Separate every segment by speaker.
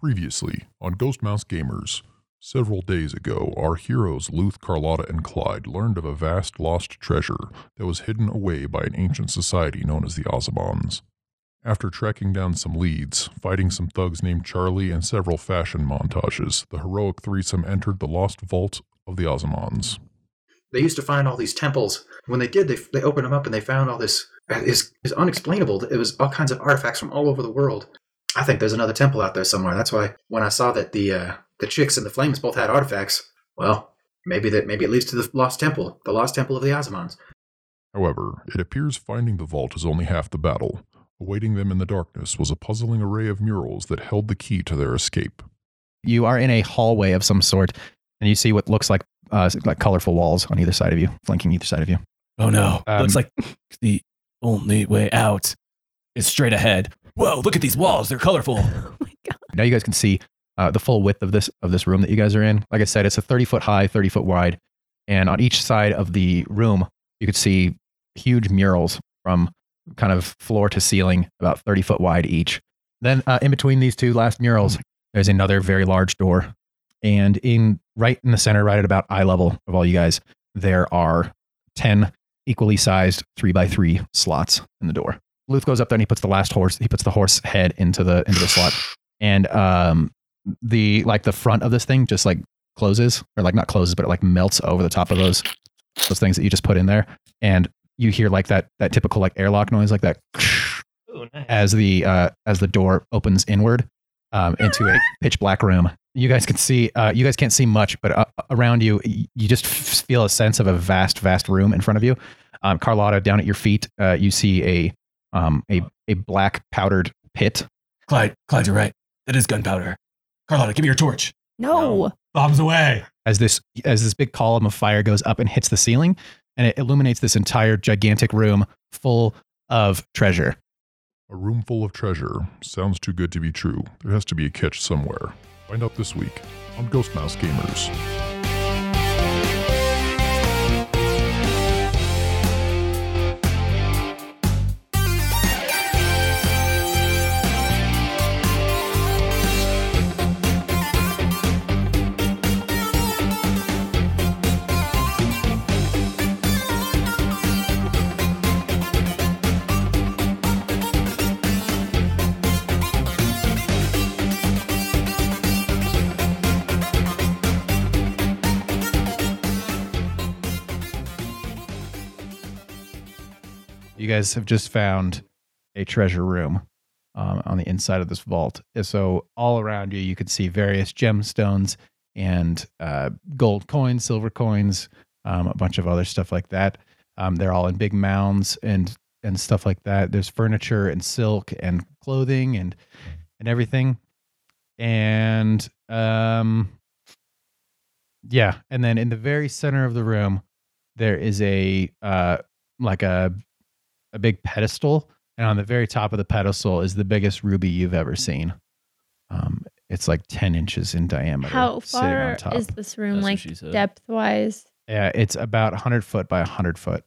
Speaker 1: Previously on Ghost Mouse Gamers, several days ago, our heroes Luth, Carlotta, and Clyde learned of a vast lost treasure that was hidden away by an ancient society known as the Ozabons. After tracking down some leads, fighting some thugs named Charlie, and several fashion montages, the heroic threesome entered the lost vault of the Ozamons.
Speaker 2: they used to find all these temples. When they did, they, they opened them up and they found all this uh, is is unexplainable. It was all kinds of artifacts from all over the world. I think there's another temple out there somewhere. That's why when I saw that the uh, the chicks and the flames both had artifacts, well, maybe that maybe it leads to the lost temple, the lost temple of the Azamans.
Speaker 1: However, it appears finding the vault is only half the battle. Awaiting them in the darkness was a puzzling array of murals that held the key to their escape.
Speaker 3: you are in a hallway of some sort, and you see what looks like uh, like colorful walls on either side of you, flanking either side of you.
Speaker 4: Oh no.
Speaker 3: Um,
Speaker 4: Looks like the only way out is straight ahead. Whoa, look at these walls. They're colorful.
Speaker 5: Oh my god.
Speaker 3: Now you guys can see uh, the full width of this of this room that you guys are in. Like I said, it's a thirty foot high, thirty foot wide, and on each side of the room, you could see huge murals from kind of floor to ceiling, about thirty foot wide each. Then uh, in between these two last murals, there's another very large door, and in right in the center, right at about eye level of all you guys, there are ten equally sized three by three slots in the door. Luth goes up there and he puts the last horse. He puts the horse head into the into the slot and um the like the front of this thing just like closes or like not closes but it like melts over the top of those those things that you just put in there and you hear like that that typical like airlock noise like that as the uh as the door opens inward um into a pitch black room you guys can see uh you guys can't see much but uh, around you y- you just f- feel a sense of a vast vast room in front of you um carlotta down at your feet uh you see a um a a black powdered pit
Speaker 4: Clyde, Clyde, you're right. That is gunpowder. Carlotta, give me your torch.
Speaker 5: No.
Speaker 4: Bombs away.
Speaker 3: as this as this big column of fire goes up and hits the ceiling and it illuminates this entire gigantic room full of treasure.
Speaker 1: A room full of treasure sounds too good to be true. There has to be a catch somewhere. Find out this week on Ghost Mouse Gamers.
Speaker 3: You guys have just found a treasure room um, on the inside of this vault. And So all around you, you can see various gemstones and uh, gold coins, silver coins, um, a bunch of other stuff like that. Um, they're all in big mounds and and stuff like that. There's furniture and silk and clothing and and everything. And um, yeah, and then in the very center of the room, there is a uh, like a a big pedestal, and on the very top of the pedestal is the biggest ruby you've ever seen. Um, it's like ten inches in diameter.
Speaker 5: How
Speaker 3: sitting on
Speaker 5: far
Speaker 3: top.
Speaker 5: is this room
Speaker 4: That's what she
Speaker 5: like
Speaker 4: said.
Speaker 5: depth wise?
Speaker 3: Yeah, it's about 100 foot by 100 foot,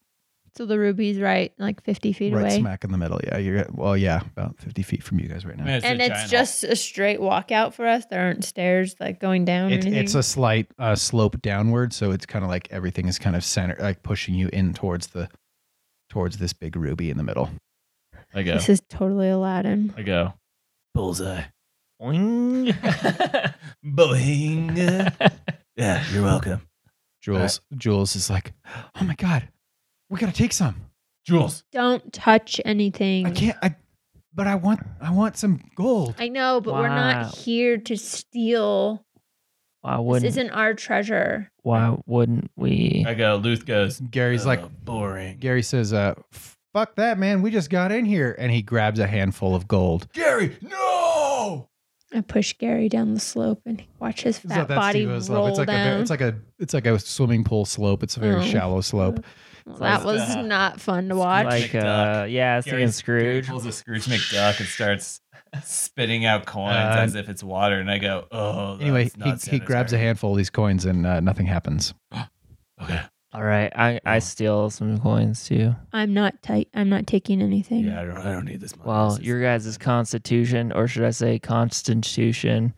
Speaker 5: So the ruby's right like 50 feet
Speaker 3: right
Speaker 5: away.
Speaker 3: smack in the middle. Yeah, you're well, yeah, about 50 feet from you guys right now.
Speaker 5: And it's just a straight walkout for us. There aren't stairs like going down. or
Speaker 3: It, it's
Speaker 5: anything?
Speaker 3: a slight uh, slope downward, so it's kind of like everything is kind of center, like pushing you in towards the towards this big ruby in the middle.
Speaker 6: I go.
Speaker 5: This is totally Aladdin.
Speaker 6: I go.
Speaker 4: bullseye.
Speaker 6: Boing.
Speaker 4: Boing. yeah, you're welcome.
Speaker 3: Jules, Jules is like, oh my god, we gotta take some.
Speaker 4: Jules.
Speaker 5: Don't touch anything.
Speaker 3: I can't, I, but I want, I want some gold.
Speaker 5: Mm. I know, but we're
Speaker 6: Wow.
Speaker 5: not here to steal.
Speaker 6: Why
Speaker 5: This
Speaker 6: wouldn't?
Speaker 5: isn't our treasure.
Speaker 6: Why wouldn't we?
Speaker 4: I go. Luth goes.
Speaker 3: Gary's
Speaker 4: "Oh,
Speaker 3: like,
Speaker 4: boring.
Speaker 3: Gary says, uh, fuck that, man, we just got in here, and he grabs a handful of gold.
Speaker 4: Gary, no.
Speaker 5: I push Gary down the slope and watch his
Speaker 3: It's
Speaker 5: fat
Speaker 3: not that
Speaker 5: body
Speaker 3: steep of a
Speaker 5: roll
Speaker 3: slope. It's like a
Speaker 5: down.
Speaker 3: ve- it's like a it's like a swimming pool slope. It's a very
Speaker 5: Oh.
Speaker 3: shallow slope.
Speaker 5: Well, that was
Speaker 4: Like, uh,
Speaker 5: not fun to
Speaker 4: it's
Speaker 5: watch.
Speaker 6: Like, uh,
Speaker 4: McDuck.
Speaker 6: yeah, I was thinking
Speaker 4: Gary's- Gary
Speaker 6: Scrooge.
Speaker 4: pulls a Scrooge McDuck and starts spitting out coins
Speaker 3: Uh,
Speaker 4: as if it's water, and I go, "Oh."
Speaker 3: Anyway,
Speaker 4: that's
Speaker 3: he,
Speaker 4: not
Speaker 3: he grabs a
Speaker 4: sanitary."
Speaker 3: handful of these coins and uh, nothing happens.
Speaker 4: Okay.
Speaker 6: All right, I I steal some coins too.
Speaker 5: I'm not tight. I'm not taking anything.
Speaker 4: Yeah, I don't, I don't need this money.
Speaker 6: Well,
Speaker 4: This is-
Speaker 6: your guys' constitution, or should I say constitution,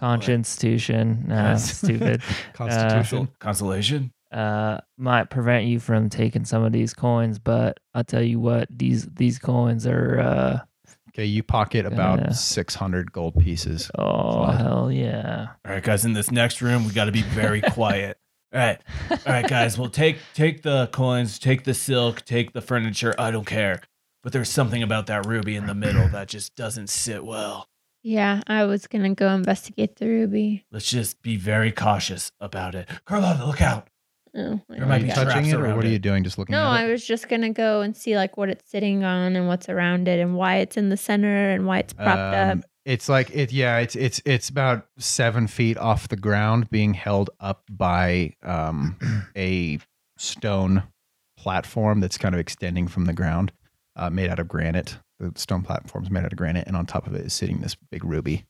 Speaker 6: constitution, nah,
Speaker 4: Cons-
Speaker 6: stupid,
Speaker 3: Constitution.
Speaker 4: Consol- consolation.
Speaker 6: uh, might prevent you from taking some of these coins. But I tell you what, these these coins are, uh,
Speaker 3: okay, you pocket about
Speaker 6: Yeah.
Speaker 3: 600 gold pieces.
Speaker 6: oh
Speaker 3: Fine.
Speaker 6: hell yeah.
Speaker 4: All right, guys, in this next room, we got to be very quiet. All right. All right, guys, we'll take take the coins, take the silk, take the furniture. I don't care. But there's something about that ruby in the middle that just doesn't sit well.
Speaker 5: Yeah, I was gonna go investigate the ruby.
Speaker 4: Let's just be very cautious about it. Carlotta, look out.
Speaker 5: Oh, I
Speaker 4: There
Speaker 3: Are
Speaker 4: might
Speaker 5: like
Speaker 3: you
Speaker 4: be
Speaker 5: that.
Speaker 4: traps
Speaker 3: touching it, or
Speaker 4: around
Speaker 3: what are
Speaker 4: it.
Speaker 3: you doing? Just looking
Speaker 5: No,
Speaker 3: at
Speaker 5: I
Speaker 3: it?
Speaker 5: was just gonna go and see like what it's sitting on and what's around it and why it's in the center and why it's propped up.
Speaker 3: Um, It's like it, yeah. It's it's it's about seven feet off the ground, being held up by um, a stone platform that's kind of extending from the ground, uh, made out of granite. The stone platform's made out of granite, and on top of it is sitting this big ruby.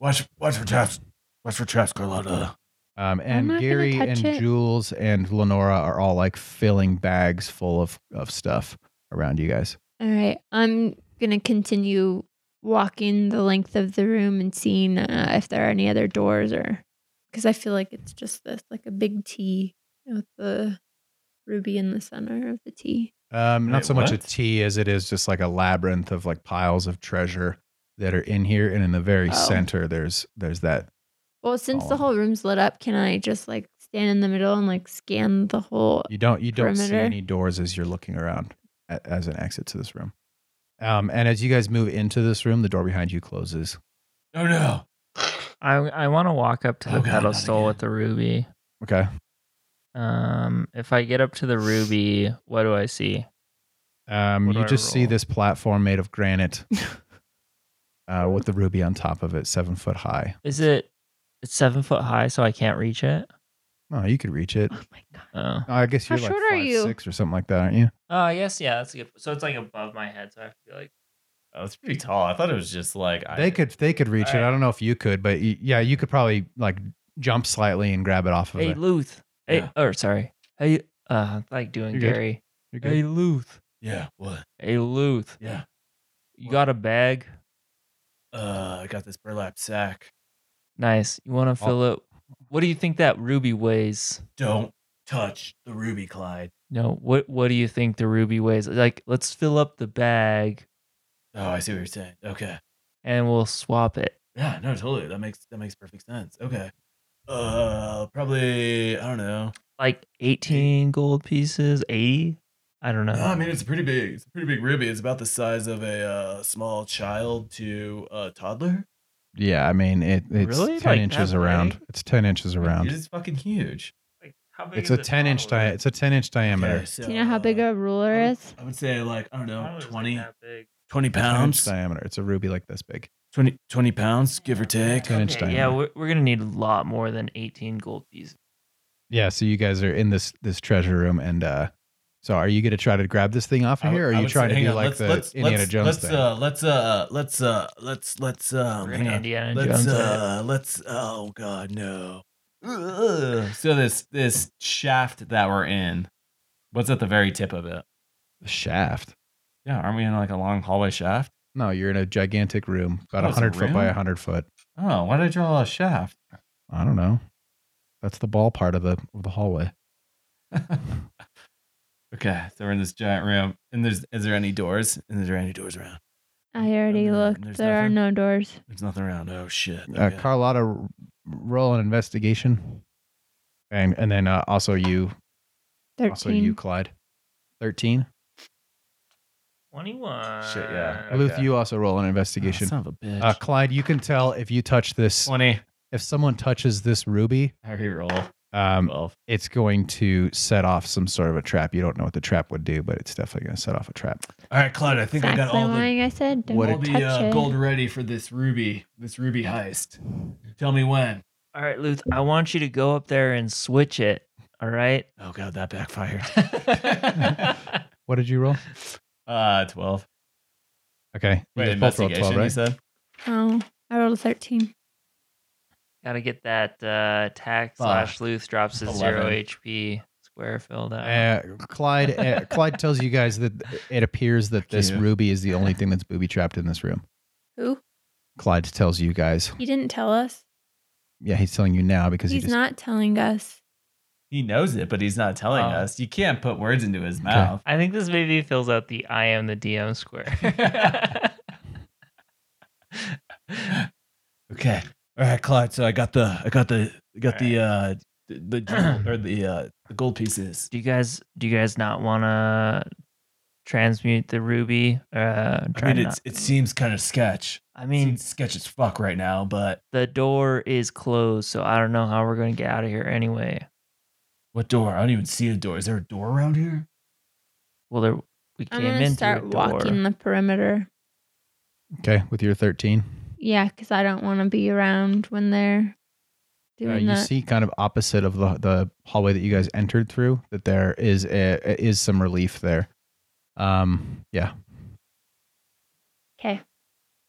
Speaker 4: Watch watch for traps. Watch for traps, Carlotta.
Speaker 3: Um, and
Speaker 5: not gonna
Speaker 3: Gary
Speaker 5: touch
Speaker 3: and
Speaker 5: it.
Speaker 3: Jules and Lenora are all like filling bags full of of stuff around you guys.
Speaker 5: All right, I'm gonna continue walking the length of the room and seeing uh, if there are any other doors or because I feel like it's just this like a big T with the ruby in the center of the T.
Speaker 3: Um, not
Speaker 4: Wait,
Speaker 3: so much a
Speaker 4: what?
Speaker 3: T as it is just like a labyrinth of like piles of treasure that are in here, and in the very
Speaker 5: Oh.
Speaker 3: center, there's there's that.
Speaker 5: Well, since
Speaker 3: Oh.
Speaker 5: the whole room's lit up, can I just like stand in the middle and like scan the whole?
Speaker 3: You don't you don't see
Speaker 5: Perimeter.
Speaker 3: any doors as you're looking around a- as an exit to this room. Um, and as you guys move into this room, the door behind you closes.
Speaker 4: Oh no.
Speaker 6: I I want to walk up to the
Speaker 4: Oh, God, not
Speaker 6: pedestal with the ruby.
Speaker 3: Okay.
Speaker 6: Um, if I get up to the ruby, what do I see?
Speaker 3: Um,
Speaker 6: What do
Speaker 3: you
Speaker 6: I
Speaker 3: just see
Speaker 6: roll?
Speaker 3: this platform made of granite uh, with the ruby on top of it, seven foot high.
Speaker 6: Is it it's seven foot high, so I can't reach it?
Speaker 3: Oh, you could reach it.
Speaker 5: Oh my god!
Speaker 6: Oh,
Speaker 3: I guess
Speaker 5: How
Speaker 3: you're like
Speaker 5: short are
Speaker 3: five,
Speaker 5: you?
Speaker 3: six or something like that, aren't you?
Speaker 6: oh, I guess yeah. That's a good. So it's like above my head, so I have to be like.
Speaker 7: Oh, it's pretty tall. I thought it was just like I,
Speaker 3: They could they could reach it. I don't know if you could, but y- yeah, you could probably like jump slightly and grab it off of
Speaker 6: Hey
Speaker 3: it.
Speaker 6: Luth. Hey,
Speaker 4: Yeah.
Speaker 6: or sorry. Hey, uh, like doing
Speaker 3: You're good.
Speaker 6: Gary.
Speaker 3: You're good.
Speaker 6: Hey Luth.
Speaker 4: Yeah, what?
Speaker 6: Hey Luth.
Speaker 4: Yeah.
Speaker 6: You got a bag?
Speaker 4: Uh I got this burlap sack.
Speaker 6: Nice. You want to fill it? What do you think that ruby weighs?
Speaker 4: Don't touch the ruby, Clyde.
Speaker 6: No. What What do you think the ruby weighs? Like, let's fill up the bag
Speaker 4: Oh, I see what you're saying. Okay.
Speaker 6: and we'll swap it.
Speaker 4: Yeah, no, totally. That makes that makes perfect sense. Okay. Uh probably I don't know.
Speaker 6: Like eighteen gold pieces, eighty. I don't know.
Speaker 3: Uh-huh.
Speaker 4: No, I mean it's a pretty big. It's a pretty big ruby. It's about the size of a uh, small child to a toddler.
Speaker 3: Yeah, I mean it, it's
Speaker 6: Really?
Speaker 3: ten
Speaker 6: Like
Speaker 3: inches
Speaker 6: that
Speaker 3: around.
Speaker 6: big?
Speaker 3: It's ten inches
Speaker 7: It
Speaker 3: around.
Speaker 7: is fucking huge.
Speaker 6: like, how big
Speaker 3: It's
Speaker 6: is
Speaker 3: a ten inch
Speaker 6: toddler?
Speaker 3: di- it's a ten inch diameter.
Speaker 4: Okay, so,
Speaker 5: Do you know how big
Speaker 4: uh,
Speaker 5: a ruler
Speaker 4: I would-
Speaker 5: is?
Speaker 4: I would say like I don't know
Speaker 6: Toddler's like
Speaker 4: 20,
Speaker 6: that big.
Speaker 4: 20
Speaker 3: 10 inch
Speaker 4: pounds.
Speaker 3: diameter. It's a ruby like this big.
Speaker 4: 20, 20 pounds, give or take.
Speaker 3: 10 inch
Speaker 6: Okay, yeah,
Speaker 3: diameter.
Speaker 6: we're, we're gonna need a lot more than eighteen gold pieces.
Speaker 3: Yeah, so you guys are in this this treasure room and uh so are you gonna try to grab this thing off of
Speaker 4: I would-
Speaker 3: here or are
Speaker 4: I
Speaker 3: you
Speaker 4: would
Speaker 3: trying
Speaker 4: say-
Speaker 3: to
Speaker 4: hang
Speaker 3: do
Speaker 4: on,
Speaker 3: like
Speaker 4: let's-
Speaker 3: the
Speaker 4: let's-
Speaker 3: Indiana
Speaker 4: let's-
Speaker 3: Jones
Speaker 4: let's,
Speaker 3: thing?
Speaker 4: Uh, let's uh, let's uh, let's let's um,
Speaker 6: we're
Speaker 4: hang
Speaker 6: gonna
Speaker 4: on.
Speaker 6: Indiana
Speaker 4: Let's
Speaker 6: Jones. it.
Speaker 4: uh, let's. Oh God, no.
Speaker 7: Ugh. So this this shaft that we're in, what's at the very tip of it?
Speaker 3: The shaft.
Speaker 7: Yeah, aren't we in like a long hallway shaft?
Speaker 3: No, you're in a gigantic room, about
Speaker 7: Oh,
Speaker 3: a
Speaker 7: it's a
Speaker 3: hundred foot by
Speaker 7: room?
Speaker 3: a hundred foot.
Speaker 7: Oh, why did I draw a shaft?
Speaker 3: I don't know. That's the ball part of the of the hallway.
Speaker 7: okay, so we're in this giant room, and there's is there any doors?
Speaker 4: And is there any doors around?
Speaker 5: I already
Speaker 4: Um,
Speaker 5: looked.
Speaker 4: there's
Speaker 5: There are
Speaker 4: nothing.
Speaker 5: no doors.
Speaker 4: There's nothing around. Oh shit.
Speaker 3: Uh,
Speaker 4: Okay.
Speaker 3: Carlotta, r- roll an investigation, and and then uh, also you, also you,
Speaker 5: Thirteen.
Speaker 3: Clyde, thirteen.
Speaker 6: Twenty-one.
Speaker 7: Shit, yeah.
Speaker 3: Uh, Luth,
Speaker 7: Okay.
Speaker 3: you also roll an investigation.
Speaker 4: Son of a bitch.
Speaker 3: uh, Clyde, you can tell if you touch this,
Speaker 7: Twenty.
Speaker 3: if someone touches this ruby,
Speaker 7: I re-roll
Speaker 3: um,
Speaker 7: twelve.
Speaker 3: it's going to set off some sort of a trap. You don't know what the trap would do, but it's definitely going to set off a trap.
Speaker 4: All right, Clyde. I think I got
Speaker 5: Exactly
Speaker 4: all the
Speaker 5: lying. I said don't
Speaker 3: What
Speaker 4: all the
Speaker 5: touch
Speaker 4: uh,
Speaker 5: it.
Speaker 4: gold ready for this ruby, this ruby heist. Tell me when.
Speaker 6: All right, Luth, I want you to go up there and switch it. All right.
Speaker 4: Oh god, that backfired.
Speaker 3: What did you roll?
Speaker 7: uh, twelve.
Speaker 3: Okay, you
Speaker 7: Wait,
Speaker 3: guys both rolled
Speaker 7: investigation.
Speaker 3: 12,
Speaker 7: You
Speaker 3: right?
Speaker 7: said.
Speaker 5: Oh, I rolled a thirteen.
Speaker 6: Gotta get that uh, attack
Speaker 7: Fuck.
Speaker 6: slash Luth drops to zero
Speaker 7: 11.
Speaker 6: HP. square filled out.
Speaker 3: Uh, Clyde uh, Clyde tells you guys that it appears that this
Speaker 4: Yeah.
Speaker 3: ruby is the only thing that's booby trapped in this room.
Speaker 5: Who?
Speaker 3: Clyde tells you guys.
Speaker 5: He didn't tell us.
Speaker 3: Yeah, he's telling you now because
Speaker 5: He's
Speaker 3: he just
Speaker 5: not telling us.
Speaker 7: He knows it, but he's not telling
Speaker 6: Oh.
Speaker 7: us. You can't put words into his mouth.
Speaker 6: I think this maybe fills out the I am the DM square.
Speaker 4: Okay. All right, Clyde. So I got the I got the I got
Speaker 6: All
Speaker 4: the uh the, the jewel- or the uh the gold pieces.
Speaker 6: do you guys do you guys not want to transmute the ruby? Uh,
Speaker 4: I
Speaker 6: try
Speaker 4: mean,
Speaker 6: not-
Speaker 4: it's, it seems kind of sketch.
Speaker 6: I
Speaker 4: I mean,
Speaker 6: mean,
Speaker 4: seems sketch as fuck right now, but
Speaker 6: the door is closed, so I don't know how we're going to get out of here anyway.
Speaker 4: what door? I don't even see a door. Is there a door around here?
Speaker 6: Well, there we
Speaker 5: I'm
Speaker 6: came
Speaker 5: gonna
Speaker 6: in
Speaker 5: start
Speaker 6: through a door.
Speaker 5: walking the perimeter.
Speaker 3: okay with your thirteen.
Speaker 5: Yeah, because I don't want to be around when they're
Speaker 3: Uh,
Speaker 5: doing
Speaker 3: you
Speaker 5: that.
Speaker 3: see, kind of opposite of the the hallway that you guys entered through, that there is a, is some relief there. Um, yeah,
Speaker 5: Okay.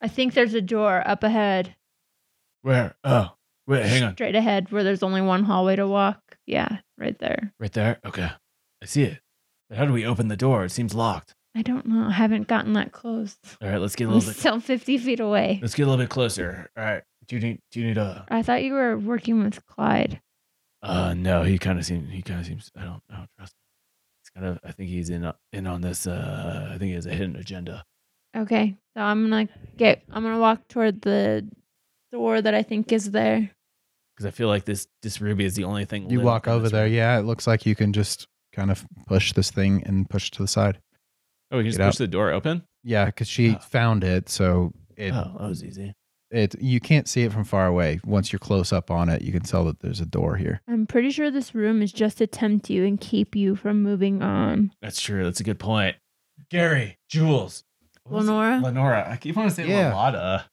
Speaker 5: I think there's a door up ahead,
Speaker 4: Where? Oh, wait, hang on.
Speaker 5: straight ahead, where there's only one hallway to walk. Yeah, right there.
Speaker 4: Right there. Okay, I see it. But how do we open the door? It seems locked.
Speaker 5: I don't know. I haven't gotten that close.
Speaker 4: All right, let's get a
Speaker 5: I'm
Speaker 4: little bit.
Speaker 5: still 50 feet away.
Speaker 4: Let's get a little bit closer. All right. Do you need? Do you need a?
Speaker 5: I thought you were working with Clyde.
Speaker 4: Uh, no. He kind of seems. He kind of seems. I don't. I don't trust. Him. He's kind of. I think he's in. In on this. Uh, I think he has a hidden agenda.
Speaker 5: Okay, so I'm gonna get. I'm gonna walk toward the door that I think is there.
Speaker 4: Because I feel like this. This ruby is the only thing.
Speaker 3: you
Speaker 4: lit
Speaker 3: walk
Speaker 4: up in
Speaker 3: over
Speaker 4: this
Speaker 3: there.
Speaker 4: room.
Speaker 3: Yeah, it looks like you can just kind of push this thing and push it to the side.
Speaker 7: Oh, we can just
Speaker 3: Get
Speaker 7: push
Speaker 3: out.
Speaker 7: the door open?
Speaker 3: Yeah, because she
Speaker 4: Oh.
Speaker 3: found it, so it
Speaker 4: Oh, that was easy.
Speaker 3: it you can't see it from far away. Once you're close up on it, you can tell that there's a door here.
Speaker 5: I'm pretty sure this room is just to tempt you and keep you from moving on.
Speaker 7: That's true. That's a good point. Gary, Jules. What was it?
Speaker 5: Lenora?
Speaker 7: Lenora. I keep wanting to say
Speaker 3: Yeah.
Speaker 7: Lalada.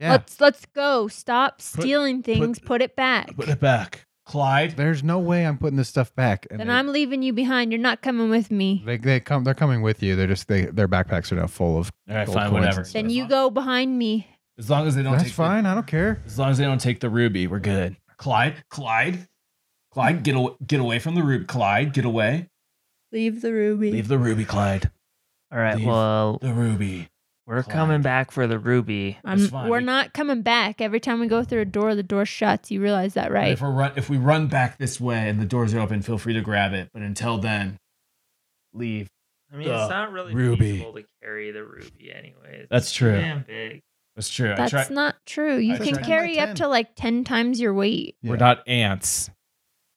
Speaker 3: Yeah,
Speaker 5: Let's let's go. Stop stealing things. Put, it back.
Speaker 4: Put it back.
Speaker 7: Clyde.
Speaker 3: there's no way I'm putting this stuff back.
Speaker 5: then
Speaker 3: they,
Speaker 5: I'm leaving you behind. You're not coming with me.
Speaker 3: they they come they're coming with you. They're just they their backpacks are now full of.
Speaker 7: All right,
Speaker 3: Gold
Speaker 7: fine,
Speaker 3: coins
Speaker 7: whatever.
Speaker 3: and stuff.
Speaker 5: Then you go behind me.
Speaker 7: As long as they don't
Speaker 3: That's
Speaker 7: take the-
Speaker 3: fine. I don't care.
Speaker 7: as long as they don't take the ruby, we're good. Clyde, Clyde, Clyde, get away, get away from the ruby. Clyde, get away.
Speaker 5: Leave the ruby.
Speaker 4: Leave the ruby, Clyde.
Speaker 6: All right,
Speaker 4: Leave
Speaker 6: well,
Speaker 4: The ruby.
Speaker 6: we're
Speaker 4: Clyde.
Speaker 6: coming back for the ruby.
Speaker 5: I'm,
Speaker 7: It's fine.
Speaker 5: we're
Speaker 7: We-
Speaker 5: not coming back. Every time we go through a door, the door shuts. You realize that,
Speaker 7: But
Speaker 5: right?
Speaker 7: If we run, if we run back this way and the doors are open, feel free to grab it. But until then, leave.
Speaker 6: I mean,
Speaker 7: The
Speaker 6: it's not really
Speaker 7: ruby.
Speaker 6: feasible to carry the ruby, anyways.
Speaker 7: That's
Speaker 6: It's
Speaker 7: true.
Speaker 6: Damn big.
Speaker 7: That's true.
Speaker 5: That's
Speaker 7: I try.
Speaker 5: not true. You
Speaker 7: I
Speaker 5: can
Speaker 7: tried-
Speaker 5: carry up
Speaker 3: 10.
Speaker 5: to like 10 times your weight.
Speaker 7: We're not ants.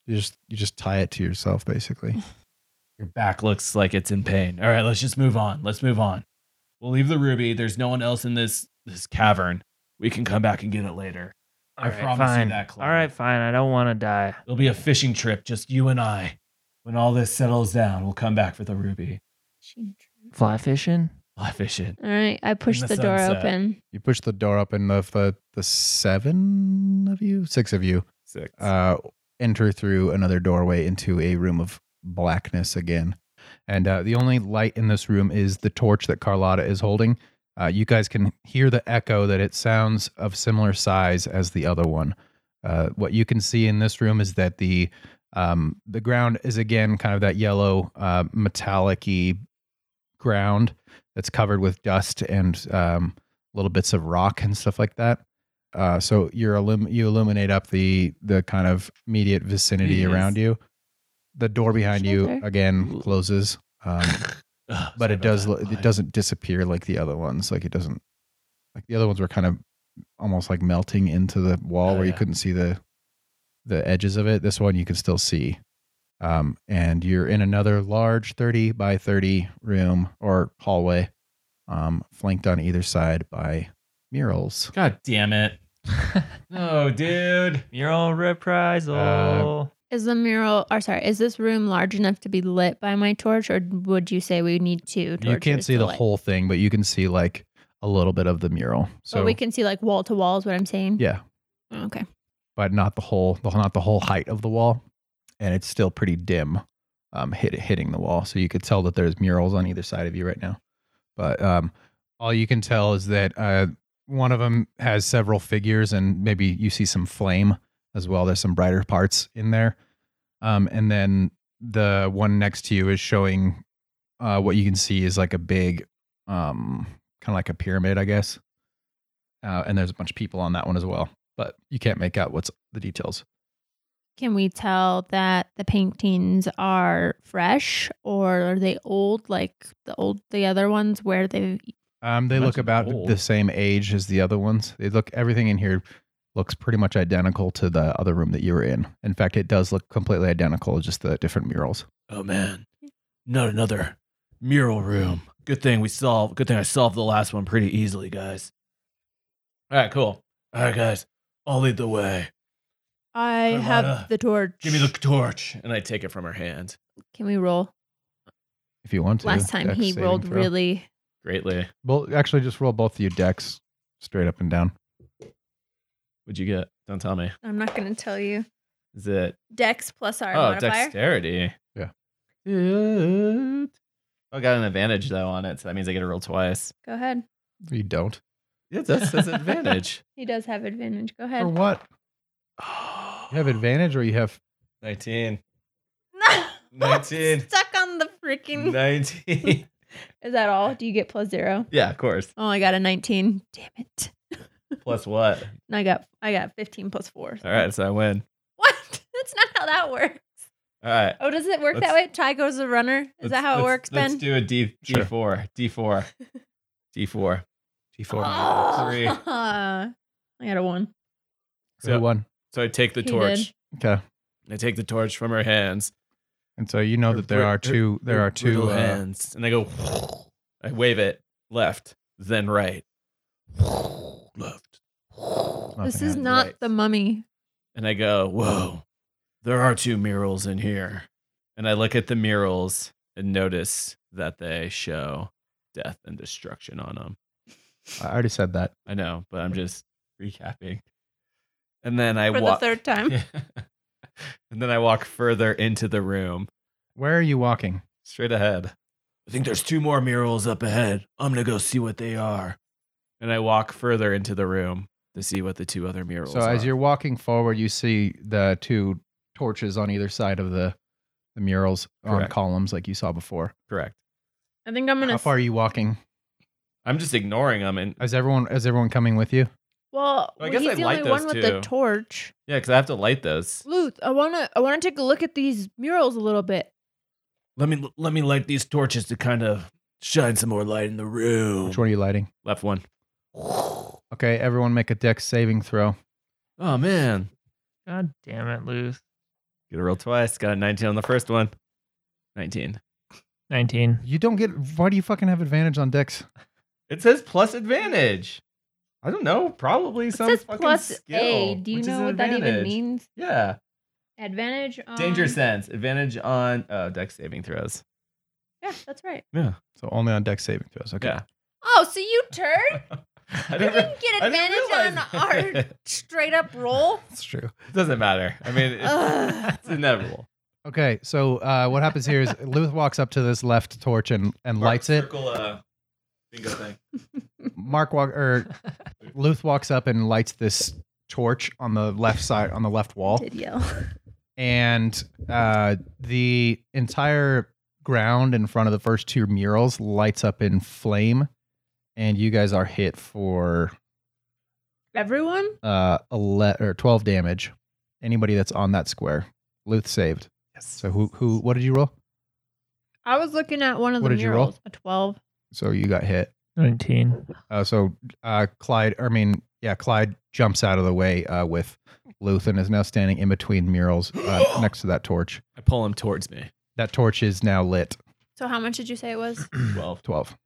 Speaker 3: You just you just tie it to yourself basically.
Speaker 7: Your back looks like it's in pain. All right, let's just move on. Let's move on. We'll leave the ruby. There's no one else in this this cavern. We can come back and get it later. I
Speaker 6: All right,
Speaker 7: promise you
Speaker 6: fine.
Speaker 7: that, Clyde.
Speaker 6: All right, fine. I don't want to die.
Speaker 7: It'll be a fishing trip, just you and I. When all this settles down, we'll come back for the ruby.
Speaker 6: Fly fishing?
Speaker 7: Fly fishing.
Speaker 5: All right. I push
Speaker 7: the
Speaker 5: the, door
Speaker 7: sunset.
Speaker 5: open.
Speaker 3: You push the door open. The the, the seven of you, six of you,
Speaker 7: Six.
Speaker 3: uh, enter through another doorway into a room of blackness again. And uh, the only light in this room is the torch that Carlotta is holding. Uh, you guys can hear the echo that it sounds of similar size as the other one. Uh, what you can see in this room is that the um, the ground is again kind of that yellow uh, metallic-y ground that's covered with dust and um, little bits of rock and stuff like that. Uh, so you're illum- you illuminate up the the kind of immediate vicinity
Speaker 7: Yes.
Speaker 3: around you. The door behind you
Speaker 5: Shoulder.
Speaker 3: again closes, um,
Speaker 7: Ugh,
Speaker 3: but
Speaker 7: sorry
Speaker 3: it
Speaker 7: about
Speaker 3: does
Speaker 7: that,
Speaker 3: lo- it
Speaker 7: Clyde.
Speaker 3: doesn't disappear like the other ones. Like it doesn't like the other ones were kind of almost like melting into the wall
Speaker 7: Oh,
Speaker 3: where you
Speaker 7: yeah.
Speaker 3: couldn't see the the edges of it. This one you can still see. Um, and you're in another large 30 by 30 room or hallway, um, flanked on either side by murals.
Speaker 7: God damn it. no, dude.
Speaker 6: Mural reprisal. Uh,
Speaker 5: Is the mural, or sorry, is this room large enough to be lit by my torch, or would you say we need two?
Speaker 3: You can't
Speaker 5: torches
Speaker 3: see
Speaker 5: to
Speaker 3: the
Speaker 5: light?
Speaker 3: whole thing, but you can see like a little bit of the mural. So
Speaker 5: But we can see like wall to wall, is what I'm saying.
Speaker 3: yeah,
Speaker 5: Okay.
Speaker 3: but not the whole, the, not the whole height of the wall, and it's still pretty dim, um, hit, hitting the wall. So you could tell that there's murals on either side of you right now, but um, all you can tell is that uh, one of them has several figures, and maybe you see some flame as well. There's some brighter parts in there, um, and then the one next to you is showing uh, what you can see is like a big, um, kind of like a pyramid, I guess. Uh, and there's a bunch of people on that one as well, but you can't make out what's the details.
Speaker 5: Can we tell that the paintings are fresh or are they old like the old the other ones where they
Speaker 3: Um, they
Speaker 4: That's
Speaker 3: look about
Speaker 4: old.
Speaker 3: the same age as the other ones. They look everything in here looks pretty much identical to the other room that you were in. In fact, it does look completely identical, just the different murals.
Speaker 4: Oh man, not another mural room. Good thing we solved. Good thing I solved the last one pretty easily, guys. All right, cool. All right, guys, I'll lead the way. I
Speaker 5: I have
Speaker 4: wanna-
Speaker 5: the torch.
Speaker 4: Give me the torch, and I take it from her hand.
Speaker 5: Can we roll?
Speaker 3: If you want to.
Speaker 5: Last time
Speaker 3: Dex
Speaker 5: he
Speaker 3: saving
Speaker 5: rolled
Speaker 3: throw.
Speaker 5: really
Speaker 4: Greatly,
Speaker 3: Well, actually, just roll both of you decks straight up and down.
Speaker 4: what'd you get? Don't tell me.
Speaker 5: I'm not gonna tell you.
Speaker 4: Is it?
Speaker 5: Dex plus our
Speaker 4: oh,
Speaker 5: modifier.
Speaker 4: dexterity.
Speaker 3: Yeah.
Speaker 4: Dude. I got an advantage though on it, so that means I get to roll twice.
Speaker 5: Go ahead.
Speaker 3: You don't.
Speaker 4: Yeah, that's, that's an advantage.
Speaker 5: He does have advantage. Go
Speaker 3: For
Speaker 5: ahead.
Speaker 3: what? You have advantage or you have.
Speaker 4: Nineteen.
Speaker 5: No.
Speaker 4: Nineteen.
Speaker 5: Stuck on the freaking.
Speaker 4: Nineteen.
Speaker 5: Is that all? Do you get plus zero?
Speaker 4: yeah, of course.
Speaker 5: Oh, I got a 19. Damn it.
Speaker 4: Plus what?
Speaker 5: And I got I got 15 plus four.
Speaker 4: All right, so I win.
Speaker 5: What? That's not how that works.
Speaker 4: All right.
Speaker 5: Oh, does it work
Speaker 4: Let's-
Speaker 5: that way? Ty goes the runner. Is that
Speaker 4: Let's-
Speaker 5: how it
Speaker 4: let's-
Speaker 5: works,
Speaker 4: let's
Speaker 5: Ben?
Speaker 4: do a D,
Speaker 3: Sure.
Speaker 4: D4. D4. D4. D4.
Speaker 5: Oh,
Speaker 4: Three.
Speaker 5: I got a one.
Speaker 4: So-
Speaker 3: who won?
Speaker 4: So I take the
Speaker 5: He
Speaker 4: torch.
Speaker 3: Okay.
Speaker 4: I take the torch from her hands.
Speaker 3: And so you know that there
Speaker 4: Her-
Speaker 3: are
Speaker 4: her-
Speaker 3: two. There
Speaker 4: her
Speaker 3: are two.
Speaker 4: brittle
Speaker 3: Uh,
Speaker 4: hands. And I go, I wave it left, then right. Left.
Speaker 5: This
Speaker 3: nothing
Speaker 5: is
Speaker 3: happened.
Speaker 5: not
Speaker 4: right.
Speaker 5: the mummy.
Speaker 4: And I go, whoa, there are two murals in here. And I look at the murals and notice that they show death and destruction on them.
Speaker 3: I already said that.
Speaker 4: I know, but I'm just recapping. And then I
Speaker 5: For
Speaker 4: walk
Speaker 5: the third time.
Speaker 4: and then I walk further into the room,
Speaker 3: Where are you walking?
Speaker 4: straight ahead. I think there's two more murals up ahead. I'm gonna go see what they are. And I walk further into the room to see what the two other murals
Speaker 3: So
Speaker 4: are.
Speaker 3: as you're walking forward, you see the two torches on either side of the, the murals on
Speaker 4: Correct.
Speaker 3: columns like you saw before.
Speaker 4: correct.
Speaker 5: I think I'm gonna.
Speaker 3: How far are you walking?
Speaker 4: I'm just ignoring them and
Speaker 3: Is everyone is everyone coming with you?
Speaker 5: Well,
Speaker 4: I guess
Speaker 5: he's
Speaker 4: I
Speaker 5: the
Speaker 4: light
Speaker 5: only
Speaker 4: those
Speaker 5: one with the
Speaker 4: too.
Speaker 5: torch.
Speaker 4: yeah, because I have to light those.
Speaker 5: Luth, I wanna I wanna take a look at these murals a little bit.
Speaker 4: Let me let me light these torches to kind of shine some more light in the room.
Speaker 3: Which one are you lighting?
Speaker 4: Left one.
Speaker 3: Okay, everyone make a dex saving throw.
Speaker 4: Oh man.
Speaker 6: God damn it, Luth.
Speaker 4: Get a roll twice. Got a 19 on the first one. 19.
Speaker 6: 19.
Speaker 3: You don't get why do you fucking have advantage on dex?
Speaker 4: It says plus advantage. I don't know. Probably
Speaker 5: It
Speaker 4: some
Speaker 5: says
Speaker 4: fucking
Speaker 5: plus
Speaker 4: skill,
Speaker 5: A. Do you
Speaker 4: which is
Speaker 5: know
Speaker 4: an
Speaker 5: what that even
Speaker 4: advantage.
Speaker 5: means? Um,
Speaker 4: Yeah.
Speaker 5: Advantage on
Speaker 4: Danger sense. Advantage on oh, deck saving throws.
Speaker 5: Yeah, that's right.
Speaker 3: So only on deck saving throws. Okay.
Speaker 4: Yeah.
Speaker 5: Oh, so you turd?
Speaker 4: I
Speaker 5: You didn't get
Speaker 4: I didn't
Speaker 5: advantage on
Speaker 4: realize
Speaker 5: our
Speaker 4: that.
Speaker 5: straight up roll?
Speaker 3: That's true.
Speaker 4: It doesn't matter. I mean,
Speaker 5: Ugh.
Speaker 4: it's, it's inevitable.
Speaker 3: Okay, so uh, what happens here is Luth walks up to this left torch and, and lights it.
Speaker 4: Circle, uh, bingo thing.
Speaker 3: Mark walk or Luth walks up and lights this torch on the left side on the left wall.
Speaker 5: Did yell.
Speaker 3: and uh, the entire ground in front of the first two murals lights up in flame and you guys are hit for
Speaker 5: Everyone?
Speaker 3: uh 11 or 12 damage anybody that's on that square luth saved yes so who who what did you roll
Speaker 5: I was looking at one of
Speaker 3: What
Speaker 5: the
Speaker 3: did you roll?
Speaker 5: murals. A twelve.
Speaker 3: so you got hit
Speaker 6: 19.
Speaker 3: uh so uh clyde i mean yeah clyde jumps out of the way uh with luth and is now standing in between murals uh, next to that torch
Speaker 4: I pull him towards me.
Speaker 3: that torch is now lit
Speaker 5: So how much did you say it was?
Speaker 4: 12.
Speaker 3: 12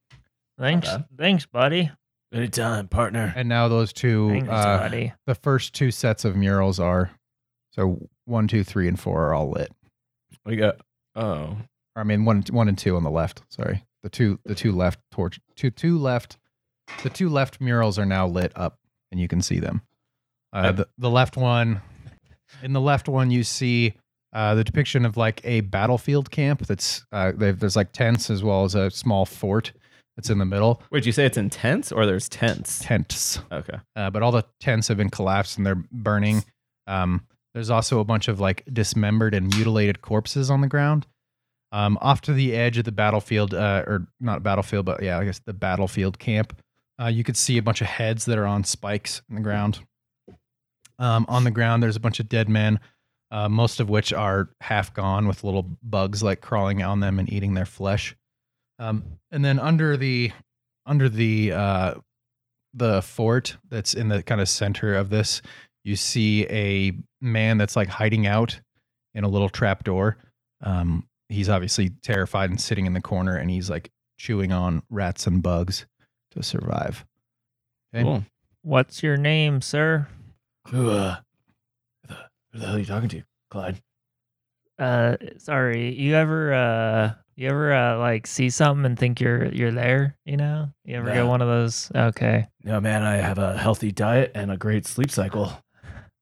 Speaker 6: Thanks.
Speaker 4: bad.
Speaker 6: Thanks, buddy.
Speaker 4: Anytime, partner.
Speaker 3: and now those two
Speaker 6: Thanks,
Speaker 3: uh,
Speaker 6: buddy.
Speaker 3: the first two sets of murals are so one, two, three, and four are all lit.
Speaker 4: We got. Oh.
Speaker 3: I mean one one and two on the left, sorry. The two the two left torch two two left the two left murals are now lit up and you can see them. Uh,
Speaker 4: I-
Speaker 3: the, the left one in the left one you see uh, the depiction of like a battlefield camp that's uh, they've- there's like tents as well as a small fort that's in the middle.
Speaker 4: Wait, did you say it's intense or there's tents?
Speaker 3: Tents.
Speaker 4: Okay.
Speaker 3: uh, but all the tents have been collapsed and they're burning. Um, There's also a bunch of like dismembered and mutilated corpses on the ground. Um, off to the edge of the battlefield, uh, or not battlefield, but yeah, I guess the battlefield camp. Uh, you could see a bunch of heads that are on spikes in the ground. Um, on the ground, there's a bunch of dead men, uh, most of which are half gone with little bugs like crawling on them and eating their flesh. Um, and then under the under the uh, the fort that's in the kind of center of this, you see a man that's like hiding out in a little trap door. Um, he's obviously terrified and sitting in the corner, and he's like chewing on rats and bugs to survive. Okay.
Speaker 8: Cool.
Speaker 6: What's your name, sir?
Speaker 4: Who, uh, who the, who the hell are you talking to, Clyde?
Speaker 6: Uh, sorry. You ever uh you ever uh like see something and think you're you're there? You know? You ever get
Speaker 4: No.
Speaker 6: one of those? Okay.
Speaker 4: No, man, I have a healthy diet and a great sleep cycle.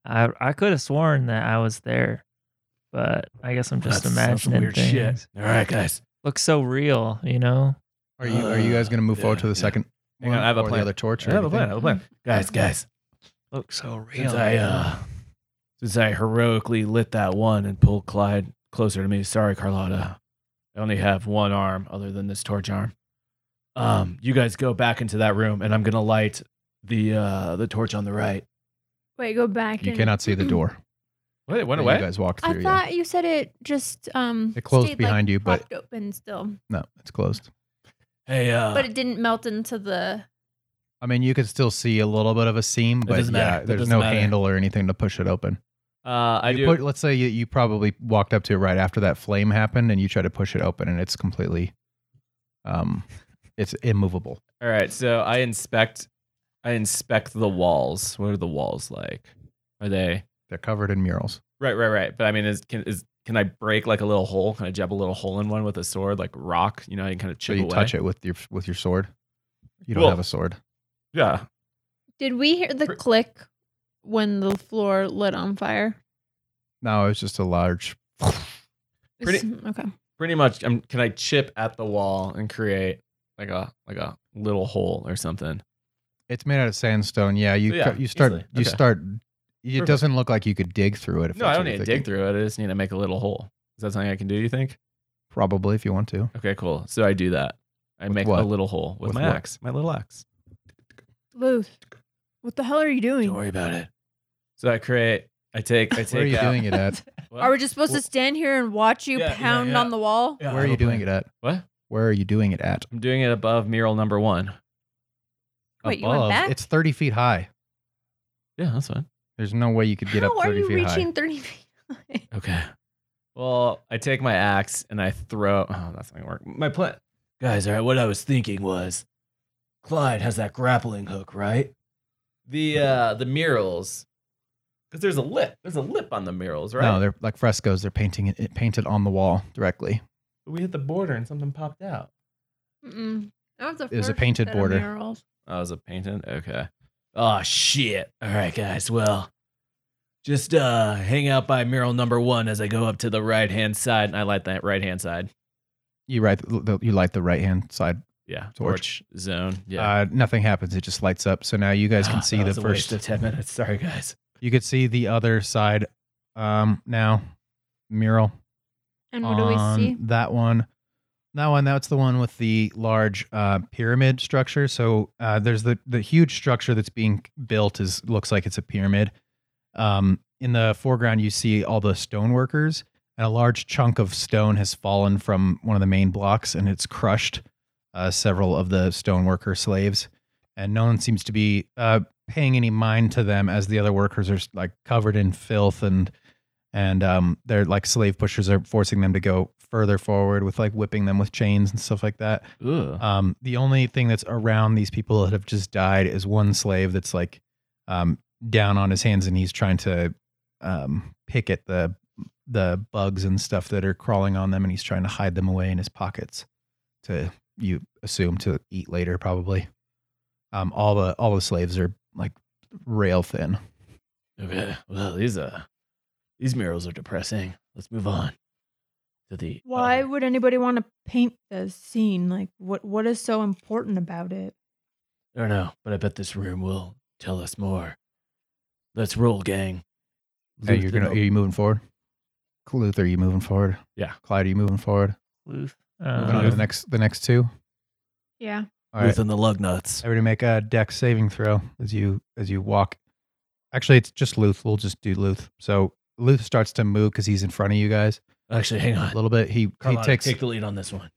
Speaker 6: I I could have sworn that I was there, but I guess I'm just
Speaker 4: That's- that's some
Speaker 6: imagining
Speaker 4: weird
Speaker 6: things.
Speaker 4: shit. All right, guys.
Speaker 6: Looks so real, you know.
Speaker 3: Are you are you guys going to move forward to the
Speaker 4: Yeah, yeah.
Speaker 3: second?
Speaker 4: Hang on,
Speaker 3: one
Speaker 4: I have a
Speaker 3: or
Speaker 4: plan.
Speaker 3: The other torch. or
Speaker 4: I have a
Speaker 3: anything?
Speaker 4: plan. I have a plan. Guys, guys.
Speaker 6: Looks so real.
Speaker 4: Since I, uh, since I heroically lit that one and pulled Clyde closer to me. Sorry, Carlotta. I only have one arm other than this torch arm. Um, you guys go back into that room and I'm gonna light the uh the torch on the right.
Speaker 5: Wait, go back.
Speaker 3: You
Speaker 5: and-
Speaker 3: cannot see the door.
Speaker 4: Wait, it
Speaker 3: that
Speaker 4: went
Speaker 3: You guys walk
Speaker 5: I
Speaker 3: through. yeah.
Speaker 5: thought you said it just um
Speaker 3: It closed
Speaker 5: stayed, like,
Speaker 3: behind you, but-
Speaker 5: propped open still,
Speaker 3: No, it's closed.
Speaker 4: Hey, uh
Speaker 5: but it didn't melt into the.
Speaker 3: I mean, you could still see a little bit of a seam, but
Speaker 4: doesn't matter.
Speaker 3: yeah,
Speaker 4: That
Speaker 3: there's
Speaker 4: doesn't
Speaker 3: no
Speaker 4: matter.
Speaker 3: handle or anything to push it open.
Speaker 4: uh I
Speaker 3: you
Speaker 4: do
Speaker 3: Put, let's say you, you probably walked up to it right after that flame happened, and you try to push it open, and it's completely, um, it's immovable.
Speaker 8: All right, so I inspect I inspect the walls. What are the walls like? Are they
Speaker 3: They're covered in murals.
Speaker 8: Right, right, right. But I mean is can is can I break like a little hole? Can I jab a little hole in one with a sword like rock? You know, I can kind of
Speaker 3: So
Speaker 8: chip
Speaker 3: you
Speaker 8: away.
Speaker 3: touch it with your with your sword. You don't
Speaker 8: Cool.
Speaker 3: have a sword.
Speaker 8: Yeah.
Speaker 5: Did we hear the
Speaker 8: Pr-
Speaker 5: click when the floor lit on fire?
Speaker 3: No, it's just a large.
Speaker 5: It's-
Speaker 8: Pretty-
Speaker 5: okay.
Speaker 8: Pretty much um, can I chip at the wall and create like a like a little hole or something?
Speaker 3: It's made out of sandstone. Yeah, you
Speaker 8: So, yeah,
Speaker 3: cut- you start
Speaker 8: easily.
Speaker 3: you
Speaker 8: Okay.
Speaker 3: start. It
Speaker 8: Perfect.
Speaker 3: doesn't look like you could dig through it. If
Speaker 8: No,
Speaker 3: that's
Speaker 8: I don't
Speaker 3: what
Speaker 8: need
Speaker 3: you're
Speaker 8: to
Speaker 3: thinking.
Speaker 8: dig through it. I just need to make a little hole. Is that something I can do, you think?
Speaker 3: Probably if you want to.
Speaker 8: Okay, cool. So I do that. I
Speaker 3: With
Speaker 8: make
Speaker 3: what?
Speaker 8: a little hole with,
Speaker 3: With
Speaker 8: my
Speaker 3: what?
Speaker 8: axe, my little axe.
Speaker 5: Luth, what the hell are you doing?
Speaker 4: Don't worry about it.
Speaker 8: So I create, I take, I take
Speaker 3: Where are you
Speaker 8: out.
Speaker 3: doing it at?
Speaker 8: What?
Speaker 5: Are we just supposed to stand here and watch you
Speaker 4: Yeah, yeah,
Speaker 5: pound
Speaker 4: yeah.
Speaker 5: on the wall?
Speaker 4: Yeah,
Speaker 3: Where are
Speaker 4: I
Speaker 3: you
Speaker 4: have a
Speaker 3: doing
Speaker 4: plan.
Speaker 3: it at?
Speaker 8: What?
Speaker 3: Where are you doing it at?
Speaker 8: I'm doing it above mural number one.
Speaker 5: Wait, you went back?
Speaker 3: It's thirty feet high.
Speaker 8: Yeah, that's fine.
Speaker 3: There's no way you could get
Speaker 5: How
Speaker 3: up
Speaker 5: are
Speaker 3: thirty
Speaker 5: you
Speaker 3: feet
Speaker 5: reaching
Speaker 3: high.
Speaker 5: 30 feet? high?
Speaker 8: Okay. Well, I take my axe and I throw. Oh, that's not gonna work. My plan.
Speaker 4: Guys, all right, what I was thinking was Clyde has that grappling hook, right?
Speaker 8: The uh the murals, because there's a lip. There's a lip on the murals, right?
Speaker 3: No, they're like frescoes. They're painting it, it painted on the wall directly.
Speaker 8: But we hit the border and something popped out.
Speaker 5: Mm-mm. That was the
Speaker 3: It was a
Speaker 5: first
Speaker 3: painted
Speaker 5: set of
Speaker 3: border.
Speaker 5: murals.
Speaker 8: Oh, it was a painting. Okay.
Speaker 4: Oh shit. All right, guys. Well, just uh hang out by mural number 1 as I go up to the right-hand side and I light that right-hand side.
Speaker 3: You right. The, you light the right hand side.
Speaker 8: Yeah.
Speaker 3: Torch.
Speaker 8: Torch, zone. Yeah.
Speaker 3: Uh, nothing happens. It just lights up. So now you guys can
Speaker 4: Ah,
Speaker 3: see
Speaker 4: that
Speaker 3: the
Speaker 4: was a waste
Speaker 3: first.
Speaker 4: of 10 minutes. Sorry, guys.
Speaker 3: You could see the other side. Um, now mural.
Speaker 5: And what do we
Speaker 3: on
Speaker 5: see?
Speaker 3: That one. That one, that's the one with the large uh, pyramid structure. So uh, there's the the huge structure that's being built is looks like it's a pyramid. Um, in the foreground, you see all the stone workers, and a large chunk of stone has fallen from one of the main blocks, and it's crushed uh, several of the stone worker slaves. And no one seems to be uh, paying any mind to them, as the other workers are like covered in filth and and um, they're like slave pushers are forcing them to go further forward with like whipping them with chains and stuff like that.
Speaker 8: Ugh.
Speaker 3: Um, the only thing that's around these people that have just died is one slave that's like um, down on his hands and he's trying to um, pick at the the bugs and stuff that are crawling on them, and he's trying to hide them away in his pockets to you assume to eat later probably. Um, all the all the slaves are like rail thin.
Speaker 4: Okay. Well, these uh these murals are depressing. Let's move on to the
Speaker 5: Why
Speaker 4: other-
Speaker 5: would anybody want to paint the scene? Like, what what is so important about it?
Speaker 4: I don't know, but I bet this room will tell us more. Let's roll, gang.
Speaker 3: Hey, you're gonna, are you moving forward? Cluth, are you moving forward?
Speaker 7: Yeah.
Speaker 3: Clyde, are you moving forward?
Speaker 6: Luth.
Speaker 3: Moving on to
Speaker 6: Uh,
Speaker 3: the next, the next two.
Speaker 5: Yeah.
Speaker 3: All right.
Speaker 4: Within the lug nuts.
Speaker 3: Everybody make a deck saving throw as you as you walk. Actually, it's just Luth. We'll just do Luth. So Luth starts to move because he's in front of you guys
Speaker 4: Actually, hang
Speaker 3: a
Speaker 4: on.
Speaker 3: little bit. He
Speaker 4: Carlotta,
Speaker 3: he takes
Speaker 4: take the lead on this one.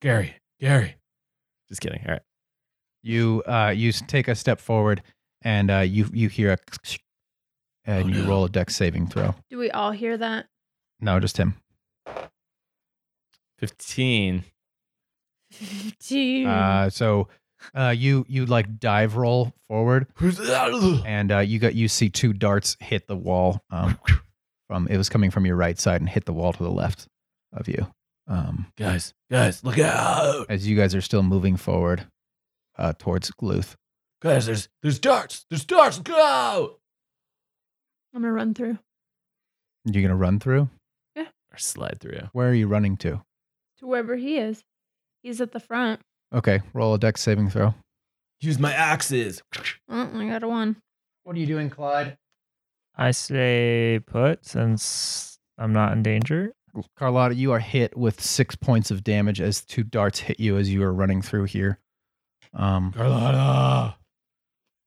Speaker 4: Gary, Gary.
Speaker 7: Just kidding. All right.
Speaker 3: you uh you s- take a step forward and uh you you hear a and
Speaker 4: Oh,
Speaker 3: you
Speaker 4: no.
Speaker 3: roll a deck saving throw.
Speaker 5: Do we all hear that?
Speaker 3: No, just him.
Speaker 7: 15.
Speaker 5: Dude.
Speaker 3: Uh, so uh, you you like dive roll forward, and uh, you got you see two darts hit the wall. Um, from it was coming from your right side and hit the wall to the left of you. Um,
Speaker 4: Guys, guys, look out.
Speaker 3: as you guys are still moving forward uh, towards Gluth.
Speaker 4: Guys, there's there's darts. There's darts. Look out.
Speaker 5: I'm gonna run through
Speaker 3: You're gonna run through.
Speaker 7: Or slide through.
Speaker 3: Where are you running to?
Speaker 5: to wherever he is. He's at the front.
Speaker 3: Okay, roll a deck saving throw.
Speaker 4: Use my axes.
Speaker 5: Oh, I got a one.
Speaker 3: What are you doing, Clyde?
Speaker 6: I say put since I'm not in danger.
Speaker 3: Carlotta, you are hit with six points of damage as two darts hit you as you are running through here. Um,
Speaker 4: Carlotta.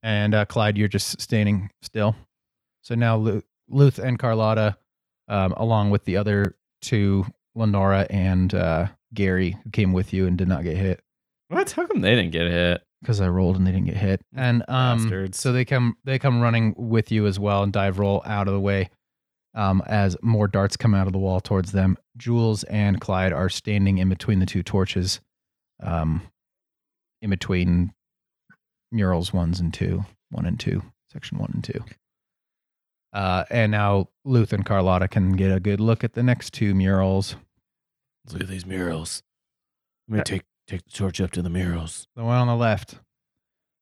Speaker 3: and uh, Clyde, you're just standing still. So now Lu- Luth and Carlotta, um, along with the other two, Lenora and uh, Gary, who came with you and did not get hit
Speaker 7: What? How come they didn't get hit?
Speaker 3: because I rolled and they didn't get hit. And um,
Speaker 7: Bastards.
Speaker 3: so they come they come running with you as well and dive roll out of the way um, as more darts come out of the wall towards them. Jules and Clyde are standing in between the two torches, um, in between murals ones and two, one and two, section one and two. Uh, and now Luth and Carlotta can get a good look at the next two murals.
Speaker 4: Look at these murals. I'm gonna take take the torch up to the murals.
Speaker 3: The one on the left.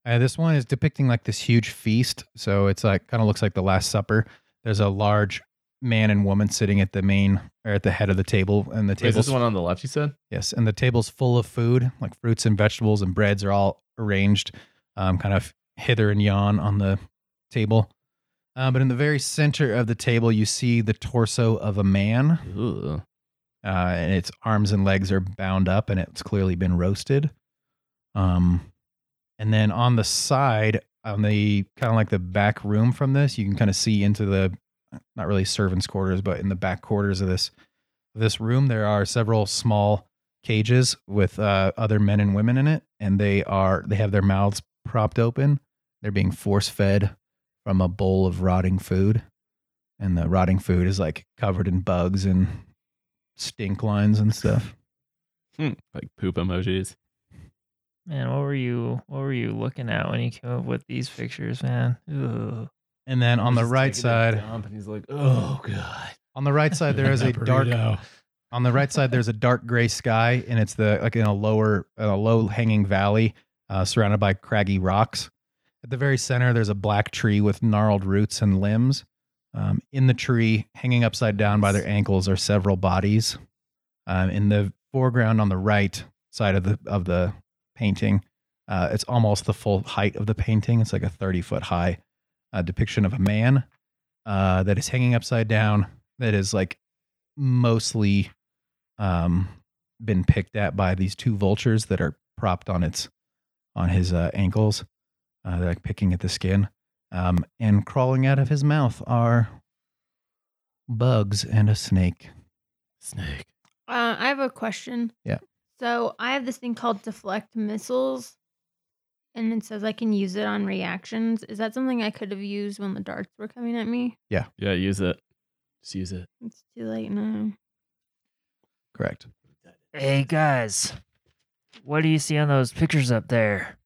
Speaker 3: Uh, this one is depicting like this huge feast. So it's like kind of looks like the Last Supper. There's a large man and woman sitting at the main or at the head of the table, and the
Speaker 7: Wait, is this
Speaker 3: table's
Speaker 7: the one on the left, you said?
Speaker 3: yes, and the table's full of food, like fruits and vegetables and breads are all arranged, um, kind of hither and yon on the table. Uh, but in the very center of the table, you see the torso of a man
Speaker 7: Ooh.
Speaker 3: uh, and its arms and legs are bound up, and it's clearly been roasted. Um, and then on the side, on the kind of like the back room from this, you can kind of see into the not really servants' quarters, but in the back quarters of this this room, there are several small cages with uh, other men and women in it, and they are they have their mouths propped open. They're being force fed from a bowl of rotting food, and the rotting food is like covered in bugs and stink lines and stuff.
Speaker 7: Hmm. Like poop emojis.
Speaker 6: Man, what were you what were you looking at when you came up with these pictures, man? Ugh.
Speaker 3: And then on the right side,
Speaker 7: And he's like, oh, God.
Speaker 3: on the right side there is a dark on the right side there's a dark gray sky and it's the like in a lower a low hanging valley uh, surrounded by craggy rocks. At the very center there's a black tree with gnarled roots and limbs. Um, in the tree, hanging upside down by their ankles, are several bodies. Um, in the foreground on the right side of the of the painting, uh, it's almost the full height of the painting. It's like a thirty foot high uh, depiction of a man uh, that is hanging upside down. That is like mostly um, been picked at by these two vultures that are propped on its on his uh, ankles. Uh, they're like picking at the skin, um, and crawling out of his mouth are bugs and a snake.
Speaker 7: Snake.
Speaker 5: Uh, I have a question.
Speaker 3: Yeah.
Speaker 5: So I have this thing called deflect missiles, and it says I can use it on reactions. Is that something I could have used when the darts were coming at me?
Speaker 7: Yeah, use it. Just use it.
Speaker 5: It's too late now.
Speaker 3: Correct.
Speaker 6: Hey guys, what do you see on those pictures up there?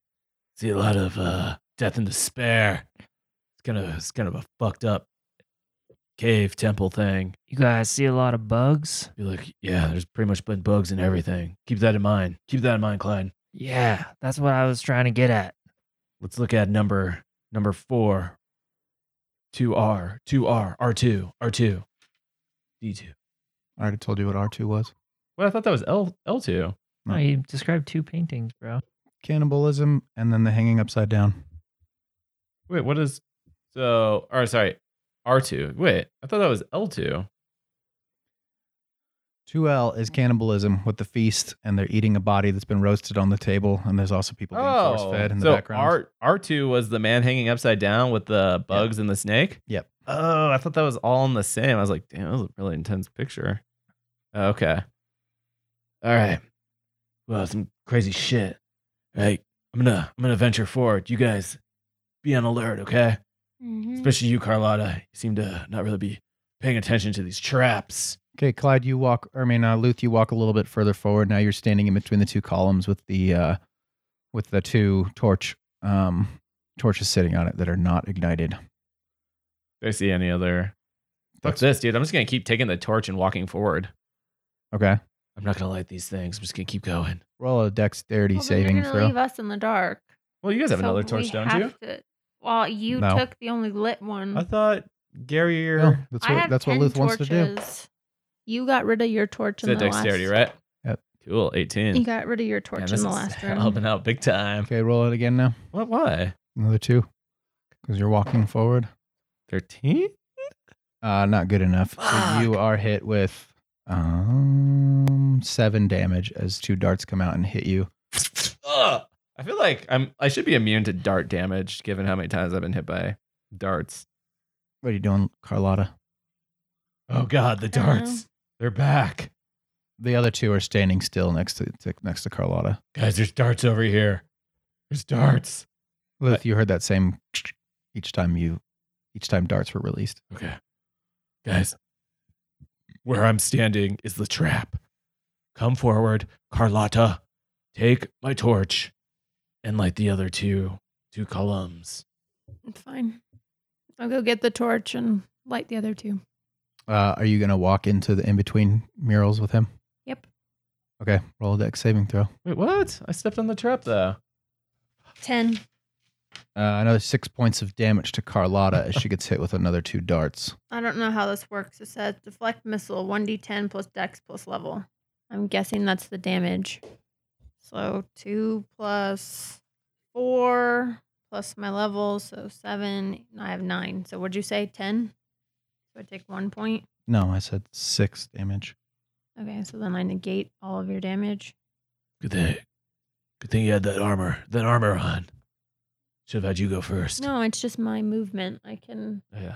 Speaker 7: See a lot of uh, death and despair. It's kind of it's kind of a fucked up cave temple thing.
Speaker 6: You guys see a lot of bugs?
Speaker 7: You're like, yeah, there's pretty much been bugs and everything. Keep that in mind. Keep that in mind, Clyde.
Speaker 6: Yeah, that's what I was trying to get at.
Speaker 7: Let's look at number number four. Two R, two R, R two, R two, D two.
Speaker 3: I already told you what R two was.
Speaker 7: Well, I thought that was L L two.
Speaker 6: No, you described two paintings, bro.
Speaker 3: Cannibalism, and then the hanging upside down.
Speaker 7: Wait, what is? So, or sorry,
Speaker 8: R2. Wait, I thought that was L2.
Speaker 3: 2L is cannibalism with the feast, and they're eating a body that's been roasted on the table, and there's also people being force fed in the
Speaker 8: Oh, so
Speaker 3: background.
Speaker 8: R R2 was the man hanging upside down with the bugs and the snake.
Speaker 3: Yep.
Speaker 8: Oh, I thought that was all in the same. I was like, damn, that was a really intense picture. Okay. All right.
Speaker 4: Well, some crazy shit. All right, I'm gonna I'm gonna venture forward. You guys, be on alert, okay?
Speaker 5: Mm-hmm.
Speaker 4: Especially you, Carlotta. You seem to not really be paying attention to these traps.
Speaker 3: okay, Clyde, you walk, or I mean, uh, Luth, you walk a little bit further forward. Now you're standing in between the two columns with the uh, with the two torch um, torches sitting on it that are not ignited.
Speaker 8: Do I see any other? Fuck
Speaker 3: That's-
Speaker 8: this, dude. I'm just gonna keep taking the torch and walking forward.
Speaker 3: Okay,
Speaker 4: I'm not gonna light these things. I'm just gonna keep going.
Speaker 3: roll a dexterity
Speaker 5: Well, then
Speaker 3: saving
Speaker 5: you're gonna
Speaker 3: throw.
Speaker 5: leave us in the dark.
Speaker 8: Well, you guys have
Speaker 5: So
Speaker 8: another
Speaker 5: we
Speaker 8: torch, don't
Speaker 5: have
Speaker 8: you?
Speaker 5: to- well, you
Speaker 3: No.
Speaker 5: took the only lit one.
Speaker 8: I thought Gary or
Speaker 3: No, that's
Speaker 5: I
Speaker 3: what
Speaker 5: have
Speaker 3: that's what
Speaker 5: 10
Speaker 3: Luth wants to do.
Speaker 5: torches. You got rid of your torch
Speaker 8: it's
Speaker 5: in
Speaker 8: a
Speaker 5: the
Speaker 8: dexterity,
Speaker 5: last.
Speaker 8: right?
Speaker 3: Yep.
Speaker 8: Cool. 18.
Speaker 5: You got rid of your torch
Speaker 8: Damn,
Speaker 5: in
Speaker 8: this
Speaker 5: the
Speaker 8: is
Speaker 5: last round.
Speaker 8: helping out big time.
Speaker 3: Okay, roll it again now.
Speaker 8: What? Why?
Speaker 3: Another two, because you're walking forward.
Speaker 8: 13?
Speaker 3: Uh, not good enough. So you are hit with um seven damage as two darts come out and hit you.
Speaker 8: Ugh. I feel like I'm I should be immune to dart damage given how many times I've been hit by darts.
Speaker 3: What are you doing, Carlotta?
Speaker 4: Oh God, the
Speaker 5: don't know.
Speaker 4: darts. They're back.
Speaker 3: The other two are standing still next to, to next to Carlotta.
Speaker 4: Guys, there's darts over here. There's darts.
Speaker 3: Lith, you heard that same each time you each time darts were released.
Speaker 4: Okay. Guys, where I'm standing is the trap. Come forward, Carlotta. Take my torch and light the other two two columns.
Speaker 5: Fine. I'll go get the torch and light the other two.
Speaker 3: Uh, are you gonna walk into the in between murals with him?
Speaker 5: Yep.
Speaker 3: Okay, roll a dex saving throw.
Speaker 8: Wait, what? I stepped on the trap though.
Speaker 5: Ten.
Speaker 3: Uh, another six points of damage to Carlotta as she gets hit with another two darts.
Speaker 5: I don't know how this works. It says deflect missile, one d ten plus dex plus level. I'm guessing that's the damage. So two plus four plus my level, so seven. I have nine. So what'd you say? Ten. So I take one point.
Speaker 3: No, I said six damage.
Speaker 5: Okay, so then I negate all of your damage.
Speaker 4: Good thing. Good thing you had that armor. That armor on. Should have had you go first. Oh,
Speaker 5: No, it's just my movement. I can.
Speaker 4: Yeah.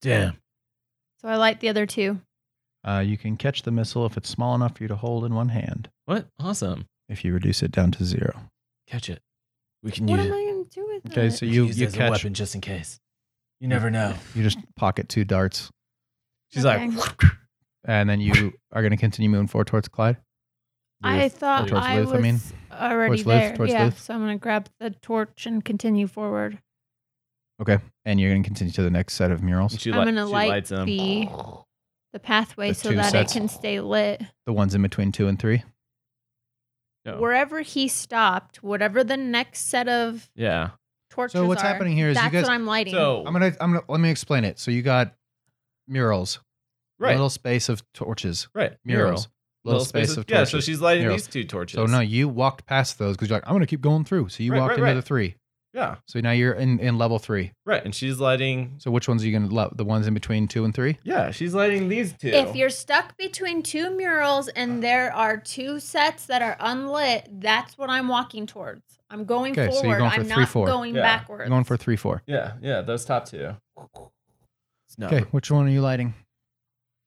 Speaker 4: Damn.
Speaker 5: So I light the other two.
Speaker 3: Uh, you can catch the missile if it's small enough for you to hold in one hand.
Speaker 8: What? Awesome.
Speaker 3: If you reduce it down to zero.
Speaker 4: Catch it. We can
Speaker 5: What
Speaker 4: use
Speaker 5: am
Speaker 4: it.
Speaker 5: I gonna do with
Speaker 3: Okay,
Speaker 5: it?
Speaker 3: so
Speaker 4: We
Speaker 3: you
Speaker 4: can use it
Speaker 3: you
Speaker 4: as
Speaker 3: catch
Speaker 4: a weapon just in case. You never know.
Speaker 3: you just pocket two darts,
Speaker 8: She's
Speaker 5: Okay.
Speaker 8: like
Speaker 3: and then you are going to continue moving forward towards Clyde.
Speaker 5: I thought
Speaker 3: Towards
Speaker 5: I
Speaker 3: Luth, I
Speaker 5: was
Speaker 3: mean.
Speaker 5: already
Speaker 3: Towards Luth,
Speaker 5: there.
Speaker 3: towards
Speaker 5: yeah,
Speaker 3: Luth.
Speaker 5: so I'm gonna grab the torch and continue forward.
Speaker 3: and you're going to continue to the next set of murals,
Speaker 8: and she,
Speaker 5: I'm
Speaker 8: li-
Speaker 5: gonna
Speaker 8: she
Speaker 5: light
Speaker 8: lights him.
Speaker 5: the the pathway
Speaker 3: The
Speaker 5: so
Speaker 3: two
Speaker 5: that
Speaker 3: sets.
Speaker 5: it can stay lit.
Speaker 3: the ones in between two and three.
Speaker 8: No.
Speaker 5: Wherever he stopped, whatever the next set of
Speaker 8: Yeah.
Speaker 5: torches.
Speaker 3: So what's
Speaker 5: are,
Speaker 3: happening here is you
Speaker 5: that's
Speaker 3: guys-
Speaker 5: what I'm lighting.
Speaker 8: So
Speaker 3: I'm gonna I'm gonna let me explain it. So you got murals,
Speaker 8: right,
Speaker 3: little space of torches,
Speaker 8: right,
Speaker 3: murals, little, space, of
Speaker 8: yeah.
Speaker 3: torches.
Speaker 8: So she's lighting
Speaker 3: Murals.
Speaker 8: these two torches.
Speaker 3: So no, you walked past those because you're like I'm going to keep going through. So you
Speaker 8: Right,
Speaker 3: walked
Speaker 8: right,
Speaker 3: into
Speaker 8: right.
Speaker 3: the three.
Speaker 8: yeah,
Speaker 3: So now you're in in level three.
Speaker 8: right, and she's lighting.
Speaker 3: So which ones are you going to love? The ones in between two and three.
Speaker 8: Yeah, she's lighting these two.
Speaker 5: if you're stuck between two murals
Speaker 8: Uh.
Speaker 5: and there are two sets that are unlit, that's what I'm walking towards. I'm going
Speaker 3: Okay,
Speaker 5: forward.
Speaker 3: so you're going for
Speaker 5: I'm
Speaker 3: three,
Speaker 5: not
Speaker 3: four.
Speaker 5: going
Speaker 8: Yeah,
Speaker 5: backwards.
Speaker 3: You're going for three, four.
Speaker 8: yeah, yeah, those top two. No,
Speaker 3: Okay, which one are you lighting?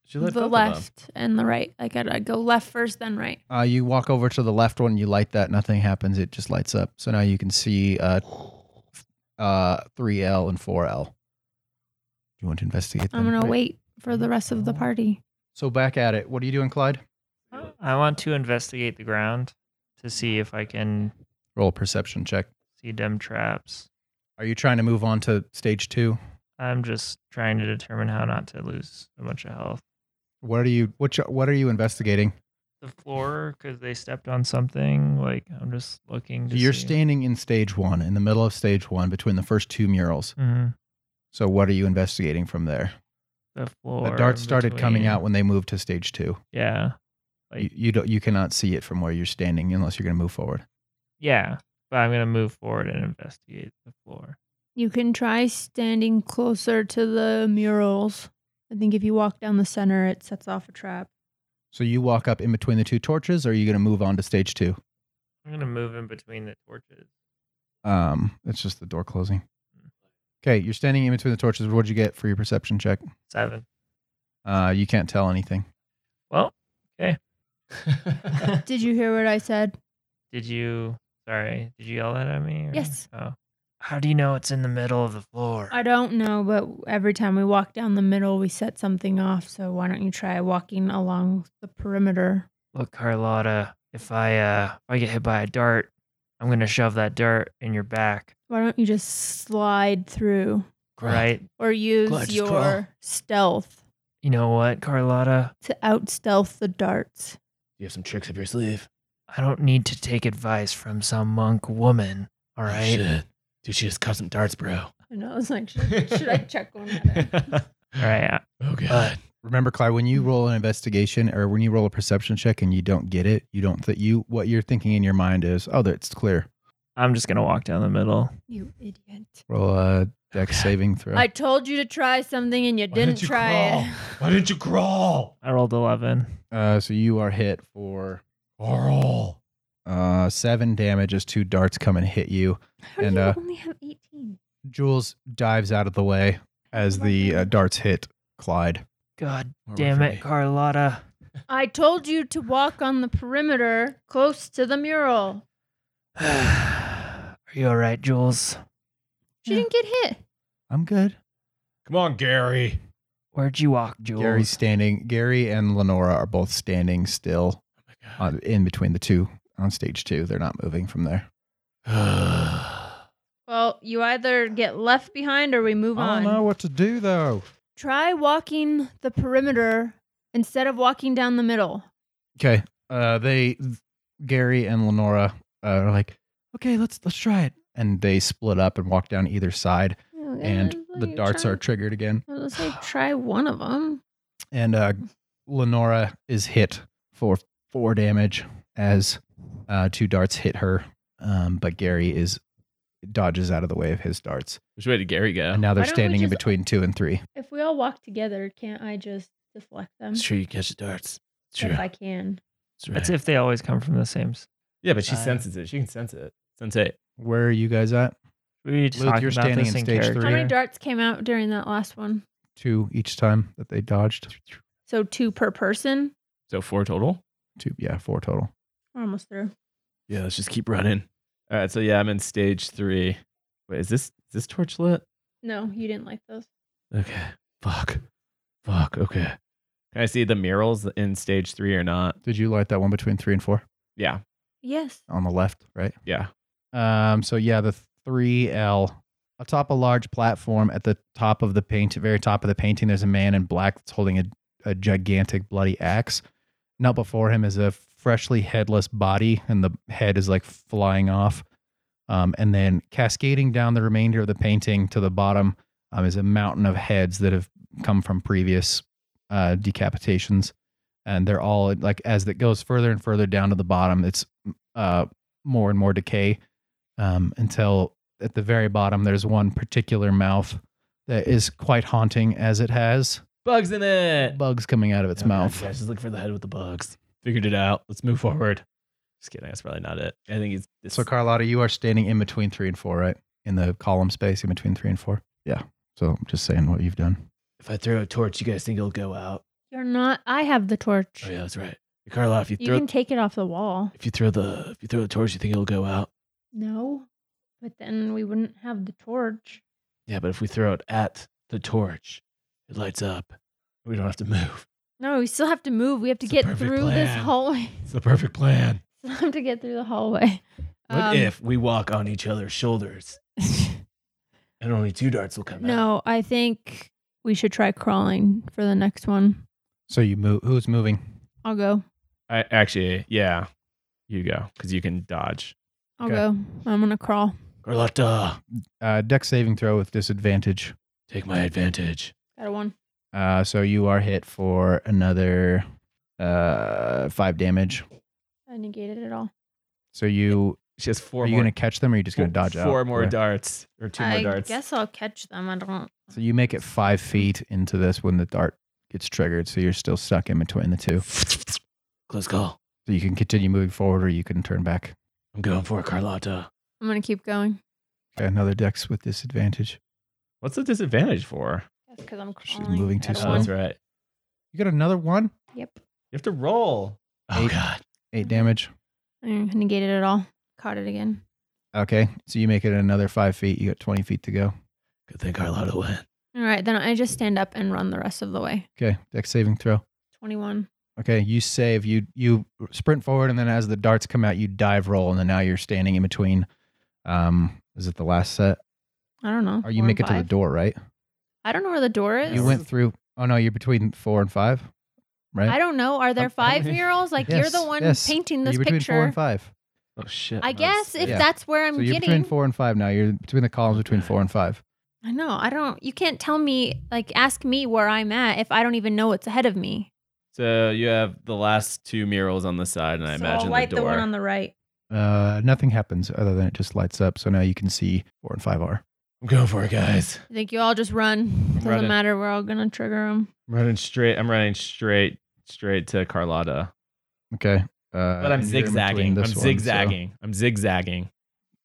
Speaker 8: she lit both
Speaker 5: the
Speaker 8: of them.
Speaker 5: left and the right. I gotta go left first, then right.
Speaker 3: Uh, you walk over to the left one, you light that, nothing happens, it just lights up. So now you can see uh, uh, 3L and 4L. Do you want to investigate them?
Speaker 5: I'm gonna
Speaker 3: Right.
Speaker 5: wait for the rest of the party.
Speaker 3: So back at it. What are you doing, Clyde?
Speaker 6: I want to investigate the ground to see if I can
Speaker 3: Roll a perception check.
Speaker 6: see them traps.
Speaker 3: Are you trying to move on to stage two?
Speaker 6: I'm just trying to determine how not to lose a bunch of health.
Speaker 3: What are you what, what are you investigating?
Speaker 6: The floor because they stepped on something. Like I'm just looking. To
Speaker 3: You're
Speaker 6: see.
Speaker 3: standing in stage one, in the middle of stage one, between the first two murals.
Speaker 6: Mhm.
Speaker 3: So what are you investigating from there?
Speaker 6: the floor.
Speaker 3: The darts
Speaker 6: in
Speaker 3: started coming
Speaker 6: between.
Speaker 3: out when they moved to stage two.
Speaker 6: Yeah,
Speaker 3: You, you don't you cannot see it from where you're standing unless you're going to move forward.
Speaker 6: yeah. But I'm gonna move forward and investigate the floor.
Speaker 5: You can try standing closer to the murals. I think if you walk down the center, it sets off a trap.
Speaker 3: So you walk up in between the two torches, or are you going to move on to stage two?
Speaker 6: I'm gonna move in between the torches.
Speaker 3: Um, it's just the door closing. Okay, you're standing in between the torches. What'd you get for your perception check?
Speaker 6: Seven.
Speaker 3: Uh, you can't tell anything.
Speaker 6: Well,
Speaker 5: Did you hear what I said?
Speaker 6: did you? Sorry, did you yell that at me? or-
Speaker 5: Yes.
Speaker 6: Oh. How do you know it's in the middle of the floor?
Speaker 5: I don't know, but every time we walk down the middle, we set something off. So why don't you try walking along the perimeter?
Speaker 6: Look, Carlotta, if I uh if I get hit by a dart, I'm gonna shove that dart in your back,
Speaker 5: Why don't you just slide through
Speaker 6: right?
Speaker 5: or use
Speaker 4: Glad you
Speaker 5: your
Speaker 4: crawl.
Speaker 5: stealth
Speaker 6: You know what, Carlotta?
Speaker 5: to out stealth the darts?
Speaker 4: You have some tricks up your sleeve.
Speaker 6: I don't need to take advice from some monk woman. All
Speaker 4: Oh,
Speaker 6: right.
Speaker 4: shit. Dude, she just cut some darts, bro.
Speaker 5: And I was like, should, should I check one? At it?
Speaker 6: All right.
Speaker 4: Oh, God.
Speaker 3: Remember, Clyde, when you roll an investigation or when you roll a perception check and you don't get it, you don't that you what you're thinking in your mind is, oh, that's clear.
Speaker 6: I'm just gonna walk down the middle.
Speaker 5: You idiot!
Speaker 3: Roll a dex saving throw.
Speaker 5: I told you to try something and you didn't
Speaker 4: you
Speaker 5: try
Speaker 4: crawl?
Speaker 5: it.
Speaker 4: Why didn't you crawl?
Speaker 6: I rolled eleven.
Speaker 3: Uh, so you are hit for
Speaker 4: Carl.
Speaker 3: uh seven damage as two darts come and hit you.
Speaker 5: How do
Speaker 3: And,
Speaker 5: you
Speaker 3: uh,
Speaker 5: only have 18?
Speaker 3: Jules dives out of the way as the uh, darts hit Clyde.
Speaker 6: God
Speaker 4: More
Speaker 6: damn
Speaker 4: for
Speaker 6: it,
Speaker 4: me.
Speaker 6: Carlotta.
Speaker 5: I told you to walk on the perimeter close to the mural.
Speaker 6: Are you all right, Jules?
Speaker 5: She didn't get hit.
Speaker 3: I'm good.
Speaker 4: Come on, Gary.
Speaker 6: Where'd you walk, Jules?
Speaker 3: Gary's standing. Gary and Lenora are both standing still on, in between the two on stage two. They're not moving from there.
Speaker 5: Well, you either get left behind or we
Speaker 3: Oh,
Speaker 5: move on.
Speaker 3: what to do though.
Speaker 5: Try walking the perimeter instead of walking down the middle.
Speaker 3: Okay. Uh, they, Gary and Lenora, uh, are like, okay, let's let's try it. And they split up and walk down either side,
Speaker 5: Oh,
Speaker 3: and the darts are triggered again.
Speaker 5: I was like, try one of them.
Speaker 3: And uh, Lenora is hit for four damage as uh, two darts hit her. Um, but Gary is dodges out of the way of his darts,
Speaker 8: Which way did Gary go?
Speaker 3: and now they're
Speaker 5: Why don't we
Speaker 3: standing in
Speaker 5: just- uh,
Speaker 3: between two and three.
Speaker 5: If we all walk together, can't I just deflect them?
Speaker 4: It's true, you catch the darts. It's true.
Speaker 5: If I can.
Speaker 4: It's right.
Speaker 6: That's if they always come from the same. s-
Speaker 8: Yeah, but she
Speaker 6: Uh,
Speaker 8: senses it. She can sense it. Sense it.
Speaker 3: Where are you guys at?
Speaker 6: We were just
Speaker 3: Luke,
Speaker 6: talking
Speaker 3: you're
Speaker 6: about
Speaker 3: standing
Speaker 6: this
Speaker 3: in
Speaker 6: in
Speaker 3: stage
Speaker 6: character.
Speaker 5: How
Speaker 3: three.
Speaker 5: many darts came out during that last one?
Speaker 3: Two each time that they dodged.
Speaker 5: So two per person.
Speaker 8: So four total.
Speaker 3: Two, yeah, four total.
Speaker 5: We're almost through.
Speaker 8: Yeah, let's just keep running. All right, so yeah, I'm in stage three. Wait, is this is this torch lit?
Speaker 5: No, you didn't like those.
Speaker 8: Okay. Fuck. Fuck. Okay. Can I see the murals in stage three or not?
Speaker 3: Did you light that one between three and four
Speaker 8: Yeah.
Speaker 5: Yes.
Speaker 3: on the left, right?
Speaker 8: Yeah.
Speaker 3: Um, so yeah, the 3L atop a large platform at the top of the paint, very top of the painting, there's a man in black that's holding a, a gigantic bloody axe. Knelt before him is a freshly headless body, and the head is like flying off. Um, and then cascading down the remainder of the painting to the bottom um, is a mountain of heads that have come from previous uh, decapitations. And they're all like, as it goes further and further down to the bottom, it's uh, more and more decay um, until at the very bottom there's one particular mouth that is quite haunting as it has
Speaker 8: Bugs in it.
Speaker 3: bugs coming out of its
Speaker 8: Okay,
Speaker 3: mouth.
Speaker 8: Yeah, just look for the head with the bugs. Figured it out. Let's move forward. Just kidding. That's probably not it. I think he's. This,
Speaker 3: So Carlotta, you are standing in between three and four, right? In the column space in between three and four. Yeah. So I'm just saying what you've done.
Speaker 4: if I throw a torch, you guys think it'll go out?
Speaker 5: You're not. I have the torch.
Speaker 4: Oh yeah, that's right. Carla, if you
Speaker 5: You
Speaker 4: throw
Speaker 5: can take it off the wall.
Speaker 4: if you throw the if you throw the torch, you think it'll go out?
Speaker 5: No, but then we wouldn't have the torch.
Speaker 4: Yeah, but if we throw it at the torch, it lights up. We don't have to move.
Speaker 5: No, we still have to move. We have to
Speaker 4: It's a
Speaker 5: get
Speaker 4: perfect
Speaker 5: through this
Speaker 4: plan.
Speaker 5: hallway.
Speaker 4: It's the perfect plan.
Speaker 5: We have to get through the hallway.
Speaker 4: What
Speaker 5: Um,
Speaker 4: if we walk on each other's shoulders and only two darts will come out?
Speaker 5: No, I think we should try crawling for the next one.
Speaker 3: So you move. Who's moving?
Speaker 5: I'll go.
Speaker 8: I, actually, yeah, you go because you can dodge.
Speaker 5: I'll
Speaker 3: Okay.
Speaker 5: go. I'm gonna crawl.
Speaker 4: Carlotta,
Speaker 3: Uh, deck saving throw with disadvantage.
Speaker 4: take my advantage.
Speaker 5: Got a one.
Speaker 3: Uh, so you are hit for another uh, five damage.
Speaker 5: I negated it all.
Speaker 3: So you
Speaker 8: She has four
Speaker 3: are you
Speaker 8: more
Speaker 3: going to catch them or are you just going to dodge
Speaker 8: four
Speaker 3: out?
Speaker 8: more
Speaker 3: Yeah.
Speaker 8: darts or two
Speaker 5: I
Speaker 8: more darts.
Speaker 5: guess I'll catch them. I don't.
Speaker 3: So you make it five feet into this when the dart gets triggered. So you're still stuck in between the two.
Speaker 4: Close call.
Speaker 3: So you can continue moving forward or you can turn back.
Speaker 4: I'm going for it, Carlotta.
Speaker 5: I'm gonna keep going.
Speaker 3: Okay, another dex with disadvantage.
Speaker 8: What's the disadvantage for?
Speaker 5: That's because I'm
Speaker 3: She's
Speaker 5: crawling.
Speaker 3: moving too
Speaker 5: Got a
Speaker 8: Oh,
Speaker 3: slow.
Speaker 5: one.
Speaker 8: that's right.
Speaker 3: You got another one?
Speaker 5: Yep.
Speaker 8: You have to roll.
Speaker 4: Oh god.
Speaker 3: Eight damage.
Speaker 5: I negated it all. Caught it again.
Speaker 3: Okay. So you make it another five feet. You got 20 feet to go.
Speaker 4: Good thing Carlotta went.
Speaker 5: All right, then I just stand up and run the rest of the way.
Speaker 3: Okay. Dex saving throw.
Speaker 5: 21.
Speaker 3: Okay, you save, you you sprint forward, and then as the darts come out, you dive roll, and then now you're standing in between. Um, is it the last set?
Speaker 5: I don't know.
Speaker 3: Or you
Speaker 5: four
Speaker 3: make
Speaker 5: and
Speaker 3: it to the
Speaker 5: five.
Speaker 3: door, right?
Speaker 5: I don't know where the door is.
Speaker 3: You went through. Oh no, you're between four and five, right?
Speaker 5: I don't know. Are there
Speaker 8: Um, how
Speaker 5: five
Speaker 8: many-
Speaker 5: murals? Like
Speaker 3: Yes,
Speaker 5: you're the one
Speaker 3: yes.
Speaker 5: painting
Speaker 3: Are
Speaker 5: this
Speaker 3: you between
Speaker 5: picture.
Speaker 3: four and five.
Speaker 8: Oh shit.
Speaker 5: I
Speaker 8: That was-
Speaker 5: guess if
Speaker 3: Yeah.
Speaker 5: that's where I'm
Speaker 3: so you're
Speaker 5: getting.
Speaker 3: between four and five now. You're between the columns between four and five.
Speaker 5: I know. I don't. You can't tell me. Like, ask me where I'm at if I don't even know what's ahead of me.
Speaker 8: So you have the last two murals on the side, and I
Speaker 5: so
Speaker 8: imagine
Speaker 5: I'll light
Speaker 8: the door.
Speaker 5: one on the right.
Speaker 3: Uh, nothing happens other than it just lights up. So now you can see four and five are.
Speaker 8: I'm going for it, guys.
Speaker 5: I think you all just run. Doesn't
Speaker 8: running.
Speaker 5: matter. We're all gonna trigger them.
Speaker 8: I'm running straight. I'm running straight, straight to Carlotta.
Speaker 3: Okay. Uh,
Speaker 8: But I'm
Speaker 3: and you're in between
Speaker 8: zigzagging. I'm
Speaker 3: this one, so-
Speaker 8: zigzagging. I'm zigzagging.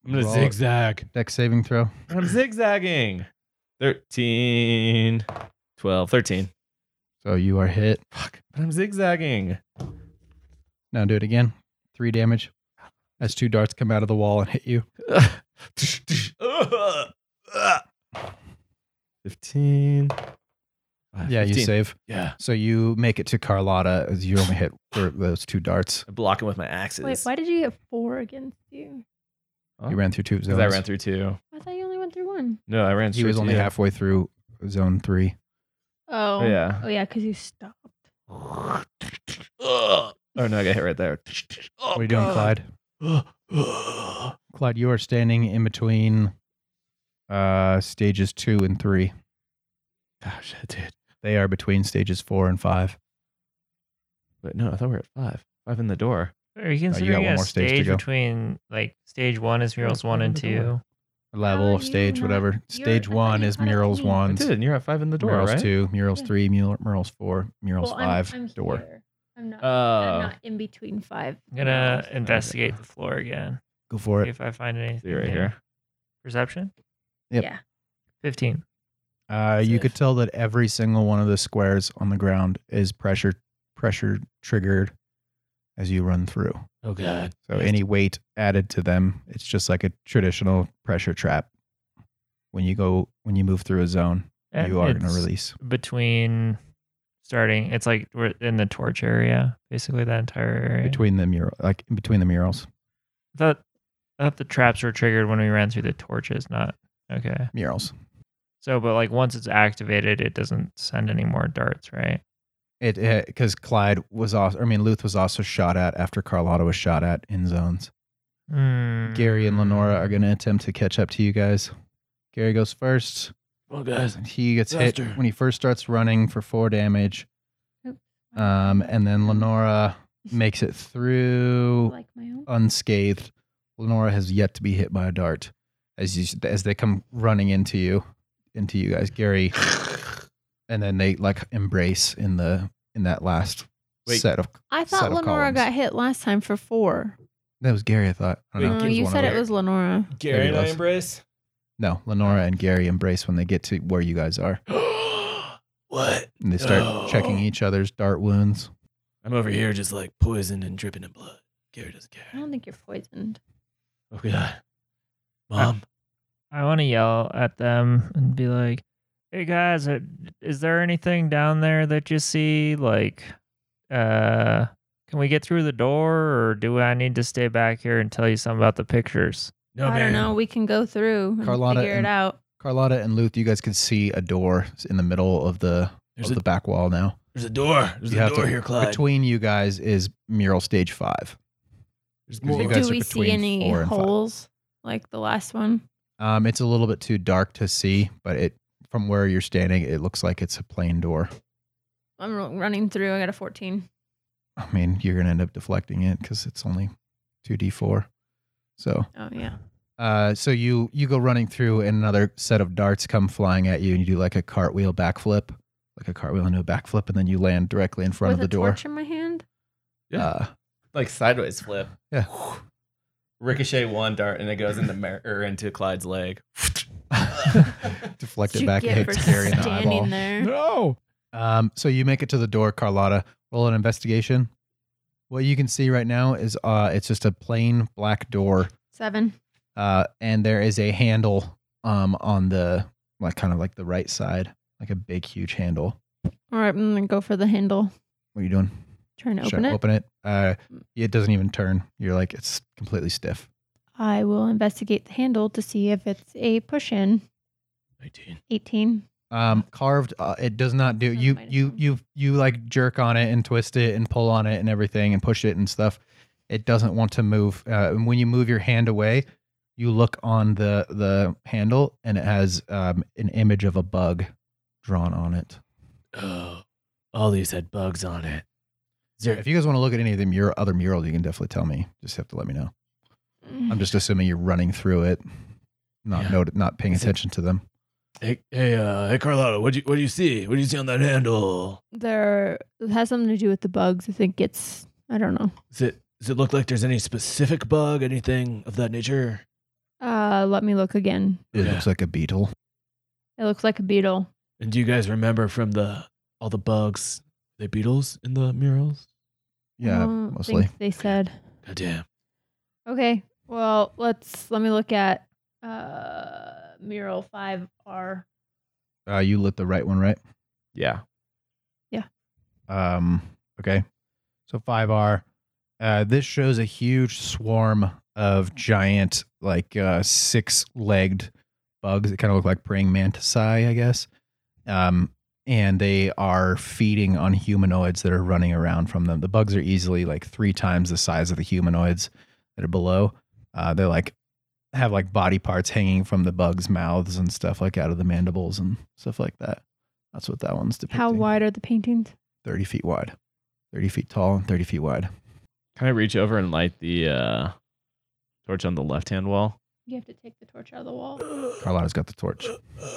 Speaker 8: I'm gonna
Speaker 3: Roll.
Speaker 8: zigzag.
Speaker 3: Dex saving throw.
Speaker 8: I'm zigzagging. 13, 12, 13.
Speaker 3: So you are hit.
Speaker 8: Fuck. But I'm zigzagging.
Speaker 3: Now do it again. Three damage. As two darts come out of the wall and hit you.
Speaker 8: 15. Ah,
Speaker 3: Yeah, you
Speaker 8: 15.
Speaker 3: save.
Speaker 8: Yeah.
Speaker 3: So you make it to Carlotta as you only hit for those two darts.
Speaker 8: I block him with my axes.
Speaker 5: Wait, why did you get four against you?
Speaker 3: You ran through two zones.
Speaker 8: Because I ran through two.
Speaker 5: I thought you only went through one.
Speaker 8: No, I ran
Speaker 3: He was
Speaker 8: straight to
Speaker 3: only
Speaker 8: you.
Speaker 3: halfway through zone three.
Speaker 5: Oh.
Speaker 8: Oh, yeah.
Speaker 5: Oh yeah, because you stopped.
Speaker 8: Ugh. Oh no, I got hit right there. Oh,
Speaker 3: what are you doing, Clyde?
Speaker 4: Oh,
Speaker 3: Clyde, you are standing in between uh, stages two and three.
Speaker 8: Gosh, I did.
Speaker 3: They are between stages four and five.
Speaker 8: But no, I thought we were at five. Five in the door.
Speaker 6: Are you considering
Speaker 3: one
Speaker 6: a
Speaker 3: more stage to
Speaker 6: stage
Speaker 3: go.
Speaker 6: between like stage one is murals
Speaker 8: Where's
Speaker 6: one
Speaker 8: one
Speaker 6: and
Speaker 8: in the door?
Speaker 6: two?
Speaker 3: Level,
Speaker 5: are Oh, you
Speaker 3: stage,
Speaker 5: not-
Speaker 3: whatever.
Speaker 5: you're-
Speaker 3: Stage
Speaker 5: I thought
Speaker 3: one
Speaker 5: you
Speaker 3: is
Speaker 5: thought I
Speaker 3: murals
Speaker 5: came.
Speaker 3: one,
Speaker 8: I did, and you're at five in the door,
Speaker 3: murals
Speaker 8: right?
Speaker 3: two, murals
Speaker 5: Yeah.
Speaker 3: three, mur- murals four, murals
Speaker 5: Well, I'm-
Speaker 3: 5
Speaker 5: I'm
Speaker 3: door.
Speaker 5: here. I'm not. Uh, I'm
Speaker 8: Oh,
Speaker 5: not in between five.
Speaker 6: I'm gonna
Speaker 5: rounds.
Speaker 6: investigate the floor again.
Speaker 3: Go for
Speaker 6: See
Speaker 3: it.
Speaker 6: if I find
Speaker 8: see
Speaker 6: anything.
Speaker 8: right
Speaker 6: yeah.
Speaker 8: here.
Speaker 6: Perception?
Speaker 3: Yep.
Speaker 5: Yeah.
Speaker 6: Fifteen.
Speaker 3: Uh, you could tell that every single one of the squares on the ground is pressure pressure triggered as you run through.
Speaker 4: Oh god.
Speaker 3: So any weight added to them, it's just like a traditional pressure trap. When you go when you move through a zone,
Speaker 6: And
Speaker 3: you are going to
Speaker 6: it's
Speaker 3: release.
Speaker 6: Between starting it's like we're in the torch area, basically that entire area.
Speaker 3: Between the mural like in between the murals.
Speaker 6: I thought I thought the traps were triggered when we ran through the torches, not okay.
Speaker 3: Murals.
Speaker 6: So but like once it's activated it doesn't send any more darts, right?
Speaker 3: It because Clyde was also I mean Luth was also shot at after Carlotta was shot at in zones.
Speaker 6: Hmm.
Speaker 3: Gary and Lenora are going to attempt to catch up to you guys. Gary goes first.
Speaker 4: Well guys.
Speaker 3: He gets
Speaker 4: Disaster.
Speaker 3: hit when he first starts running for four damage. Um, and then Lenora makes it through
Speaker 5: Like my own.
Speaker 3: unscathed. Lenora has yet to be hit by a dart. As you as they come running into you, into you guys, Gary, and then they like embrace in the in that last
Speaker 8: Wait.
Speaker 3: set of
Speaker 5: I
Speaker 3: set
Speaker 5: thought
Speaker 3: of
Speaker 5: Lenora
Speaker 3: columns.
Speaker 5: got hit last time for four.
Speaker 3: that was Gary. I thought. I don't
Speaker 5: No,
Speaker 3: know.
Speaker 5: you
Speaker 3: one
Speaker 5: said
Speaker 3: of
Speaker 5: it
Speaker 3: them.
Speaker 5: was Lenora.
Speaker 3: Maybe
Speaker 7: Gary and
Speaker 3: it
Speaker 7: I
Speaker 3: was.
Speaker 7: embrace.
Speaker 3: No, Lenora and Gary embrace when they get to where you guys are,
Speaker 7: what?
Speaker 3: and they start
Speaker 5: Oh.
Speaker 7: No.
Speaker 3: checking each other's dart wounds.
Speaker 7: I'm over here just like poisoned and dripping in blood. Gary doesn't
Speaker 5: I
Speaker 7: care.
Speaker 5: don't think you're poisoned.
Speaker 7: Oh god. Mom.
Speaker 6: I want to yell at them and be like, "Hey guys, uh, is there anything down there that you see? Like, uh, can we get through the door, or do I need to stay back here and tell you something about the pictures?"
Speaker 7: no
Speaker 5: I
Speaker 7: man.
Speaker 5: don't know. We can go through and
Speaker 3: Carlotta
Speaker 5: figure
Speaker 3: and-
Speaker 5: it out.
Speaker 3: Carlotta and Luth, you guys can see a door in the middle of the
Speaker 7: There's
Speaker 3: of
Speaker 7: a
Speaker 3: the back wall now.
Speaker 7: there's a door. There's
Speaker 3: You
Speaker 7: a
Speaker 3: have
Speaker 7: door
Speaker 3: to-
Speaker 7: here, Clyde.
Speaker 3: Between you guys is mural stage five.
Speaker 7: there's
Speaker 3: 'cause you
Speaker 7: more.
Speaker 3: guys
Speaker 5: Do
Speaker 3: are
Speaker 5: we
Speaker 3: between
Speaker 5: see any
Speaker 3: four and five.
Speaker 5: holes like the last one?
Speaker 3: Um, it's a little bit too dark to see, but it from where you're standing, it looks like it's a plain door.
Speaker 5: I'm ru- running through. I got a 14.
Speaker 3: I mean, you're gonna end up deflecting it because it's only two d four. So
Speaker 5: Oh yeah.
Speaker 3: Uh, so you you go running through, and another set of darts come flying at you, and you do like a cartwheel backflip, like a cartwheel into a backflip, and then you land directly in front
Speaker 5: With
Speaker 3: of the
Speaker 5: a
Speaker 3: door.
Speaker 5: torch in my hand.
Speaker 8: Yeah.
Speaker 3: Uh,
Speaker 8: like sideways flip.
Speaker 3: Yeah.
Speaker 8: Ricochet one dart and it goes into Mer- or into Clyde's leg.
Speaker 3: deflect
Speaker 5: Did
Speaker 3: it
Speaker 5: you
Speaker 3: back and
Speaker 5: get
Speaker 3: hit
Speaker 5: for
Speaker 3: Terry in the
Speaker 5: standing
Speaker 3: eyeball.
Speaker 5: there?
Speaker 3: No. Um, so you make it to the door, Carlotta. Roll an investigation. What you can see right now is uh, it's just a plain black door
Speaker 5: Seven.
Speaker 3: uh, and there is a handle um, on the like kind of like the right side, like a big huge handle.
Speaker 5: All right, I'm gonna go for the handle.
Speaker 3: What are you doing?
Speaker 5: Trying to
Speaker 3: Should
Speaker 5: open
Speaker 3: I
Speaker 5: it. Mm.
Speaker 3: Open it. Uh, it doesn't even turn. You're like it's completely stiff.
Speaker 5: I will investigate the handle to see if it's a push in.
Speaker 7: 18.
Speaker 5: 18.
Speaker 3: Um, carved. Uh, it does not do.
Speaker 5: Oh,
Speaker 3: You
Speaker 5: might have
Speaker 3: you
Speaker 5: been.
Speaker 3: you you like jerk on it and twist it and pull on it and everything and push it and stuff. It doesn't want to move. Uh, and when you move your hand away, you look on the the handle and it has um, an image of a bug drawn on it.
Speaker 7: Oh, all these had bugs on it. Is
Speaker 3: If you guys want to look at any of the mur- other murals, you can definitely tell me. Just have to let me know. I'm just assuming you're running through it, not
Speaker 7: Yeah.
Speaker 3: not, not paying
Speaker 7: Is it-
Speaker 3: attention to them.
Speaker 7: Hey, hey, uh, hey, Carlotta, what do you what do you see? What do you see on that handle?
Speaker 5: There it has something to do with the bugs. I think it's I don't know.
Speaker 7: Is it does it look like there's any specific bug, anything of that nature?
Speaker 5: Uh, let me look again.
Speaker 3: It
Speaker 7: Yeah.
Speaker 3: looks like a beetle.
Speaker 5: It looks like a beetle.
Speaker 7: And do you guys remember from the all the bugs, the beetles in the murals?
Speaker 5: I
Speaker 3: Yeah,
Speaker 5: don't
Speaker 3: mostly.
Speaker 5: think they said.
Speaker 7: God damn.
Speaker 5: Okay. Well, let's let me look at uh mural 5R.
Speaker 3: Uh, you lit the right one, right?
Speaker 8: Yeah.
Speaker 3: Um, okay. So 5R. Uh, this shows a huge swarm of giant, like uh, six legged bugs that kind of look like praying mantisae, I guess. Um, and they are feeding on humanoids that are running around from them. The bugs are easily like three times the size of the humanoids that are below. Uh, they're like, have like body parts hanging from the bugs' mouths and stuff, like out of the mandibles and stuff like that. That's what that one's depicting.
Speaker 5: How wide are the paintings?
Speaker 3: 30 feet wide, 30 feet tall, and 30 feet wide.
Speaker 8: Can I reach over and light the uh, torch on the left hand wall?
Speaker 5: You have to take the torch out of the wall.
Speaker 3: Carlotta's got the torch.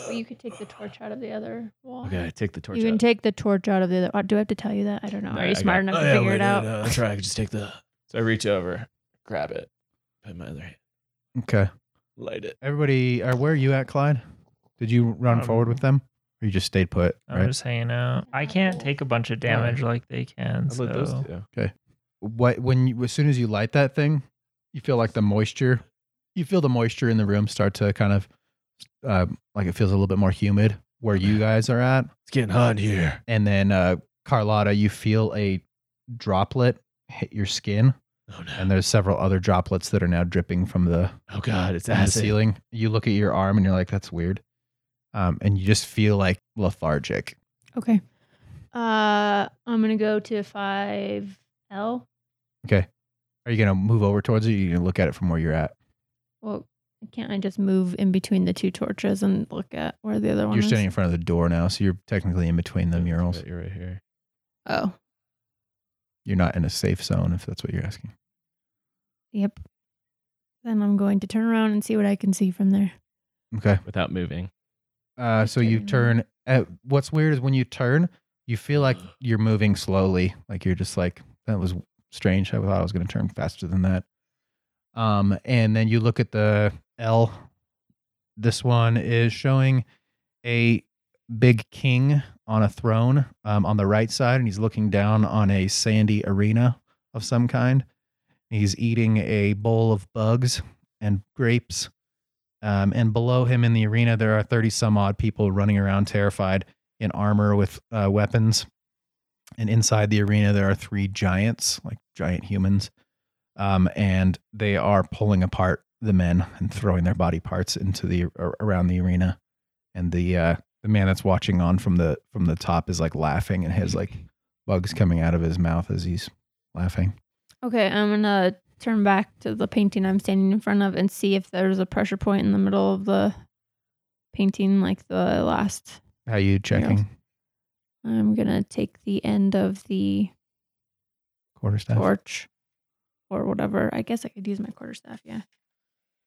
Speaker 5: Or you could take the torch out of the other wall.
Speaker 8: Okay, take the torch.
Speaker 5: You can
Speaker 8: out.
Speaker 5: take the torch out of the other. uh, Do I have to tell you that? I don't know.
Speaker 8: No,
Speaker 5: Are
Speaker 8: I- I
Speaker 5: you smart
Speaker 4: Oh,
Speaker 5: enough to figure
Speaker 7: wait,
Speaker 5: it
Speaker 7: no,
Speaker 5: out?
Speaker 7: no, Uh, that's right. I could just take the
Speaker 8: so I reach over, grab it,
Speaker 7: put my other hand.
Speaker 3: Okay.
Speaker 8: light it.
Speaker 3: Everybody, or where are you at, Clyde? Did you run
Speaker 6: Um,
Speaker 3: forward with them? Or you just stayed put,
Speaker 6: I'm
Speaker 3: right?
Speaker 6: just hanging out. I can't take a bunch of damage like they can.
Speaker 8: I lit those
Speaker 6: So
Speaker 8: two.
Speaker 3: What when you, as soon as you light that thing, you feel like the moisture, you feel the moisture in the room start to kind of uh, like it feels a little bit more humid where you guys are at.
Speaker 7: It's getting hot in here.
Speaker 3: And then uh Carlotta, you feel a droplet hit your skin
Speaker 7: Oh no.
Speaker 3: and there's several other droplets that are now dripping from the
Speaker 7: oh god, it's
Speaker 3: from the
Speaker 7: acid.
Speaker 3: ceiling. You look at your arm and you're like, that's weird. Um, and you just feel like lethargic.
Speaker 5: Okay. Uh, I'm gonna go to five L.
Speaker 3: Are you gonna move over towards it? Or are you gonna look at it from where you're at?
Speaker 5: Well, can't I just move in between the two torches and look at where the other one
Speaker 3: You're
Speaker 5: is?
Speaker 3: standing in front of the door now, so you're technically in between the murals.
Speaker 8: You're right here.
Speaker 5: Oh,
Speaker 3: You're not in a safe zone, if that's what you're asking.
Speaker 5: yep. Then I'm going to turn around and see what I can see from there.
Speaker 3: Okay.
Speaker 8: Without moving.
Speaker 3: Uh, so you turn.
Speaker 5: Turning.
Speaker 3: At, what's weird is when you turn, you feel like you're moving slowly. Like you're just like that was strange. I thought I was going to turn faster than that. Um, and then you look at the L. This one is showing a big king on a throne um, on the right side, and he's looking down on a sandy arena of some kind. He's eating a bowl of bugs and grapes. Um, and below him in the arena, there are 30 some odd people running around terrified in armor with uh, weapons. And inside the arena, there are three giants, like giant humans. Um, and they are pulling apart the men and throwing their body parts into the ar- around the arena. And the uh, the man that's watching on from the from the top is like laughing and has like bugs coming out of his mouth as he's laughing.
Speaker 5: Okay, I'm gonna turn back to the painting I'm standing in front of and see if there's a pressure point in the middle of the painting, like the last.
Speaker 3: How you checking?
Speaker 5: I'm gonna take the end of the
Speaker 3: Quarterstaff.
Speaker 5: torch or whatever. I guess I could use my quarterstaff. Yeah,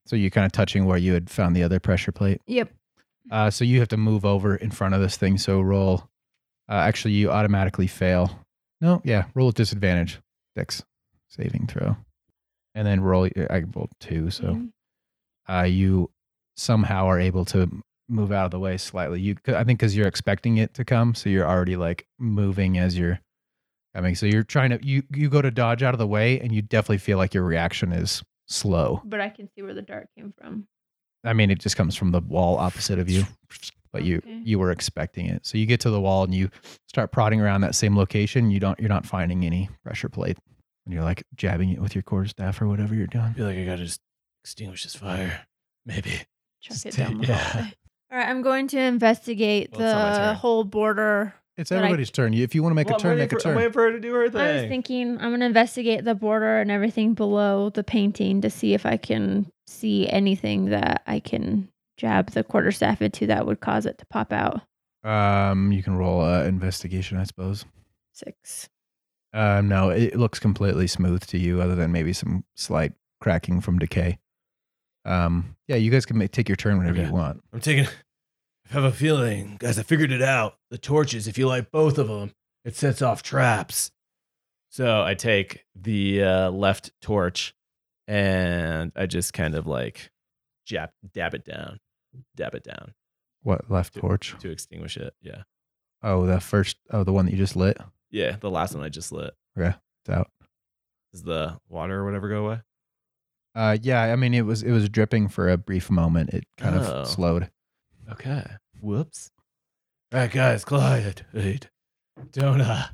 Speaker 3: So you're kind of touching where you had found the other pressure plate.
Speaker 5: Yep.
Speaker 3: Uh, so you have to move over in front of this thing. So roll. Uh, actually, you automatically fail. No, yeah, roll at disadvantage. Dex saving throw, and then roll. uh, I rolled two, so
Speaker 5: Mm.
Speaker 3: uh, you somehow are able to move out of the way slightly. You, I think, because you're expecting it to come, so you're already like moving as you're coming. So you're trying to you you go to dodge out of the way, and you definitely feel like your reaction is slow.
Speaker 5: But I can see where the dart came from.
Speaker 3: I mean, it just comes from the wall opposite of you, but you
Speaker 5: Okay.
Speaker 3: you were expecting it. So you get to the wall and you start prodding around that same location. You don't you're not finding any pressure plate, and you're like jabbing it with your quarterstaff or whatever you're doing.
Speaker 4: I feel like I gotta just extinguish this fire. Maybe.
Speaker 5: Chuck
Speaker 4: Just
Speaker 5: it
Speaker 4: did-
Speaker 5: down the
Speaker 4: yeah.
Speaker 5: hallway. All right, I'm going to investigate
Speaker 4: Well, it's not my
Speaker 5: the
Speaker 4: turn.
Speaker 5: whole border.
Speaker 3: It's
Speaker 5: But I-
Speaker 3: everybody's turn. You- If you want to make
Speaker 8: Well,
Speaker 3: a
Speaker 8: I'm
Speaker 3: turn,
Speaker 8: waiting
Speaker 3: make a
Speaker 8: for- I'm
Speaker 3: turn.
Speaker 8: waiting for her to do her thing.
Speaker 5: I was thinking I'm going to investigate the border and everything below the painting to see if I can see anything that I can jab the quarterstaff into that would cause it to pop out.
Speaker 3: Um, you can roll uh, investigation, I suppose.
Speaker 5: Six.
Speaker 3: Uh, no, it looks completely smooth to you, other than maybe some slight cracking from decay. Um, yeah, you guys can ma- take your turn whenever
Speaker 4: Okay.
Speaker 3: you want.
Speaker 4: I'm taking. I have a feeling, guys. I figured it out. The torches, if you light both of them, it sets off traps.
Speaker 8: So I take the uh, left torch and I just kind of like jab, dab it down, dab it down
Speaker 3: What left torch?
Speaker 8: to extinguish it. Yeah.
Speaker 3: Oh, the first. Oh, the one that you just lit.
Speaker 8: Yeah. The last one I just lit.
Speaker 3: It's out.
Speaker 8: Does the water or whatever go away?
Speaker 3: Uh, yeah, I mean it was it was dripping for a brief moment. It kind
Speaker 8: Oh.
Speaker 3: of slowed.
Speaker 8: Okay. Whoops.
Speaker 4: All right, guys. Clyde, wait. Don't uh,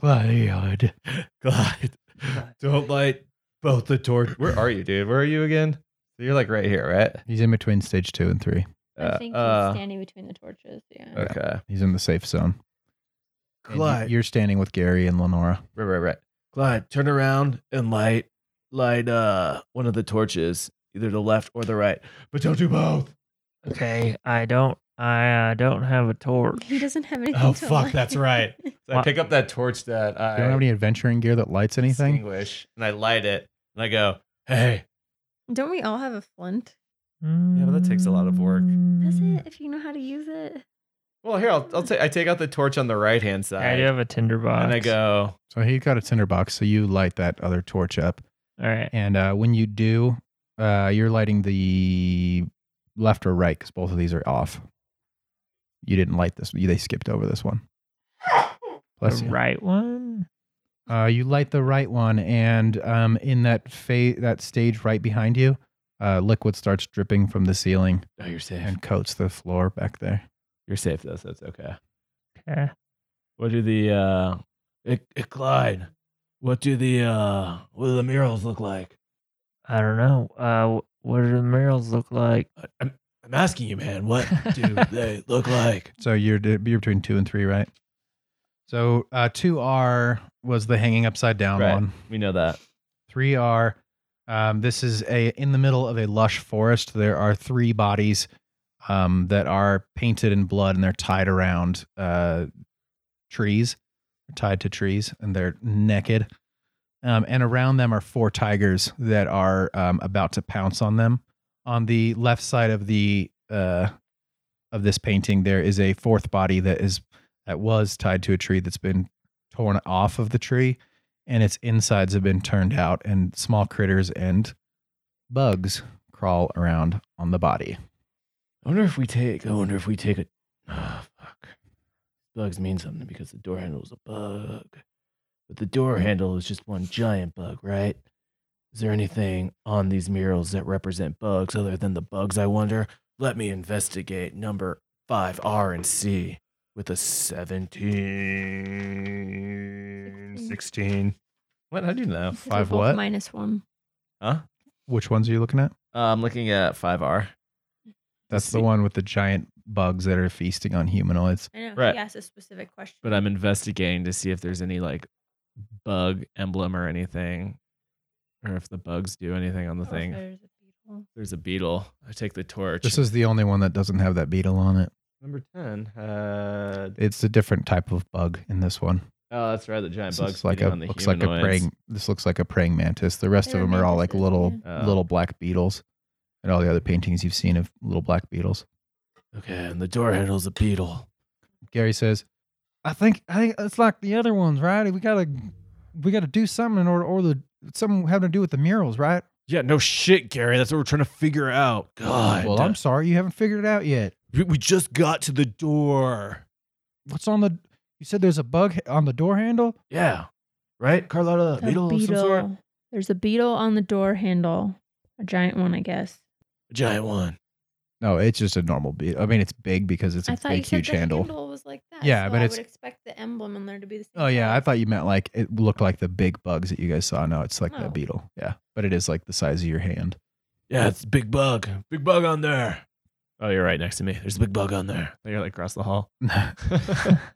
Speaker 3: Glad.
Speaker 8: Glide.
Speaker 4: don't light both the torch.
Speaker 8: Where are you, dude? Where are you again? You're like right here, right?
Speaker 3: He's in between stage two and three.
Speaker 5: I
Speaker 8: Uh,
Speaker 5: think
Speaker 8: uh,
Speaker 5: he's standing between the torches. Yeah.
Speaker 3: standing.
Speaker 8: Okay.
Speaker 3: He's in the safe zone. And you-
Speaker 4: Clyde,
Speaker 3: you're standing with Gary and Lenora.
Speaker 8: Right, right, right.
Speaker 4: Clyde, turn around and light, light uh one of the torches, either the left or the right, but don't do both.
Speaker 6: Okay, I don't. I uh, don't have a torch.
Speaker 5: He doesn't have anything.
Speaker 4: Oh,
Speaker 5: to
Speaker 4: fuck,
Speaker 5: light.
Speaker 4: that's right.
Speaker 8: So I
Speaker 6: Wha-
Speaker 8: pick up that torch that I
Speaker 3: You don't have any adventuring gear that lights anything.
Speaker 8: extinguish and I light it and I go,
Speaker 4: Hey,
Speaker 5: Don't we all have a flint?
Speaker 6: Yeah,
Speaker 8: but that takes a lot of work.
Speaker 5: Does
Speaker 3: Mm.
Speaker 5: it? If you know how to use it.
Speaker 8: Well, here I'll, I'll take I take out the torch on the right hand side.
Speaker 6: I do have a tinderbox.
Speaker 8: and I go,
Speaker 3: So he got a tinderbox. So you light that other torch up,
Speaker 6: All right.
Speaker 3: and uh, when you do, uh, you're lighting the left or right because both of these are off. You didn't light this. You, they skipped over this one. Bless
Speaker 6: the
Speaker 3: you.
Speaker 6: right one.
Speaker 3: Uh, you light the right one, and um, in that fa- that stage right behind you, uh, liquid starts dripping from the ceiling
Speaker 8: "Oh, you're safe.
Speaker 3: and coats the floor back there.
Speaker 8: You're safe though, so it's okay."
Speaker 6: Okay.
Speaker 8: What do the uh
Speaker 4: it, it Clyde, what do the uh what do the murals look like?
Speaker 6: I don't know. Uh, wh- what do the murals look like?
Speaker 4: I, I'm I'm asking you, man. What do they look like?
Speaker 3: So you're d- you're between two and three, right? So uh, two R was the hanging upside down
Speaker 8: Right.
Speaker 3: one.
Speaker 8: we know that.
Speaker 3: Three R. Um, this is a in the middle of a lush forest. There are three bodies um, that are painted in blood, and they're tied around uh, trees, tied to trees, and they're naked. Um, and around them are four tigers that are um, about to pounce on them. On the left side of the uh, of this painting, there is a fourth body that is that was tied to a tree that's been torn off of the tree and its insides have been turned out, and small critters and bugs crawl around on the body.
Speaker 4: I wonder if we take. I wonder if we take a. Oh, fuck. Bugs mean something because the door handle is a bug, but the door handle is just one giant bug, right? Is there anything on these murals that represent bugs other than the bugs? I wonder. Let me investigate number five R and C with a 17. 16.
Speaker 5: Sixteen.
Speaker 8: What? How do you know?
Speaker 5: Because we're
Speaker 3: Five
Speaker 5: both
Speaker 3: what?
Speaker 5: Minus one.
Speaker 8: Huh?
Speaker 3: Which ones are you looking at?
Speaker 8: Uh, I'm looking at five R.
Speaker 3: That's the
Speaker 8: see.
Speaker 3: one with the giant bugs that are feasting on humanoids.
Speaker 5: I know.
Speaker 8: Right.
Speaker 5: He asked a specific question.
Speaker 8: But I'm investigating to see if there's any like bug emblem or anything, or if the bugs do anything on the thing. There's a beetle. I take the torch.
Speaker 3: This is the only one that doesn't have that beetle on it.
Speaker 8: number ten. Uh,
Speaker 3: It's a different type of bug in this one.
Speaker 8: Oh, that's right. The giant
Speaker 3: This
Speaker 8: bugs
Speaker 3: looks like
Speaker 8: feeding
Speaker 3: a
Speaker 8: on the
Speaker 3: looks like a
Speaker 8: humanoids.
Speaker 3: praying. This looks like a praying mantis. The rest
Speaker 5: They're
Speaker 3: of them are all like
Speaker 5: mantises,
Speaker 3: little
Speaker 8: yeah. Oh.
Speaker 3: little black beetles, and all the other paintings you've seen of little black beetles.
Speaker 4: Okay, and the door handle's a beetle.
Speaker 3: Gary says, "I think I think it's like the other ones, right? We gotta we gotta do something in order, or the something having to do with the murals, right?
Speaker 4: Yeah, no shit, Gary. That's what we're trying to figure out. God.
Speaker 3: well, I'm sorry, you haven't figured it out yet.
Speaker 4: we, we just got to the door.
Speaker 3: What's on the? You said there's a bug h- on the door handle.
Speaker 4: Yeah. Right? Carlotta, a
Speaker 5: A
Speaker 4: beetle, of some sort?
Speaker 5: beetle. There's a beetle on the door handle. A giant one, I guess.
Speaker 4: A giant one.
Speaker 3: No, it's just a normal beetle. I mean, it's big because it's a
Speaker 5: I thought
Speaker 3: big,
Speaker 5: you said
Speaker 3: huge
Speaker 5: the handle.
Speaker 3: handle.
Speaker 5: was like that.
Speaker 3: Yeah,
Speaker 5: so
Speaker 3: but
Speaker 5: I
Speaker 3: it's-
Speaker 5: would expect the emblem on there to be the same.
Speaker 3: Oh yeah, I
Speaker 5: size.
Speaker 3: thought you meant like it looked like the big bugs that you guys saw. No, it's like
Speaker 5: No.
Speaker 3: that beetle. Yeah, but it is like the size of your hand.
Speaker 4: Yeah, it's a big bug. Big bug on there.
Speaker 8: Oh, you're right next to me. There's
Speaker 4: There's a big bug on there.
Speaker 8: you're like across the hall.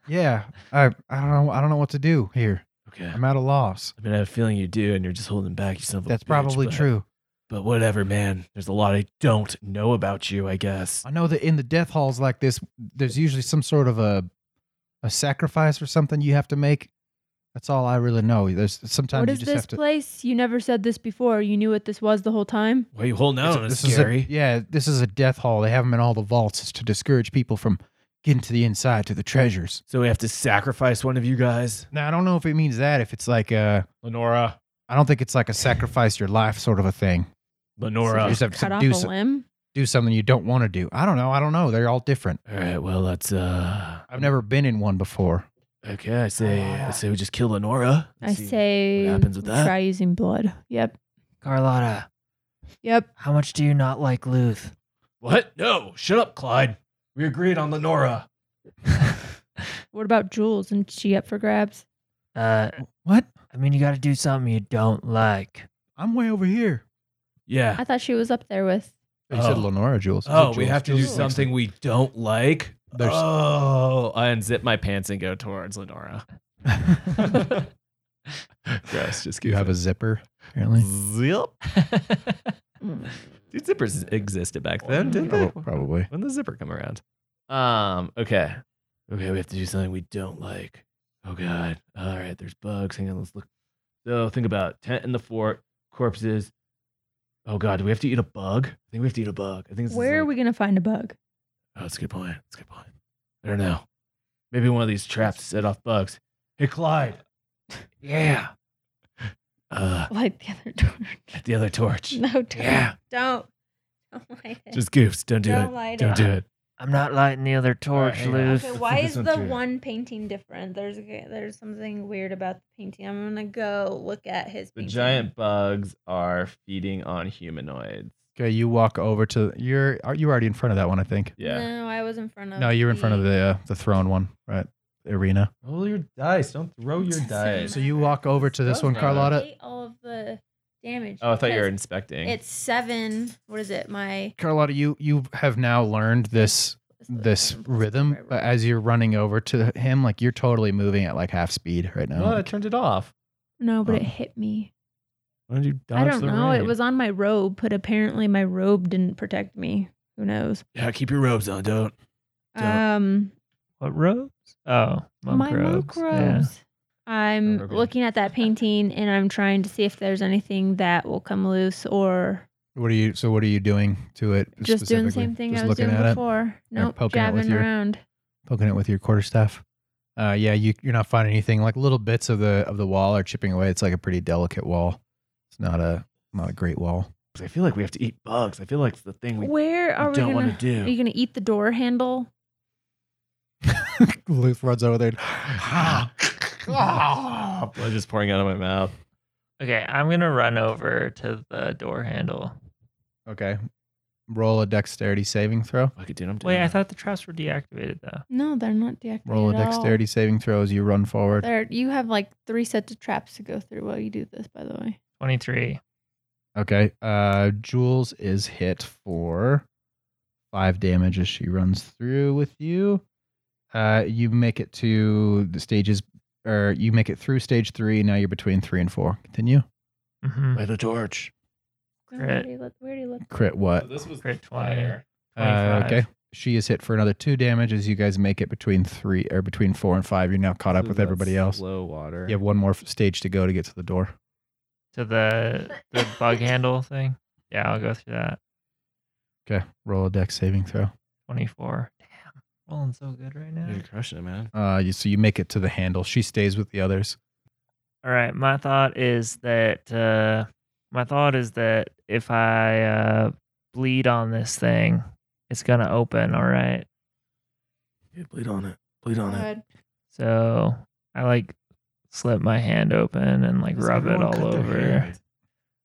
Speaker 3: yeah, I I don't know I don't know what to do here.
Speaker 4: Okay.
Speaker 3: I'm at a loss.
Speaker 8: I mean, I have a feeling you do, and you're just holding back. You son of a
Speaker 3: That's
Speaker 8: bitch,
Speaker 3: probably
Speaker 8: but-
Speaker 3: true.
Speaker 4: But whatever, man. There's a lot I don't know about you, I guess.
Speaker 3: I know that in the death halls like this, there's usually some sort of a a sacrifice or something you have to make. That's all I really know. There's sometimes
Speaker 5: What
Speaker 3: you
Speaker 5: is
Speaker 3: just
Speaker 5: this
Speaker 3: have to.
Speaker 5: place? You never said this before. You knew what this was the whole time.
Speaker 4: Why are you holding
Speaker 8: It's
Speaker 4: out
Speaker 8: a-
Speaker 4: on us,
Speaker 3: this is a,
Speaker 4: Gary?
Speaker 3: yeah, this is a death hall. They have them in all the vaults. It's to discourage people from getting to the inside to the treasures.
Speaker 4: So we have to sacrifice one of you guys?
Speaker 3: Now I don't know if it means that. If it's like a,
Speaker 4: Lenora.
Speaker 3: I don't think it's like a sacrifice your life sort of a thing.
Speaker 5: So
Speaker 3: You
Speaker 4: Lenora.
Speaker 3: just have to
Speaker 5: Cut off
Speaker 3: do
Speaker 5: a
Speaker 3: some-
Speaker 5: limb.
Speaker 3: Do something you don't want to do. I don't know. I don't know. They're all different.
Speaker 4: All right, well, let's, uh.
Speaker 3: I've never Ah. been in one before.
Speaker 4: Okay, I say, I say we just kill Lenora.
Speaker 5: I
Speaker 4: Let's see.
Speaker 5: say.
Speaker 4: what happens with that.
Speaker 5: Try using blood. Yep.
Speaker 6: Carlotta,
Speaker 5: Yep.
Speaker 6: how much do you not like Luth?
Speaker 4: What? No, shut up, Clyde. We agreed on Lenora.
Speaker 5: What about Jules? And she up for grabs?
Speaker 6: Uh,
Speaker 3: What?
Speaker 6: I mean, you got to do something you don't like.
Speaker 3: I'm way over here.
Speaker 4: Yeah.
Speaker 5: I thought she was up there with.
Speaker 3: You said
Speaker 4: Oh.
Speaker 3: Lenora Jules.
Speaker 4: Oh, we have to do
Speaker 5: Jules is next
Speaker 4: something we don't like.
Speaker 3: There's-
Speaker 4: oh,
Speaker 8: I unzip my pants and go towards Lenora. Gross. Just Mm-hmm.
Speaker 3: You have a zipper, apparently.
Speaker 8: zip.
Speaker 5: Mm.
Speaker 8: Dude, zippers existed back then, didn't they?
Speaker 3: Prob- Probably.
Speaker 8: When did the zipper come around? Um. Okay.
Speaker 4: okay, we have to do something we don't like.
Speaker 8: Oh God! All right, there's bugs. Hang on, let's look. So think about tent in the fort, corpses. Oh God, do we have to eat a bug?
Speaker 4: I think we have to eat a bug. I think this
Speaker 5: Where
Speaker 4: is
Speaker 5: are we
Speaker 4: like-
Speaker 5: gonna find a bug?
Speaker 4: Oh, that's a good point. That's a good point. I don't know. Maybe one of these traps set off bugs. Hey, Clyde. Yeah. Uh,
Speaker 5: Light the other door.
Speaker 4: at the other torch.
Speaker 5: No, don't.
Speaker 4: Yeah.
Speaker 5: Don't. Don't light it.
Speaker 4: Just goofs. Don't do
Speaker 5: don't
Speaker 4: it.
Speaker 5: light
Speaker 4: Don't
Speaker 5: it.
Speaker 4: do it.
Speaker 6: I'm not lighting the other torch,
Speaker 4: hang on.
Speaker 6: Luth.
Speaker 5: Okay,
Speaker 4: Let's
Speaker 5: why
Speaker 4: put this
Speaker 5: is
Speaker 4: one
Speaker 5: the
Speaker 4: through.
Speaker 5: one painting different? There's a- there's something weird about the painting. I'm gonna go look at his.
Speaker 8: The
Speaker 5: painting.
Speaker 8: giant bugs are feeding on humanoids.
Speaker 3: Okay, you walk over to you're are you already in front of that one? I think.
Speaker 8: Yeah.
Speaker 5: No, I was in front of.
Speaker 3: No, you're in front of the uh, the throne one, right? The arena.
Speaker 8: Roll your dice. Don't throw your
Speaker 5: Doesn't
Speaker 8: dice.
Speaker 3: So you walk over to this
Speaker 8: Doesn't
Speaker 3: one,
Speaker 8: matter.
Speaker 3: Carlotta.
Speaker 5: Hate all of the damage.
Speaker 8: Oh, I thought you were
Speaker 5: because
Speaker 8: inspecting.
Speaker 5: It's seven. What is it? My
Speaker 3: Carlotta, you you have now learned this this rhythm, but as you're running over to him, like you're totally moving at like half speed right now.
Speaker 8: no, I turned it off.
Speaker 5: no, but it hit me.
Speaker 8: Why did you
Speaker 5: I
Speaker 8: dodge
Speaker 5: don't
Speaker 8: the
Speaker 5: know. It
Speaker 8: rain?
Speaker 5: was on my robe, but apparently my robe didn't protect me. Who knows?
Speaker 4: Yeah, keep your robes on. Don't. Don't.
Speaker 5: Um,
Speaker 6: What robes? Oh, monk
Speaker 5: my
Speaker 6: robes.
Speaker 5: monk
Speaker 6: Yeah.
Speaker 5: robes. I'm
Speaker 8: Rogue.
Speaker 5: looking at that painting and I'm trying to see if there's anything that will come loose or
Speaker 3: What are you? So what are you doing to it?
Speaker 5: just doing the
Speaker 3: specifically?
Speaker 5: same thing
Speaker 3: Just
Speaker 5: I was
Speaker 3: looking
Speaker 5: doing
Speaker 3: at it?
Speaker 5: before.
Speaker 3: Or
Speaker 5: Nope,
Speaker 3: poking it with
Speaker 5: jabbing
Speaker 3: your-
Speaker 5: around.
Speaker 3: poking it with your quarterstaff. Uh, yeah, you, you're not finding anything. Like little bits of the of the wall are chipping away. It's like a pretty delicate wall. It's not a not a great wall.
Speaker 4: 'Cause I feel like we have to eat bugs. I feel like it's the thing we
Speaker 5: Where are we
Speaker 4: don't
Speaker 5: gonna?
Speaker 4: want to do.
Speaker 5: Are you gonna eat the door handle?
Speaker 3: Luth runs over there.
Speaker 6: Ah.
Speaker 8: Blood Oh, just pouring out of my mouth.
Speaker 6: Okay, I'm gonna run over to the door handle.
Speaker 3: okay, roll a dexterity saving throw.
Speaker 8: Fuck it, dude. I'm doing
Speaker 6: Wait, I
Speaker 8: it.
Speaker 6: thought the traps were deactivated though.
Speaker 5: No, they're not deactivated.
Speaker 3: Roll a
Speaker 5: at all.
Speaker 3: dexterity saving throw as you run forward.
Speaker 5: There, you have like three sets of traps to go through while you do this. By the way,
Speaker 6: Twenty-three.
Speaker 3: Okay, uh, Jules is hit for five damage as she runs through with you. Uh, you make it to the stages, or you make it through stage three. Now you're between three and four. Continue.
Speaker 6: Mm-hmm.
Speaker 4: Light a torch.
Speaker 5: Oh,
Speaker 6: Crit.
Speaker 5: Where do you look? Where do you look?
Speaker 3: Crit what?
Speaker 8: this was
Speaker 6: Crit 20.
Speaker 3: Uh, okay. She is hit for another two damage as you guys make it between three or between four and five. You're now caught up
Speaker 8: So
Speaker 3: with
Speaker 8: that's
Speaker 3: everybody else.
Speaker 8: Slow water.
Speaker 3: You have one more f- stage to go to get to the door.
Speaker 6: to the the bug handle thing. Yeah, I'll go through that.
Speaker 3: Okay. Roll a deck saving throw.
Speaker 6: Twenty four. Damn, rolling so good right now.
Speaker 8: You're crushing it, man.
Speaker 3: Uh, you, so you make it to the handle. She stays with the others.
Speaker 6: All right, my thought is that uh, my thought is that if I uh, bleed on this thing, it's gonna open. All right,
Speaker 4: Yeah, bleed on it. Bleed on it.
Speaker 9: God.
Speaker 6: so I like slip my hand open and like
Speaker 8: Does
Speaker 6: rub it
Speaker 8: everyone
Speaker 6: all
Speaker 8: cut their
Speaker 6: over.
Speaker 8: hair?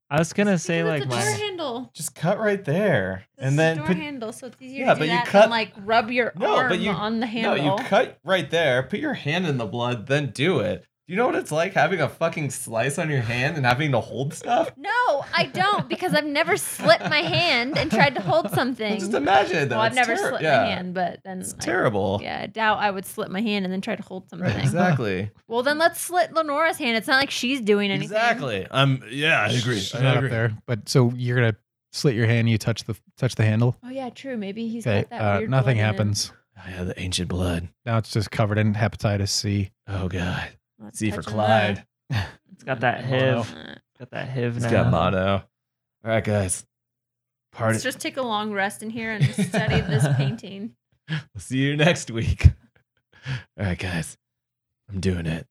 Speaker 6: I was gonna
Speaker 9: Because
Speaker 6: say
Speaker 9: it's
Speaker 6: like
Speaker 9: a
Speaker 6: my
Speaker 9: door handle.
Speaker 4: Just cut right there, and then
Speaker 9: door
Speaker 4: put
Speaker 9: handle, so it's easier
Speaker 4: Yeah,
Speaker 9: to
Speaker 4: but
Speaker 9: do
Speaker 4: you
Speaker 9: that
Speaker 4: cut-
Speaker 9: than like rub your
Speaker 4: No, but
Speaker 9: arm
Speaker 4: you-
Speaker 9: on the
Speaker 4: no,
Speaker 9: handle.
Speaker 4: you cut right there. Put your hand in the blood, then do it. Do you know what it's like having a fucking slice on your hand and having to hold stuff?
Speaker 5: No, I don't because I've never slit my hand and tried to hold something.
Speaker 4: Just imagine it, though.
Speaker 5: well, I've
Speaker 4: It's
Speaker 5: never
Speaker 4: terri-
Speaker 5: slit
Speaker 4: yeah.
Speaker 5: my hand, but then
Speaker 4: It's
Speaker 5: I-
Speaker 4: terrible.
Speaker 5: yeah, I doubt I would slit my hand and then try to hold something.
Speaker 4: Right, exactly.
Speaker 5: Well, then let's slit Lenora's hand. It's not like she's doing anything.
Speaker 4: Exactly. Um. Yeah, I agree.
Speaker 3: She's
Speaker 4: I
Speaker 3: not
Speaker 4: agree.
Speaker 3: up there. But so you're gonna slit your hand. You touch the touch the handle.
Speaker 5: Oh yeah, true. Maybe he's
Speaker 3: Okay.
Speaker 5: got that
Speaker 3: Uh,
Speaker 5: weird
Speaker 3: nothing
Speaker 5: blood in him.
Speaker 3: happens.
Speaker 4: Oh, yeah, the ancient blood.
Speaker 3: Now it's just covered in hepatitis C.
Speaker 4: Oh god.
Speaker 5: Let's
Speaker 4: See for
Speaker 5: touch Uh, on that.
Speaker 4: Clyde.
Speaker 6: it's got that
Speaker 4: Mono.
Speaker 6: hiv, got that hiv
Speaker 4: He's
Speaker 6: now.
Speaker 4: got mono. All right, guys. Party.
Speaker 5: Let's just take a long rest in here and study this painting.
Speaker 4: We'll see you next week. All right, guys. I'm doing it.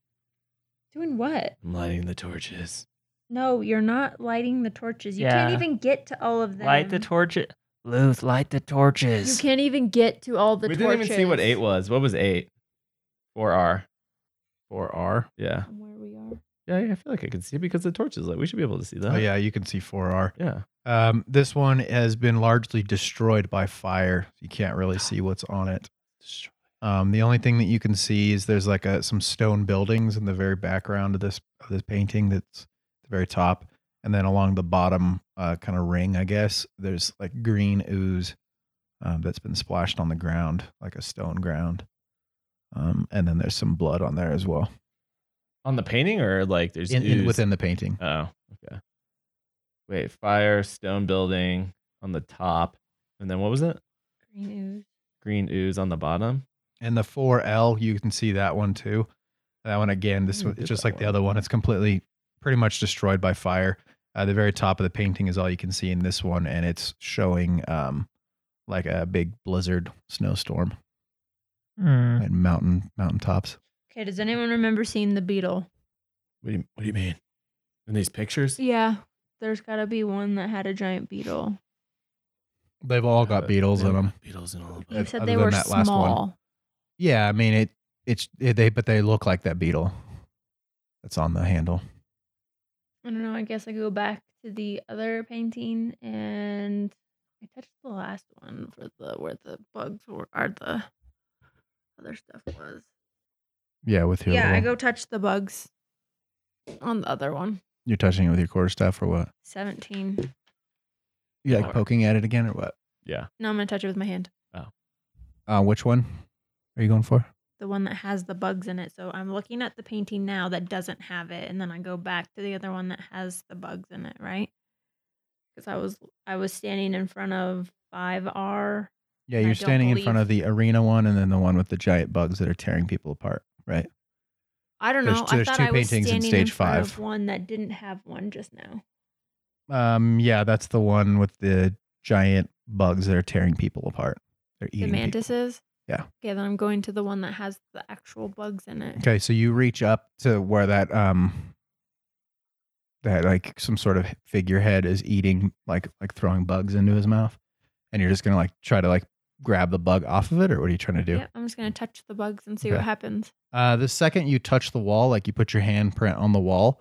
Speaker 9: Doing what?
Speaker 4: I'm lighting the torches.
Speaker 9: No, you're not lighting the torches.
Speaker 5: You can't
Speaker 6: Yeah.
Speaker 5: even get to all of them.
Speaker 6: Light the torches, Luth. Light the
Speaker 9: You
Speaker 6: torches.
Speaker 9: can't even get to all the
Speaker 8: we
Speaker 9: torches.
Speaker 8: didn't even see what eight was. What was eight? Four R.
Speaker 3: Or R.
Speaker 8: Yeah.
Speaker 9: Where we are.
Speaker 8: Yeah, yeah, I feel like I can see it because the torch is lit. We should be able to see that.
Speaker 3: Oh yeah, you can see four R.
Speaker 8: Yeah.
Speaker 3: Um, this one has been largely destroyed by fire. You can't really see what's on it. Um, the only thing that you can see is there's like a, some stone buildings in the very background of this of this painting. That's the very top, and then along the bottom uh, kind of ring, I guess. There's like green ooze um, that's been splashed on the ground, like a stone ground. Um, and then there's some blood on there as well,
Speaker 8: On the painting or like there's
Speaker 3: in, in,
Speaker 8: ooze?
Speaker 3: within the painting.
Speaker 8: Oh, okay. Wait, fire, stone building on the top. And then what was it?
Speaker 5: Green ooze.
Speaker 8: Green ooze on the bottom.
Speaker 3: And the 4L, you can see that one too. That one again, this
Speaker 8: Ooh,
Speaker 3: one,
Speaker 8: did
Speaker 3: it's just like
Speaker 8: that
Speaker 3: Mm, the
Speaker 8: one.
Speaker 3: other one. It's completely pretty much destroyed by fire. Uh, the very top of the painting is all you can see in this one, and it's showing um, like a big blizzard, snowstorm,
Speaker 6: Hmm.
Speaker 3: and mountain mountain tops.
Speaker 5: Okay, does anyone remember seeing the beetle?
Speaker 4: What do you What do you mean? In these pictures?
Speaker 9: Yeah.
Speaker 5: There's got to be one that had a giant beetle.
Speaker 3: They've all
Speaker 8: Uh,
Speaker 3: got beetles in them.
Speaker 4: Beetles in all of
Speaker 3: Oth-
Speaker 5: You
Speaker 4: them.
Speaker 5: said
Speaker 3: other
Speaker 5: they
Speaker 3: than
Speaker 5: were
Speaker 3: that last one.
Speaker 5: small.
Speaker 3: Yeah, I mean it. It's it, they, but they look like that beetle that's on the handle.
Speaker 5: I don't know. I guess I go back to the other painting and I touched the last one for the where the bugs were or the other stuff was.
Speaker 3: Yeah, with your
Speaker 5: Yeah, I
Speaker 3: little-
Speaker 5: go touch the bugs on the other one.
Speaker 3: you're touching it with your quarterstaff or what?
Speaker 5: 17.
Speaker 3: You like poking at it again or what?
Speaker 5: No, I'm going to touch it with my hand.
Speaker 3: Uh, which one are you going for?
Speaker 5: The one that has the bugs in it. So I'm looking at the painting now that doesn't have it and then I go back to the other one that has the bugs in it, right? Cuz I was I was standing in front of 5R.
Speaker 3: Yeah,
Speaker 5: I
Speaker 3: you're
Speaker 5: don't
Speaker 3: standing in front
Speaker 5: believe-
Speaker 3: of the arena one and then the one with the giant bugs that are tearing people apart, right?
Speaker 5: I don't
Speaker 3: There's-
Speaker 5: know. I
Speaker 3: there's
Speaker 5: thought
Speaker 3: two
Speaker 5: I was
Speaker 3: paintings in
Speaker 5: standing in,
Speaker 3: stage
Speaker 5: front of
Speaker 3: five.
Speaker 5: one that didn't have one just now.
Speaker 3: Um, yeah, that's the one with the giant bugs that are tearing people apart. They're
Speaker 5: The
Speaker 3: eating. people.
Speaker 5: mantises?
Speaker 3: Yeah.
Speaker 5: Okay, then I'm going to the one that has the actual bugs in it.
Speaker 3: Okay, so you reach up to where that um that like some sort of figurehead is eating like like throwing bugs into his mouth, and you're just gonna like try to like grab the bug off of it, or what are you trying to do?
Speaker 5: Yep, I'm just going to touch the bugs and see
Speaker 3: Okay.
Speaker 5: what happens.
Speaker 3: Uh, the second you touch the wall, like you put your handprint on the wall,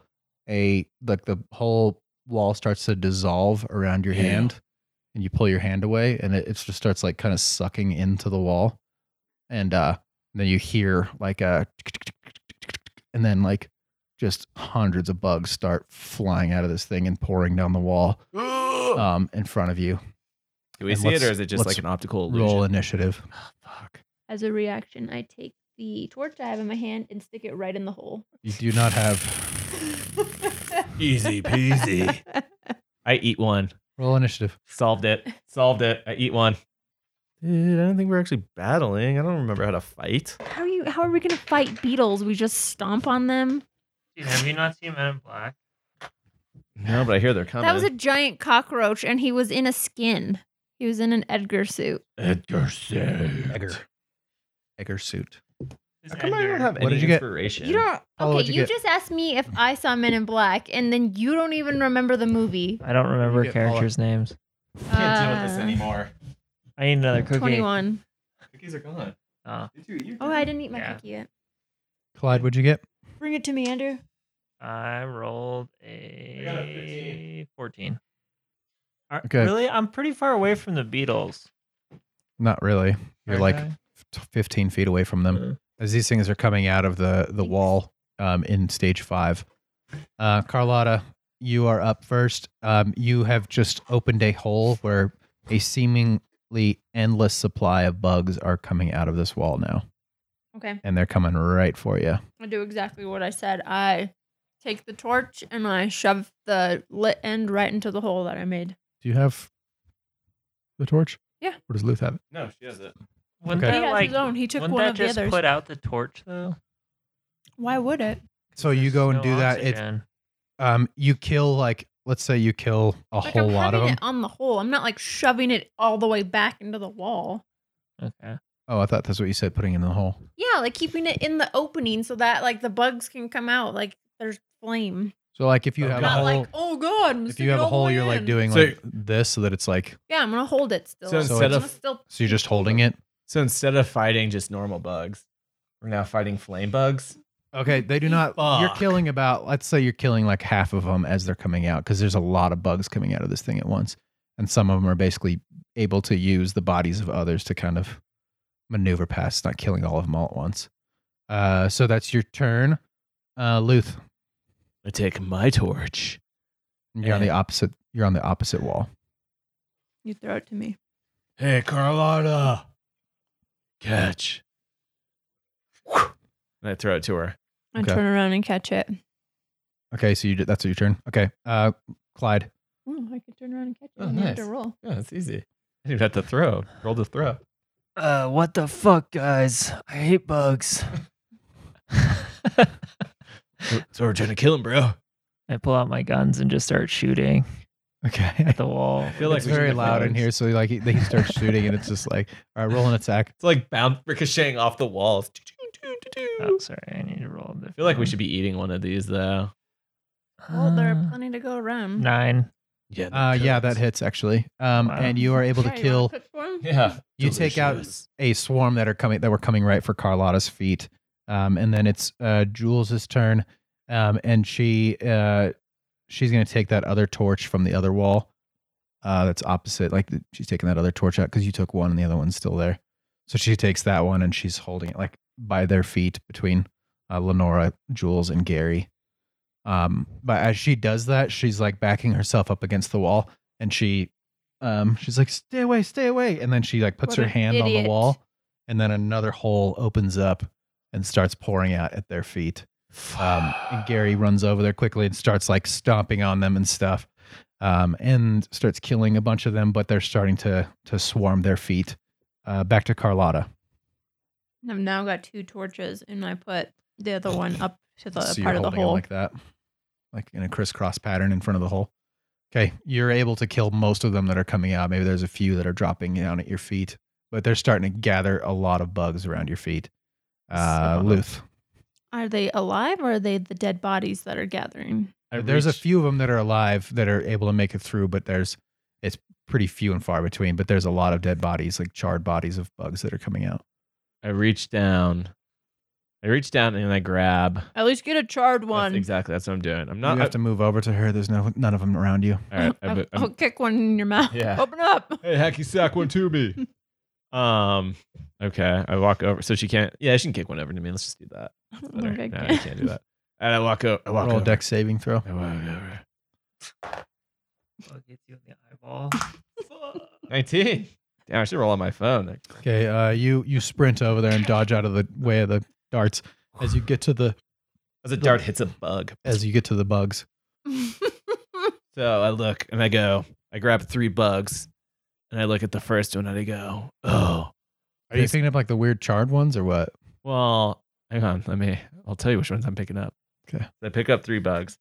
Speaker 3: a like the whole wall starts to dissolve around your
Speaker 4: Ew.
Speaker 3: hand, and you pull your hand away, and it, it just starts like kind of sucking into the wall, and uh, then you hear like a, and then like just hundreds of bugs start flying out of this thing and pouring down the wall um in front of you.
Speaker 8: Do we
Speaker 3: And
Speaker 8: see it
Speaker 3: let's-
Speaker 8: or is it just
Speaker 3: let's
Speaker 8: like an optical illusion?
Speaker 3: Roll initiative.
Speaker 8: Fuck.
Speaker 5: As a reaction, I take the torch I have in my hand and stick it right in the hole.
Speaker 3: You do not have
Speaker 4: Easy peasy.
Speaker 8: I eat one.
Speaker 3: roll initiative.
Speaker 8: Solved it. Solved it. I eat one. Dude, I don't think we're actually battling. I don't remember how to fight.
Speaker 5: How are you? How are we gonna fight beetles? We just stomp on them.
Speaker 6: Dude, have you not seen Men in Black?
Speaker 8: No, but I hear they're coming.
Speaker 5: That was a giant cockroach, and he was in a skin. He was in an Edgar suit.
Speaker 10: Edgar said.
Speaker 3: Egger. Egger suit.
Speaker 8: How come I don't have
Speaker 3: What
Speaker 8: any
Speaker 3: did you get?
Speaker 8: inspiration?
Speaker 5: You don't.
Speaker 3: Paula,
Speaker 5: Okay,
Speaker 3: what'd you
Speaker 5: you
Speaker 3: get?
Speaker 5: just asked me if I saw Men in Black, and then you don't even remember the movie.
Speaker 6: I don't remember
Speaker 3: get Paula?
Speaker 6: characters' names.
Speaker 5: Can't deal with this Uh,
Speaker 8: anymore.
Speaker 6: I need another cookie.
Speaker 5: Twenty-one.
Speaker 8: Cookies are gone.
Speaker 6: Oh.
Speaker 5: Oh, I didn't eat my
Speaker 6: Yeah.
Speaker 5: cookie yet.
Speaker 3: Clyde, what'd you get?
Speaker 5: Bring it to me, Andrew.
Speaker 6: I rolled a 14. Are-
Speaker 3: Okay.
Speaker 6: Really? I'm pretty far away from the Beatles.
Speaker 3: Not really. You're
Speaker 6: aren't
Speaker 3: like
Speaker 6: I?
Speaker 3: f- 15 feet away from them.
Speaker 6: Uh.
Speaker 3: As these things are coming out of the, the wall um, in stage five. Uh, Carlotta, you are up first. Um, you have just opened a hole where a seemingly endless supply of bugs are coming out of this wall now,
Speaker 5: Okay,
Speaker 3: and they're coming right for you.
Speaker 5: I do exactly what I said. I take the torch and I shove the lit end right into the hole that I made.
Speaker 3: Do you have the torch?
Speaker 5: Yeah.
Speaker 3: Or does Luth have it?
Speaker 8: No, she has it.
Speaker 6: Wouldn't
Speaker 3: Okay.
Speaker 5: He
Speaker 6: that
Speaker 5: has
Speaker 6: like
Speaker 5: his own. He took
Speaker 6: wouldn't
Speaker 5: one
Speaker 6: that
Speaker 5: of the
Speaker 6: just
Speaker 5: others.
Speaker 6: put out the torch though?
Speaker 5: Why would it?
Speaker 3: So you
Speaker 6: There's
Speaker 3: go and
Speaker 6: no
Speaker 3: do that. It,
Speaker 6: oxygen.
Speaker 3: um, you kill like let's say you kill a
Speaker 5: Like
Speaker 3: whole
Speaker 5: I'm
Speaker 3: lot of
Speaker 5: having
Speaker 3: them.
Speaker 5: it on the hole. I'm not like shoving it all the way back into the wall.
Speaker 6: okay.
Speaker 3: Oh, I thought that's what you said, putting it in the hole.
Speaker 5: Yeah, like keeping it in the opening so that like the bugs can come out. Like there's flame.
Speaker 3: So like if you
Speaker 8: Oh,
Speaker 3: have a
Speaker 5: Not
Speaker 3: hole,
Speaker 5: like oh god. I'm
Speaker 3: if
Speaker 5: sticking
Speaker 3: you have a
Speaker 5: all the
Speaker 3: hole,
Speaker 5: way
Speaker 3: you're like
Speaker 5: in.
Speaker 3: doing
Speaker 8: So-
Speaker 3: like this, so that it's like
Speaker 5: Yeah, I'm gonna hold it still.
Speaker 8: So
Speaker 3: So
Speaker 8: instead
Speaker 5: I'm
Speaker 8: of
Speaker 5: gonna still
Speaker 3: so you're just holding it.
Speaker 8: so instead of fighting just normal bugs, we're now fighting flame bugs.
Speaker 3: Okay, they do not. You're
Speaker 8: Fuck.
Speaker 3: killing about let's say you're killing like half of them as they're coming out because there's a lot of bugs coming out of this thing at once, and some of them are basically able to use the bodies of others to kind of maneuver past, not killing all of them all at once. Uh, so that's your turn, uh, Luth.
Speaker 4: I take my torch.
Speaker 3: You're on the opposite. You're on the opposite wall.
Speaker 5: you throw it to me.
Speaker 4: Hey, Carlotta. Catch.
Speaker 8: And I throw it to her.
Speaker 5: I
Speaker 3: Okay.
Speaker 5: turn around and catch it.
Speaker 3: Okay, so you did, that's your turn. Okay, uh, Clyde.
Speaker 5: Oh, I could turn around and catch it.
Speaker 8: Oh,
Speaker 5: I didn't have to
Speaker 8: nice.
Speaker 5: roll.
Speaker 8: Yeah, it's easy. I didn't even have to throw. Roll to throw.
Speaker 6: Uh, what the fuck, guys? I hate bugs.
Speaker 8: So we're trying to kill him, bro.
Speaker 6: I pull out my guns and just start shooting
Speaker 3: Okay,
Speaker 6: at the wall.
Speaker 8: I feel like
Speaker 3: it's
Speaker 8: we should
Speaker 3: very
Speaker 8: get
Speaker 3: loud in
Speaker 8: bugs.
Speaker 3: here, so like he, he starts shooting, and it's just like, all right, roll an attack.
Speaker 8: It's like bound ricocheting off the walls.
Speaker 6: Oh, sorry. I need to roll. I
Speaker 8: I feel like we should be eating one of these though.
Speaker 5: Well, Oh, there are plenty to go around.
Speaker 6: Uh, nine.
Speaker 8: Yeah.
Speaker 3: Uh, yeah, that hits actually. Um,
Speaker 6: Wow.
Speaker 3: and you are able to
Speaker 5: Yeah, you wanna
Speaker 3: kill.
Speaker 5: cook for 'em?
Speaker 8: Yeah.
Speaker 3: You take out-
Speaker 8: Delicious.
Speaker 3: a swarm that are coming that were coming right for Carlotta's feet. Um, and then it's uh, Jules's turn, um, and she uh, she's going to take that other torch from the other wall. Uh, that's opposite. Like the, she's taking that other torch out because you took one and the other one's still there. So she takes that one and she's holding it like by their feet between uh, Lenora, Jules, and Gary. Um, but as she does that, she's like backing herself up against the wall, and she um, she's like, "Stay away, stay away!" And then she like puts
Speaker 5: What
Speaker 3: her
Speaker 5: an
Speaker 3: hand on
Speaker 5: idiot.
Speaker 3: the wall, and then another hole opens up and starts pouring out at their feet. Um, and Gary runs over there quickly and starts like stomping on them and stuff, um, and starts killing a bunch of them. But they're starting to to swarm their feet. Uh, back to Carlotta.
Speaker 5: I've now got two torches, and I put the other one up to the
Speaker 3: so
Speaker 5: part
Speaker 3: you're
Speaker 5: of the
Speaker 3: holding it
Speaker 5: hole.
Speaker 3: like that, like in a crisscross pattern in front of the hole. Okay, you're able to kill most of them that are coming out. Maybe there's a few that are dropping down at your feet, but they're starting to gather a lot of bugs around your feet. Uh,
Speaker 8: Son of-
Speaker 3: Luth,
Speaker 5: Are they alive, or are they the dead bodies that are gathering?
Speaker 8: I
Speaker 3: there's a
Speaker 8: reach-
Speaker 3: few of them that are alive that are able to make it through, but there's it's pretty few and far between. But there's a lot of dead bodies, like charred bodies of bugs that are coming out.
Speaker 8: I reach down. I reach down and I grab. That's
Speaker 5: At least get a charred one.
Speaker 8: exactly. That's what I'm doing. I'm not.
Speaker 3: you have to move over to her. There's no none of them around you.
Speaker 8: all right, I'm-
Speaker 5: I'll,
Speaker 8: I'm-
Speaker 5: I'll kick one in your mouth.
Speaker 8: Yeah.
Speaker 5: Open up.
Speaker 8: hey, hacky sack one to me. um. Okay. I walk over. So she can't. Yeah, she can kick one over to me. Let's just do that.
Speaker 5: I don't
Speaker 8: Better.
Speaker 5: think I
Speaker 8: no,
Speaker 5: can.
Speaker 8: I can't do that. And I walk over. I walk
Speaker 3: Roll a
Speaker 8: over.
Speaker 3: deck saving throw.
Speaker 8: I walk over.
Speaker 6: I'll get you in the eyeball.
Speaker 8: 19. Damn, I should roll on my phone.
Speaker 3: Okay, uh, you you sprint over there and dodge out of the way of the darts as you get to the
Speaker 8: As a dart hits a bug.
Speaker 3: as you get to the bugs.
Speaker 8: So I look and I go, I grab three bugs and I look at the first one and I go, oh,
Speaker 3: Are you thinking of like the weird charred ones or what?
Speaker 8: well, hang on, let me. I'll tell you which ones I'm picking up.
Speaker 3: Okay.
Speaker 8: I pick up three bugs,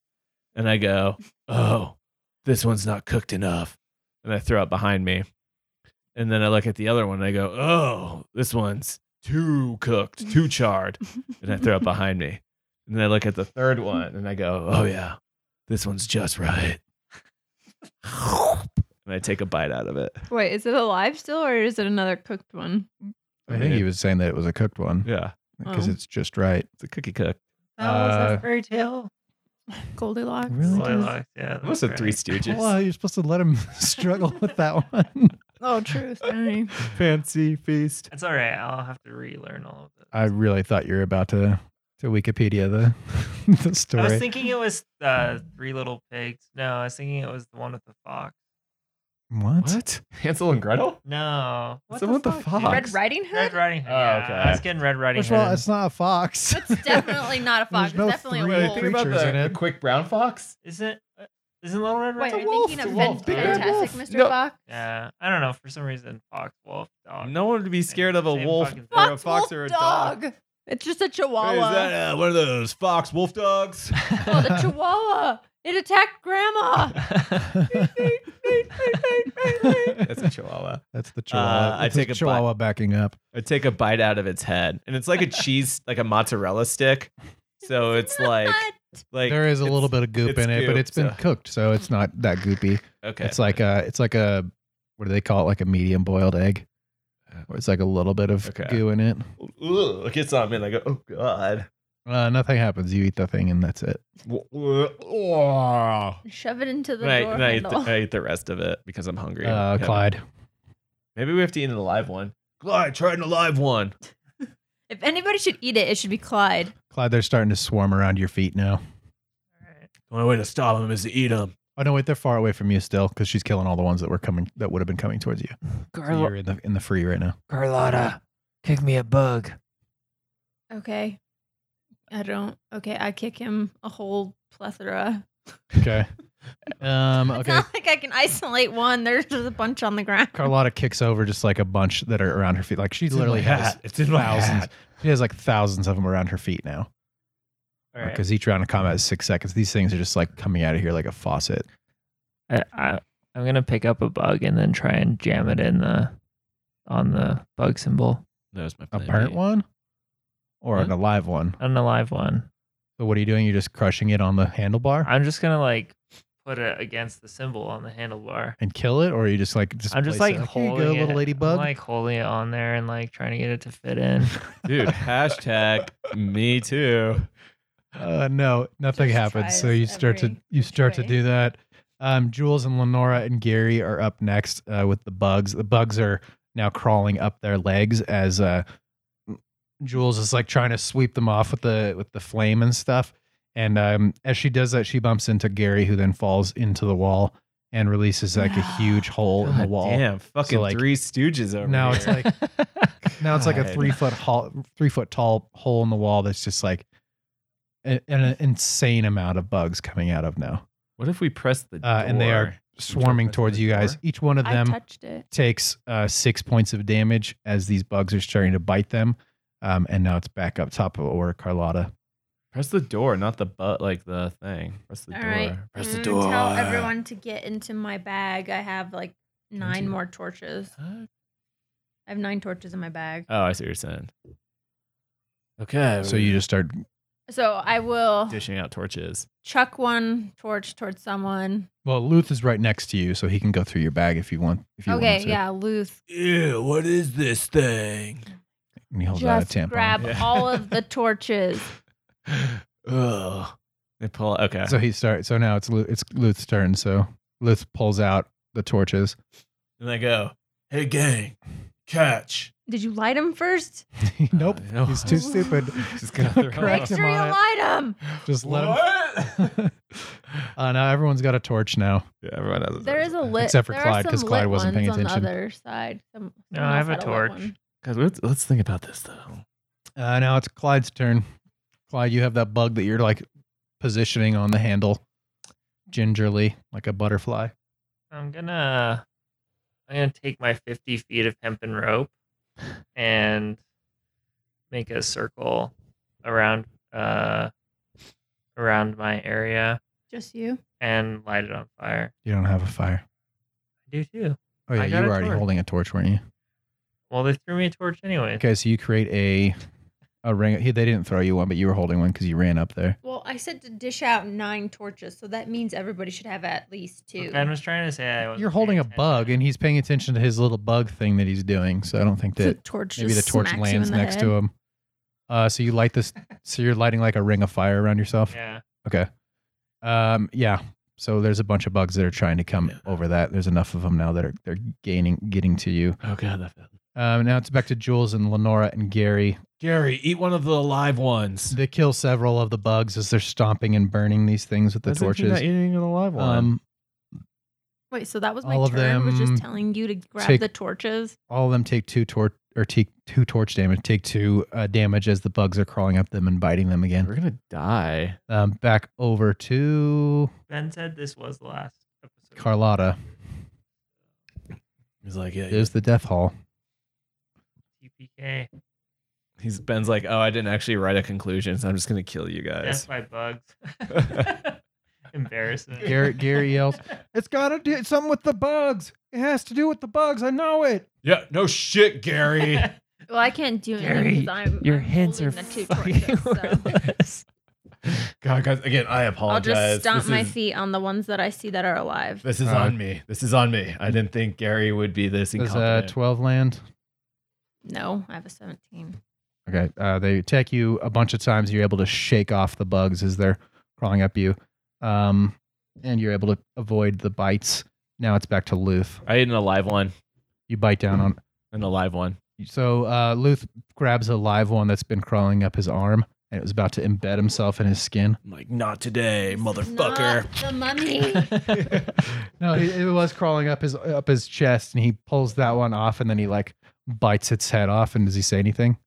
Speaker 8: and I go, oh, this one's not cooked enough, and I throw it behind me, and then I look at the other one and I go, oh, this one's too cooked, too charred, and I throw it behind me, and then I look at the third one and I go, oh yeah, this one's just right, and I take a bite out of it.
Speaker 5: Wait, is it alive still or is it another cooked one?
Speaker 3: I think he was saying that it was a cooked one
Speaker 8: Yeah,
Speaker 3: because
Speaker 5: Oh.
Speaker 3: it's just right.
Speaker 8: it's a cookie cook.
Speaker 6: That was
Speaker 3: Uh,
Speaker 6: a fairy tale.
Speaker 5: Goldilocks.
Speaker 3: Really?
Speaker 6: Lilac, Yeah,
Speaker 8: It was a
Speaker 6: that's
Speaker 8: Three
Speaker 6: right.
Speaker 8: Stooges.
Speaker 3: Well, you're supposed to let him struggle with that one.
Speaker 5: Oh, true. Sorry.
Speaker 8: Fancy feast.
Speaker 6: It's all right. I'll have to relearn all of this.
Speaker 3: I really thought you were about to to Wikipedia the the
Speaker 6: I was
Speaker 3: story.
Speaker 6: thinking it was uh, Three Little Pigs. No, I was thinking it was the one with the fox.
Speaker 3: what?
Speaker 8: Hansel and Gretel?
Speaker 6: No,
Speaker 8: What's the one with the
Speaker 6: fuck, dude?
Speaker 5: Red
Speaker 8: fox?
Speaker 5: Riding
Speaker 6: Red
Speaker 5: Hood?
Speaker 6: Riding Hood.
Speaker 8: Oh,
Speaker 6: yeah.
Speaker 8: okay.
Speaker 6: I was getting Red Riding
Speaker 3: First
Speaker 6: Hood.
Speaker 3: of all, it's not a fox.
Speaker 5: It's definitely not a fox.
Speaker 3: There's no
Speaker 5: it's definitely
Speaker 3: three
Speaker 5: a wolf.
Speaker 3: Think about creatures
Speaker 8: the,
Speaker 3: the- in it. the
Speaker 8: quick brown fox?
Speaker 6: isn't uh, isn't Little Red
Speaker 5: Wait,
Speaker 6: Riding?
Speaker 5: are
Speaker 6: Hood?
Speaker 5: you thinking of
Speaker 8: wolf,
Speaker 5: Fan-
Speaker 8: big red
Speaker 5: Fantastic
Speaker 8: wolf.
Speaker 5: Mr.
Speaker 8: No.
Speaker 5: Fox?
Speaker 6: Yeah, I don't know. For some reason, fox, wolf, dog.
Speaker 8: No one would be scared of a
Speaker 6: Same
Speaker 8: wolf
Speaker 6: fucking
Speaker 8: or
Speaker 6: thing.
Speaker 8: a fox or a dog.
Speaker 5: It's just a
Speaker 8: Hey,
Speaker 5: chihuahwa.
Speaker 8: is that uh, one of those fox wolf dogs?
Speaker 5: oh, the chihuahua. It attacked grandma.
Speaker 8: That's a chihuala.
Speaker 3: That's the chihuahua.
Speaker 8: Uh, I
Speaker 3: That's the
Speaker 8: take a bite.
Speaker 3: chihuahua backing up.
Speaker 8: I take a bite out of its head, and it's like a cheese, like a mozzarella stick. So it's like, like
Speaker 3: there is a
Speaker 8: it's-
Speaker 3: little bit of goop
Speaker 8: it's
Speaker 3: in it, but
Speaker 8: goop,
Speaker 3: it's been
Speaker 8: so-
Speaker 3: cooked, so it's not that goopy.
Speaker 8: Okay,
Speaker 3: It's like a it's like a what do they call it? Like a medium boiled egg, where it's like a little bit of
Speaker 8: Uh, Okay.
Speaker 3: goo in it.
Speaker 8: Ugh, it gets on me, and I go, oh god.
Speaker 3: Uh, nothing happens. You eat the thing, and that's it.
Speaker 8: Right,
Speaker 5: Shove it into the
Speaker 8: and I,
Speaker 5: door
Speaker 8: and I, eat the,
Speaker 5: handle.
Speaker 8: I eat the rest of it because I'm hungry.
Speaker 3: Uh,
Speaker 8: Okay.
Speaker 3: Clyde,
Speaker 8: Maybe we have to eat an alive one. Clyde, try an alive one.
Speaker 5: if anybody should eat it, it should be Clyde.
Speaker 3: Clyde, they're starting to swarm around your feet now.
Speaker 8: The only way to stop him is to eat him.
Speaker 3: Oh no, wait, they're far away from you still because she's killing all the ones that were coming that would have been coming towards you. So
Speaker 6: Carlo-
Speaker 3: you're in the in the free right now.
Speaker 6: Carlotta, kick me a bug.
Speaker 5: Okay. I don't. Okay, I kick him a whole plethora.
Speaker 3: Okay. um.
Speaker 5: It's
Speaker 3: Okay.
Speaker 5: not like I can isolate one. There's just a bunch on the ground.
Speaker 3: Carlotta kicks over just like a bunch that are around her feet. Like she literally has
Speaker 8: It's in
Speaker 3: thousands. She has like thousands of them around her feet now.
Speaker 6: All right.
Speaker 3: Because each round of combat is six seconds. These things are just like coming out of here like a faucet.
Speaker 6: I, I, I'm gonna pick up a bug and then try and jam it in the on the bug symbol.
Speaker 8: That was my
Speaker 3: A
Speaker 8: plan
Speaker 3: burnt
Speaker 8: B.
Speaker 3: one, or an
Speaker 8: Huh?
Speaker 3: alive one.
Speaker 6: An alive one.
Speaker 3: So what are you doing? You're just crushing it on the handlebar
Speaker 6: I'm just gonna like put it against the symbol on the handlebar.
Speaker 3: and kill it, or are you just like just
Speaker 6: I'm just
Speaker 3: place
Speaker 6: like
Speaker 3: it?
Speaker 6: holding
Speaker 3: Here you go,
Speaker 6: it,
Speaker 3: little
Speaker 6: I'm,
Speaker 3: ladybug.
Speaker 6: like holding it on there and like trying to get it to fit in.
Speaker 8: Dude, hashtag me too.
Speaker 3: Uh, no, nothing
Speaker 5: Just
Speaker 3: happens. So
Speaker 5: tries
Speaker 3: you start to
Speaker 5: every
Speaker 3: you
Speaker 5: which
Speaker 3: start to
Speaker 5: way.
Speaker 3: do that. Um, Jules and Lenora and Gary are up next uh, with the bugs. The bugs are now crawling up their legs as uh, Jules is like trying to sweep them off with the with the flame and stuff. And um, as she does that, she bumps into Gary, who then falls into the wall and releases like a huge hole in the
Speaker 8: God
Speaker 3: wall.
Speaker 8: Damn, fucking
Speaker 3: like,
Speaker 8: three stooges over
Speaker 3: now
Speaker 8: here.
Speaker 3: it's like- Now it's like a
Speaker 8: God.
Speaker 3: three foot hall, three foot tall hole in the wall that's just like a- an insane amount of bugs coming out of now.
Speaker 8: What if we press the door?
Speaker 3: Uh, and they are swarming
Speaker 8: press
Speaker 3: towards
Speaker 8: the
Speaker 3: you guys.
Speaker 8: door?
Speaker 3: Each one of
Speaker 5: I
Speaker 3: them
Speaker 5: touched it.
Speaker 3: takes uh, six points of damage as these bugs are starting to bite them. Um, and now it's back up top of order, Carlotta.
Speaker 8: Press the door, not the butt, like the thing. Press the
Speaker 5: All
Speaker 8: door.
Speaker 5: right.
Speaker 8: Press the
Speaker 5: Mm,
Speaker 8: door.
Speaker 5: Tell everyone to get into my bag. I have like nine
Speaker 8: Into-
Speaker 5: more torches.
Speaker 3: Uh.
Speaker 8: Huh?
Speaker 5: I have nine torches in my bag.
Speaker 8: Oh, I see what you're saying. Okay.
Speaker 3: So you just start.
Speaker 5: So I will
Speaker 8: dishing out torches.
Speaker 5: chuck one torch towards someone.
Speaker 3: Well, Luth is right next to you, so he can go through your bag if you want. If you
Speaker 5: okay,
Speaker 3: want to.
Speaker 5: yeah, Luth.
Speaker 8: Ew, what is this thing?
Speaker 3: And he holds
Speaker 5: Just
Speaker 3: out a tampon.
Speaker 5: grab
Speaker 8: Yeah.
Speaker 5: all of the torches.
Speaker 8: Ugh. They pull. Okay.
Speaker 3: So he starts. So now it's Lu- it's Luth's turn. So Luth pulls out the torches.
Speaker 8: and I go, "Hey, gang, catch."
Speaker 5: Did you light them first?
Speaker 3: nope,
Speaker 4: Oh.
Speaker 8: Uh, no.
Speaker 3: he's too stupid.
Speaker 8: Just gonna throw
Speaker 5: Make
Speaker 3: Crack
Speaker 5: sure
Speaker 3: him
Speaker 5: you
Speaker 3: on it.
Speaker 5: light them.
Speaker 3: Just let him.
Speaker 8: what?
Speaker 3: Uh, now everyone's got a torch now.
Speaker 8: yeah, everyone has.
Speaker 5: There is a lit.
Speaker 3: Except for
Speaker 5: there are
Speaker 3: Clyde,
Speaker 5: some
Speaker 3: 'cause Clyde
Speaker 5: lit
Speaker 3: wasn't paying
Speaker 5: ones On
Speaker 3: attention.
Speaker 5: the other side. Some,
Speaker 6: No,
Speaker 5: someone
Speaker 6: I
Speaker 5: else
Speaker 6: have a
Speaker 5: had lit
Speaker 6: torch.
Speaker 5: one.
Speaker 8: Guys, let's let's think about this though.
Speaker 3: Uh, now it's Clyde's turn. Clyde, you have that bug that you're like positioning on the handle gingerly, like a butterfly.
Speaker 6: I'm gonna I'm gonna take my 50 feet of hempen rope and make a circle around uh around my area
Speaker 5: Just you?
Speaker 6: and light it on fire.
Speaker 3: You don't have a fire.
Speaker 6: I do too.
Speaker 3: Oh
Speaker 6: I
Speaker 3: yeah, you
Speaker 6: got
Speaker 3: were
Speaker 6: a
Speaker 3: already
Speaker 6: torch.
Speaker 3: holding a torch, weren't you?
Speaker 6: Well, they threw me a torch anyway.
Speaker 3: Okay, so you create a a ring. He- They didn't throw you one, but you were holding one because you ran up there.
Speaker 5: Well, I said to dish out nine torches, so that means everybody should have at least two.
Speaker 6: I was trying to say I wasn't
Speaker 3: You're holding
Speaker 6: paying
Speaker 3: a bug,
Speaker 6: attention.
Speaker 3: and he's paying attention to his little bug thing that he's doing. So I don't think that
Speaker 5: torch
Speaker 3: maybe the
Speaker 5: just
Speaker 3: torch
Speaker 5: smacks you
Speaker 3: lands
Speaker 5: in the
Speaker 3: next
Speaker 5: head.
Speaker 3: to him. Uh, so you light this. So you're lighting like a ring of fire around yourself.
Speaker 6: Yeah.
Speaker 3: Okay. Um. Yeah. So there's a bunch of bugs that are trying to come over that. There's enough of them now that are they're gaining getting to you.
Speaker 8: Oh god, that felt.
Speaker 3: Um. Now it's back to Jules and Lenora and Gary.
Speaker 8: Gary, eat one of the live ones.
Speaker 3: They kill several of the bugs as they're stomping and burning these things with the
Speaker 8: Wasn't he
Speaker 3: torches.
Speaker 8: Not eating the live one.
Speaker 3: Um.
Speaker 5: Wait, so that was my
Speaker 3: All of
Speaker 5: turn. was
Speaker 3: them
Speaker 5: just telling you to grab
Speaker 3: take-
Speaker 5: the torches.
Speaker 3: all of them take two torch or take two torch damage, take two uh, damage as the bugs are crawling up them and biting them
Speaker 8: we're
Speaker 3: again.
Speaker 8: gonna die.
Speaker 3: Um, back over to
Speaker 6: Ben said this was the last episode.
Speaker 3: Carlotta.
Speaker 8: He's like, yeah.
Speaker 3: There's the death hall.
Speaker 6: TPK.
Speaker 8: He's Ben's like, oh, I didn't actually write a conclusion, so I'm just gonna kill you
Speaker 6: Death
Speaker 8: guys.
Speaker 6: by bugs. Embarrassing.
Speaker 3: Gary, Gary yells, "It's gotta do something with the bugs. It has to do with the bugs. I know it."
Speaker 8: Yeah, no shit, Gary.
Speaker 5: Well, I can't do
Speaker 6: Gary,
Speaker 5: anything 'cause I'm
Speaker 6: Your
Speaker 5: I'm
Speaker 6: hints are
Speaker 5: holding the two
Speaker 6: fucking
Speaker 5: torches, so.
Speaker 6: worthless.
Speaker 8: God, guys, again, I
Speaker 5: I'll
Speaker 8: apologize.
Speaker 5: just stomp
Speaker 8: This
Speaker 5: my
Speaker 8: is-
Speaker 5: feet on the ones that I see that are alive.
Speaker 8: This is
Speaker 3: Uh,
Speaker 8: on me. This is on me. I didn't think Gary would be this
Speaker 3: Does uh,
Speaker 8: incompetent.
Speaker 3: twelve land?
Speaker 5: No, I have a 17.
Speaker 3: Okay. Uh, they attack you a bunch of times. You're able to shake off the bugs as they're crawling up you, um, and you're able to avoid the bites. Now it's back to Luth.
Speaker 8: I ate an alive one.
Speaker 3: You bite down on
Speaker 8: An alive one.
Speaker 3: So uh, Luth grabs a live one that's been crawling up his arm, and it was about to embed himself in his skin.
Speaker 4: I'm like, not today, motherfucker.
Speaker 5: Not the mummy.
Speaker 3: No, it, it was crawling up his up his chest, and he pulls that one off, and then he like bites its head off. And does he say anything?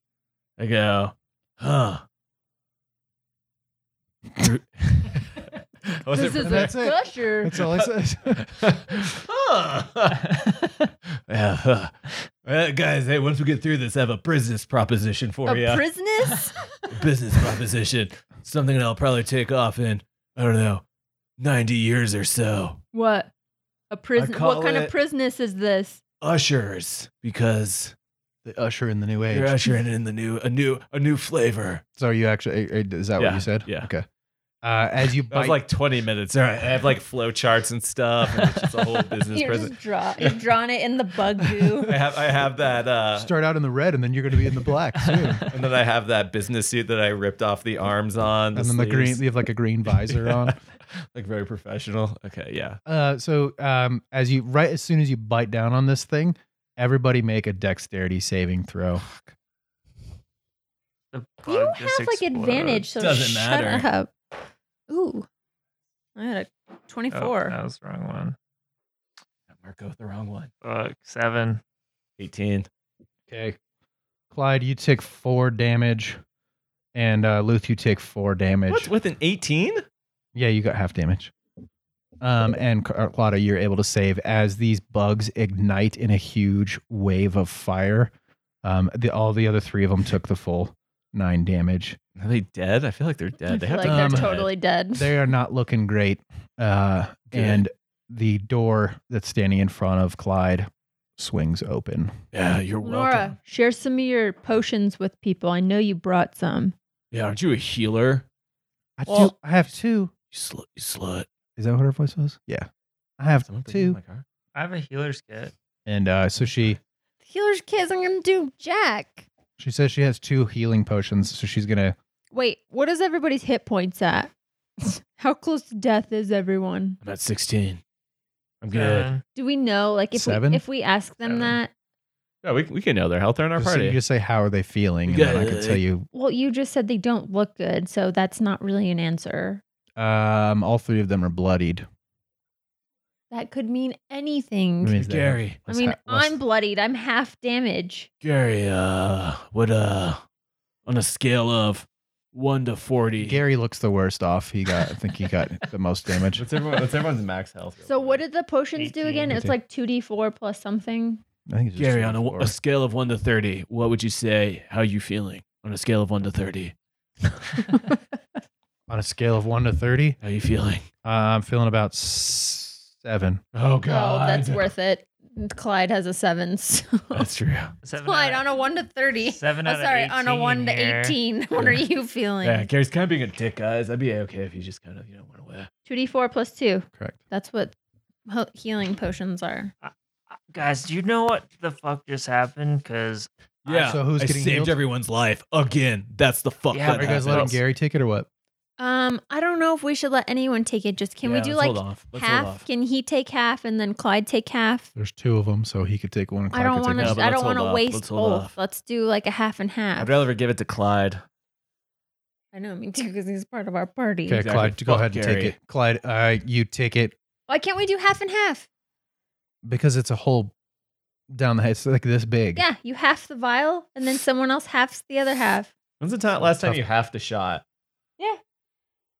Speaker 8: I go, huh. Was
Speaker 5: this
Speaker 8: it-
Speaker 5: is a
Speaker 3: that's it.
Speaker 5: gusher.
Speaker 3: That's all he says.
Speaker 8: Huh. yeah, huh. Well, guys, hey, once we get through this, I have a business proposition for you.
Speaker 5: a prisoness?
Speaker 8: business proposition. Something that'll probably take off in, I don't know, 90 years or so.
Speaker 5: what? A prison?
Speaker 8: call
Speaker 5: What kind
Speaker 8: it-
Speaker 5: of prisoness is this?
Speaker 8: Ushers, because
Speaker 3: the usher in the new
Speaker 8: you're ushering in the new, a new, a new flavor.
Speaker 3: So you actually eh, eh, is that what
Speaker 8: Yeah,
Speaker 3: you said?
Speaker 8: yeah.
Speaker 3: Okay. Uh, as you
Speaker 8: That was
Speaker 3: bite,
Speaker 8: like 20 minutes. All right. I have like flow charts and stuff. And it's just a whole business
Speaker 5: You're
Speaker 8: present.
Speaker 5: just draw, you're drawing it in the bug goo.
Speaker 8: I have, I have that. Uh,
Speaker 3: start out in the red, and then you're going to be in the black soon.
Speaker 8: and then I have that business suit that I ripped off the arms on.
Speaker 3: and then the green,
Speaker 8: sleeves.
Speaker 3: you have like a green visor
Speaker 8: Yeah.
Speaker 3: on.
Speaker 8: Like very professional. Okay. Yeah.
Speaker 3: Uh, so um, as you right as soon as you bite down on this thing, everybody make a dexterity saving throw.
Speaker 6: The bug
Speaker 5: You have
Speaker 6: just Oh,
Speaker 5: like
Speaker 6: explodes.
Speaker 5: advantage, so
Speaker 8: Doesn't
Speaker 5: shut
Speaker 8: matter.
Speaker 5: up. Ooh, I had a
Speaker 6: Oh,
Speaker 5: twenty-four.
Speaker 6: that was the wrong one.
Speaker 8: Marco, the wrong one.
Speaker 6: Fuck, seven.
Speaker 8: 18.
Speaker 3: Okay, Clyde, you take four damage, and uh, Luth, you take four damage.
Speaker 8: What? With an 18?
Speaker 3: Yeah, you got half damage. Um, and Carlotta, you're able to save as these bugs ignite in a huge wave of fire. Um, the, all the other three of them took the full nine damage.
Speaker 8: Are they dead? I feel like they're dead.
Speaker 5: I
Speaker 8: they
Speaker 5: feel
Speaker 8: have
Speaker 5: like
Speaker 8: to
Speaker 5: they're
Speaker 3: um,
Speaker 8: be dead.
Speaker 5: totally dead.
Speaker 3: They are not looking great. Uh,
Speaker 8: Good.
Speaker 3: and the door that's standing in front of Clyde swings open.
Speaker 8: Yeah, you're welcome.
Speaker 5: Nora, share some of your potions with people. I know you brought some.
Speaker 8: Yeah, aren't you a healer?
Speaker 3: I, do-
Speaker 8: Well-
Speaker 3: I have two.
Speaker 8: You slut. You slut.
Speaker 3: Is that what her voice was? Yeah. I have
Speaker 8: Someone bring me
Speaker 3: two.
Speaker 8: my car?
Speaker 6: I have a healer's kit.
Speaker 3: And uh, so she
Speaker 5: The healer's kids, I'm gonna do Jack.
Speaker 3: she says she has two healing potions, so she's gonna
Speaker 5: Wait, what is everybody's hit points at? How close to death is everyone?
Speaker 8: I'm at 16. I'm good.
Speaker 6: Seven.
Speaker 5: Do we know? Like if
Speaker 3: Seven?
Speaker 5: we if we ask them
Speaker 6: Seven.
Speaker 5: that,
Speaker 8: Yeah, we, we can know their health. They're in our
Speaker 3: Just-
Speaker 8: party.
Speaker 3: You just say how are they feeling, and then I could tell you.
Speaker 5: well, you just said they don't look good, so that's not really an answer.
Speaker 3: Um, all three of them are bloodied.
Speaker 5: That could mean anything.
Speaker 3: Means they have
Speaker 8: Gary.
Speaker 5: I
Speaker 3: less
Speaker 5: mean,
Speaker 3: ha- less-
Speaker 5: I'm bloodied. I'm half damage.
Speaker 8: Gary, uh, what, uh, on a scale of
Speaker 4: one to forty.
Speaker 3: Gary looks the worst off. He got, I think he got the most damage.
Speaker 8: What's, everyone, what's everyone's max health?
Speaker 5: So what did the potions do
Speaker 6: 18,
Speaker 5: again? It's
Speaker 3: 18.
Speaker 5: like two d four plus something.
Speaker 3: I think it's just
Speaker 4: Gary, on a,
Speaker 3: four.
Speaker 4: a scale of one to thirty, what would you say? How you feeling? On a scale of one to thirty,
Speaker 3: on a scale of one to thirty,
Speaker 4: how you feeling?
Speaker 3: uh, I'm feeling about s- seven.
Speaker 4: Oh
Speaker 5: Oh, that's worth it. Clyde has a seven. So.
Speaker 4: That's true.
Speaker 6: Seven
Speaker 5: Clyde
Speaker 6: out
Speaker 5: on
Speaker 6: of-
Speaker 5: a one to thirty.
Speaker 6: Seven
Speaker 5: Oh,
Speaker 6: out of
Speaker 5: sorry, on a
Speaker 6: 18
Speaker 5: one to
Speaker 6: here.
Speaker 5: eighteen. What are you
Speaker 8: Yeah,
Speaker 5: feeling?
Speaker 8: Gary's kind of being a dick, guys. I'd be okay if he just kind of, you know, went away.
Speaker 5: Two d four plus two.
Speaker 3: Correct.
Speaker 5: That's what ho- healing potions are.
Speaker 6: Uh, Guys, do you know what the fuck just happened? Because
Speaker 4: Yeah.
Speaker 3: So who's
Speaker 4: I
Speaker 3: getting
Speaker 4: saved
Speaker 3: healed?
Speaker 4: everyone's life again. That's the fuck.
Speaker 6: Yeah,
Speaker 3: Are
Speaker 4: that
Speaker 3: you guys letting
Speaker 4: happens.
Speaker 3: Gary take it or what?
Speaker 5: Um, I don't know if we should let anyone take it. Just can we
Speaker 8: Yeah,
Speaker 5: do
Speaker 8: let's
Speaker 5: like
Speaker 8: hold off. Let's hold
Speaker 5: half?
Speaker 8: off.
Speaker 5: Can he take half and then Clyde take half?
Speaker 3: There's two of them, so he could take one. and
Speaker 5: I
Speaker 3: Clark
Speaker 5: don't
Speaker 3: could
Speaker 5: want
Speaker 3: take
Speaker 8: Yeah,
Speaker 5: to.
Speaker 8: but
Speaker 5: I
Speaker 8: let's
Speaker 5: don't want
Speaker 8: hold
Speaker 5: to
Speaker 8: off.
Speaker 5: waste
Speaker 8: Let's hold
Speaker 5: both.
Speaker 8: off.
Speaker 5: Let's do like a half and half.
Speaker 8: I'd rather give it to Clyde.
Speaker 5: I know, me too, because he's part of our party.
Speaker 3: Okay,
Speaker 8: Exactly.
Speaker 3: Clyde, go
Speaker 8: Fuck
Speaker 3: ahead and take
Speaker 8: Gary.
Speaker 3: it. Clyde, uh, you take it
Speaker 5: Why can't we do half and half?
Speaker 3: because it's a whole down the head. It's like this big.
Speaker 5: Yeah, you half the vial, and then someone else halves the other half.
Speaker 8: When's the time, last time
Speaker 3: Tough.
Speaker 8: you half the shot?
Speaker 5: Yeah.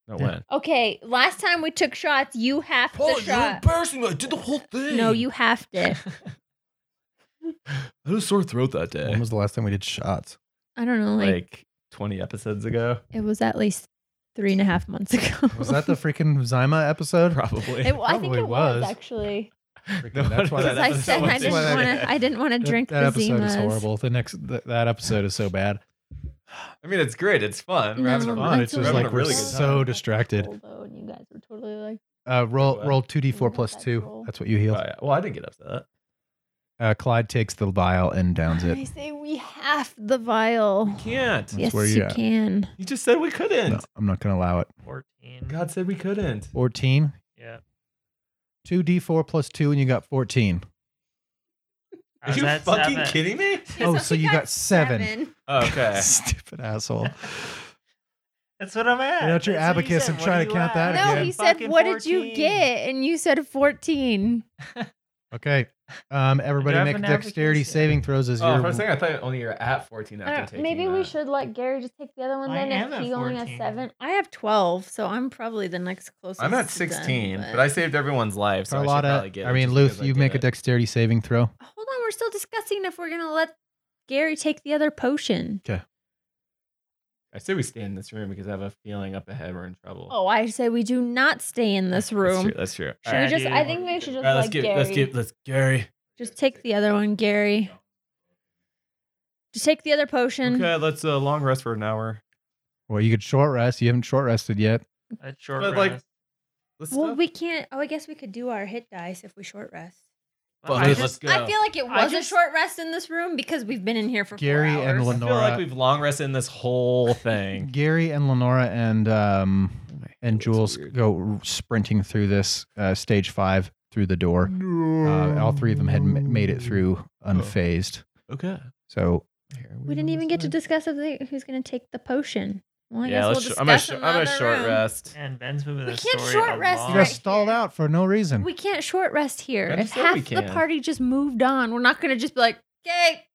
Speaker 8: No,
Speaker 3: Yeah.
Speaker 8: when?
Speaker 5: Okay, last time we took shots, you half
Speaker 4: Paul,
Speaker 5: the
Speaker 4: Oh, you're
Speaker 5: shot.
Speaker 4: embarrassing me. I did the whole thing.
Speaker 5: No, you halved it.
Speaker 8: I had a sore throat that day.
Speaker 3: When was the last time we did shots?
Speaker 5: I don't know, like,
Speaker 8: like 20 episodes ago.
Speaker 5: it was at least three and a half months ago.
Speaker 3: Was that the freaking Zyma episode?
Speaker 8: Probably.
Speaker 5: It, I think
Speaker 3: probably
Speaker 5: it was,
Speaker 3: was.
Speaker 5: actually.
Speaker 3: Freaking, that's why
Speaker 8: No,
Speaker 3: that,
Speaker 5: Because I
Speaker 8: episode
Speaker 5: said
Speaker 8: was
Speaker 5: I didn't
Speaker 3: insane.
Speaker 5: want to. I didn't want to
Speaker 3: that-
Speaker 5: drink
Speaker 3: that
Speaker 5: the
Speaker 3: episode is
Speaker 5: Zimas.
Speaker 3: horrible. The next th- that episode is so bad.
Speaker 8: I mean, it's great. It's fun. We're having
Speaker 5: No,
Speaker 8: a
Speaker 3: fun.
Speaker 8: fun.
Speaker 3: It's
Speaker 5: that's
Speaker 3: just
Speaker 5: what
Speaker 8: having
Speaker 3: like
Speaker 8: a
Speaker 3: we're
Speaker 8: really good time.
Speaker 3: so distracted.
Speaker 5: Though, and you guys were totally like,
Speaker 3: Uh, roll
Speaker 8: Good one.
Speaker 3: roll two d four
Speaker 5: Yeah,
Speaker 3: plus
Speaker 5: that's
Speaker 3: two.
Speaker 5: roll.
Speaker 3: That's what you heal.
Speaker 8: Oh, yeah. Well, I didn't get upset.
Speaker 3: Uh, Clyde takes the vial and downs
Speaker 5: I
Speaker 3: it.
Speaker 5: say we half the vial.
Speaker 8: Can't.
Speaker 3: That's
Speaker 5: yes,
Speaker 3: where
Speaker 5: you
Speaker 3: you're at.
Speaker 5: can.
Speaker 8: You just said we couldn't.
Speaker 3: No, I'm not going to allow it.
Speaker 6: 14.
Speaker 8: God said we couldn't.
Speaker 3: Fourteen.
Speaker 6: Yeah.
Speaker 3: Two d four plus two, and you got fourteen.
Speaker 6: I was at seven.
Speaker 8: kidding me?
Speaker 3: Oh, so you got seven.
Speaker 8: okay.
Speaker 3: Stupid asshole.
Speaker 6: That's what I'm at.
Speaker 3: You're not your
Speaker 6: That's what he
Speaker 3: abacus.
Speaker 6: said.
Speaker 3: I'm
Speaker 6: What
Speaker 3: trying
Speaker 6: do
Speaker 3: to
Speaker 6: you
Speaker 3: count that
Speaker 6: at?
Speaker 5: No,
Speaker 3: again.
Speaker 5: he said,
Speaker 6: Fucking
Speaker 5: "What did you
Speaker 6: 14.
Speaker 5: get?" And you said fourteen.
Speaker 3: Okay. Um, everybody
Speaker 6: have
Speaker 3: make
Speaker 6: an
Speaker 3: dexterity
Speaker 6: abacus.
Speaker 3: saving throws as
Speaker 8: Oh,
Speaker 3: your
Speaker 8: for a second, I thought only you're at 14
Speaker 5: I
Speaker 8: after
Speaker 5: don't-
Speaker 8: taking
Speaker 5: maybe we
Speaker 8: that.
Speaker 5: should let Gary just take the other one
Speaker 6: I
Speaker 5: then
Speaker 6: am
Speaker 5: if
Speaker 6: at
Speaker 5: he only has
Speaker 6: 14.
Speaker 5: seven. I have twelve, so I'm probably the next closest.
Speaker 8: I'm at
Speaker 5: to done,
Speaker 8: 16, but I saved everyone's life, so I should
Speaker 3: Carlotta.
Speaker 8: probably get it.
Speaker 3: I mean,
Speaker 8: just
Speaker 3: Luth,
Speaker 8: because I
Speaker 3: you
Speaker 8: did
Speaker 3: make a
Speaker 8: it.
Speaker 3: dexterity saving throw.
Speaker 5: Hold on, we're still discussing if we're gonna let Gary take the other potion.
Speaker 8: I say we stay in this room because I have a feeling up ahead we're in trouble.
Speaker 5: Oh, I say we do not stay in this
Speaker 8: That's
Speaker 5: room. Uh,
Speaker 8: true. That's true.
Speaker 5: Should
Speaker 6: Alright,
Speaker 5: we just?
Speaker 6: dude.
Speaker 5: I think we should just
Speaker 8: All right,
Speaker 5: let
Speaker 8: let's give,
Speaker 5: Gary.
Speaker 8: let's give, let's Gary.
Speaker 5: Just take the other one, Gary. Just take the other potion.
Speaker 8: Okay, let's uh, long rest for an hour.
Speaker 3: Well, you could short rest. You haven't short rested yet.
Speaker 6: A short
Speaker 8: But, like,
Speaker 6: rest.
Speaker 8: Let's
Speaker 5: Well,
Speaker 8: stop.
Speaker 5: we can't. Oh, I guess we could do our hit dice if we short rest.
Speaker 8: Well,
Speaker 6: I
Speaker 8: let's-
Speaker 6: just-
Speaker 8: let's go.
Speaker 5: I feel like it
Speaker 6: I
Speaker 5: was
Speaker 6: just-
Speaker 5: a short rest in this room because we've been in here for
Speaker 3: Gary
Speaker 5: four
Speaker 3: and
Speaker 5: hours.
Speaker 8: I
Speaker 3: Lenore-
Speaker 8: feel like we've long rested in this whole thing.
Speaker 3: Gary and Lenora and um, and
Speaker 8: That was
Speaker 3: Jules
Speaker 8: weird.
Speaker 3: go r- sprinting through this uh, stage five through the door. Uh, all three of them had m- made it through unfazed.
Speaker 8: Okay.
Speaker 3: So
Speaker 5: We didn't even get to discuss if they, who's going to take the potion. Well, I
Speaker 8: yeah,
Speaker 5: guess we'll
Speaker 8: let's sh-
Speaker 5: discuss
Speaker 8: I'm a sh-
Speaker 5: in
Speaker 8: I'm a
Speaker 5: another
Speaker 8: short
Speaker 5: room.
Speaker 8: rest.
Speaker 6: And Ben's moving
Speaker 5: We
Speaker 6: the
Speaker 5: can't
Speaker 6: story
Speaker 5: short rest
Speaker 6: along.
Speaker 3: you
Speaker 5: Right
Speaker 3: guys stalled
Speaker 5: here.
Speaker 3: out for no reason.
Speaker 5: We can't short rest here.
Speaker 8: I
Speaker 5: If
Speaker 8: just said
Speaker 5: half
Speaker 8: we
Speaker 5: the
Speaker 8: can.
Speaker 5: party just moved on, we're not going to just be like, okay,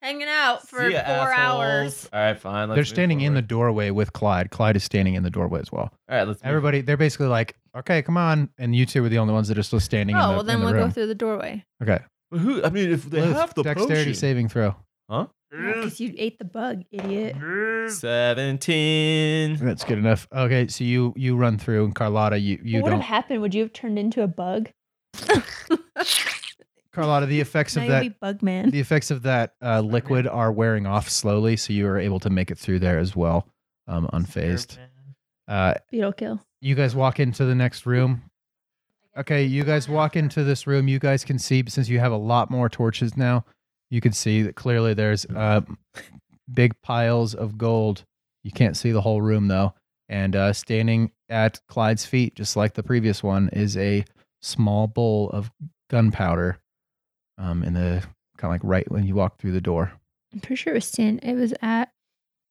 Speaker 5: hanging out for
Speaker 8: See ya,
Speaker 5: four hours.
Speaker 8: assholes. All right, fine. Let's
Speaker 3: They're standing in the doorway with Clyde. Clyde is standing in the doorway as well.
Speaker 8: All right, let's move.
Speaker 3: Everybody, they're basically like, okay, come on. And you two were the only ones that are still standing in
Speaker 5: Oh,
Speaker 3: the,
Speaker 5: well, then
Speaker 3: in the
Speaker 5: we'll
Speaker 3: room.
Speaker 5: go through the doorway.
Speaker 3: Okay.
Speaker 8: But Who? I mean, if they
Speaker 3: Luke,
Speaker 8: have the
Speaker 3: dexterity
Speaker 8: potion.
Speaker 3: saving throw.
Speaker 5: Because you ate the bug, idiot.
Speaker 8: Seventeen.
Speaker 3: That's good enough. Okay, so you you run through, and Carlotta, you you
Speaker 5: what would
Speaker 3: don't.
Speaker 5: have happened? Would you have turned into a bug?
Speaker 3: Carlotta, the effects
Speaker 5: now
Speaker 3: of
Speaker 5: you'll
Speaker 3: that
Speaker 5: be bug man.
Speaker 3: the effects of that uh, liquid are wearing off slowly, so you are able to make it through there as well, um, unfazed. Uh,
Speaker 5: Beetle kill.
Speaker 3: you guys walk into the next room. Okay, you guys walk into this room. You guys can see since you have a lot more torches now, you can see that clearly there's uh, big piles of gold. You can't see the whole room though. And uh, standing at Clyde's feet, just like the previous one, is a small bowl of gunpowder. Um, in the kind of like right when you walk through the door,
Speaker 5: I'm pretty sure it was Stan. It was at.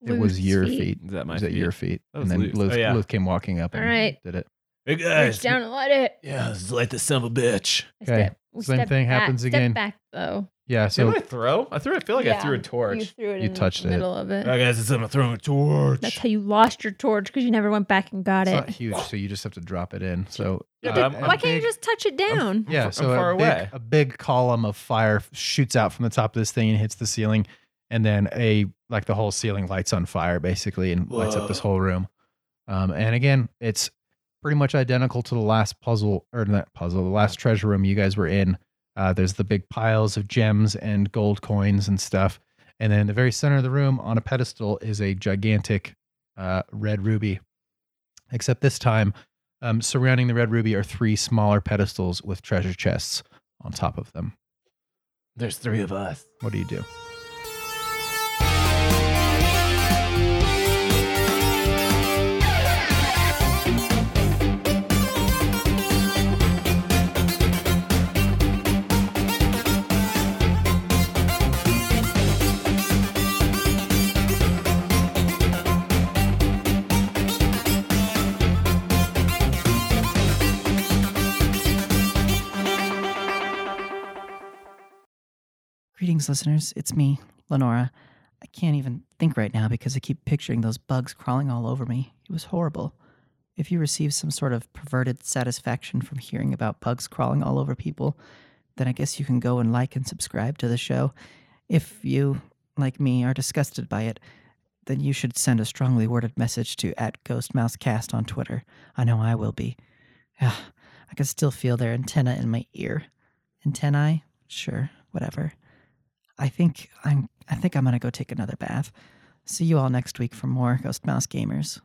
Speaker 3: it was
Speaker 5: Luth's
Speaker 3: your feet.
Speaker 8: Is that
Speaker 3: It
Speaker 8: my?
Speaker 3: was at
Speaker 8: feet?
Speaker 3: your feet,
Speaker 8: That
Speaker 3: and
Speaker 8: was
Speaker 3: then
Speaker 8: Luth's. Oh,
Speaker 3: Luth,
Speaker 8: yeah.
Speaker 3: Luth came walking up and
Speaker 5: All right.
Speaker 3: did it.
Speaker 4: Hey
Speaker 5: Reach
Speaker 4: guys.
Speaker 5: down and let it.
Speaker 4: Yeah, this is like the son of a bitch.
Speaker 5: I
Speaker 3: Okay.
Speaker 5: step- we
Speaker 3: Same
Speaker 5: step
Speaker 3: thing
Speaker 5: back-
Speaker 3: happens
Speaker 5: step
Speaker 3: again.
Speaker 5: back though.
Speaker 3: Yeah. So
Speaker 7: Did I throw? I threw. I feel like I
Speaker 11: Yeah.
Speaker 7: threw a
Speaker 11: You
Speaker 7: torch.
Speaker 11: threw it
Speaker 3: You
Speaker 11: in
Speaker 3: touched it.
Speaker 11: the middle of it.
Speaker 7: I guess it's I'm throwing a torch.
Speaker 11: That's how you lost your torch because you never went back and got
Speaker 3: it's
Speaker 11: it.
Speaker 3: not huge, so you just have to drop it in. So
Speaker 7: Yeah,
Speaker 3: uh,
Speaker 7: but I'm-
Speaker 3: a
Speaker 7: I'm
Speaker 11: Why can't you
Speaker 3: big-
Speaker 11: just touch it down?
Speaker 3: Yeah,
Speaker 7: I'm
Speaker 3: so
Speaker 7: far
Speaker 3: a, big,
Speaker 7: away.
Speaker 3: a big column of fire shoots out from the top of this thing and hits the ceiling, and then a like the whole ceiling lights on fire basically and lights up this
Speaker 7: Whoa.
Speaker 3: whole room. Um, and again, it's pretty much identical to the last puzzle or not puzzle, the last treasure room you guys were in. Uh, there's the big piles of gems and gold coins and stuff, and then in the very center of the room on a pedestal is a gigantic uh, red ruby. Except this time, um, surrounding the red ruby are three smaller pedestals with treasure chests on top of them.
Speaker 4: There's three of us.
Speaker 3: What do you do?
Speaker 12: Greetings, listeners. It's me, Lenora. I can't even think right now because I keep picturing those bugs crawling all over me. It was horrible. If you receive some sort of perverted satisfaction from hearing about bugs crawling all over people, then I guess you can go and like and subscribe to the show. If you, like me, are disgusted by it, then you should send a strongly worded message to at GhostMouseCast on Twitter. I know I will be. Ah, I can still feel their antenna in my ear. Antennae? Sure, whatever. I think I'm I think I'm gonna go take another bath. See you all next week for more Ghost Mouse Gamers.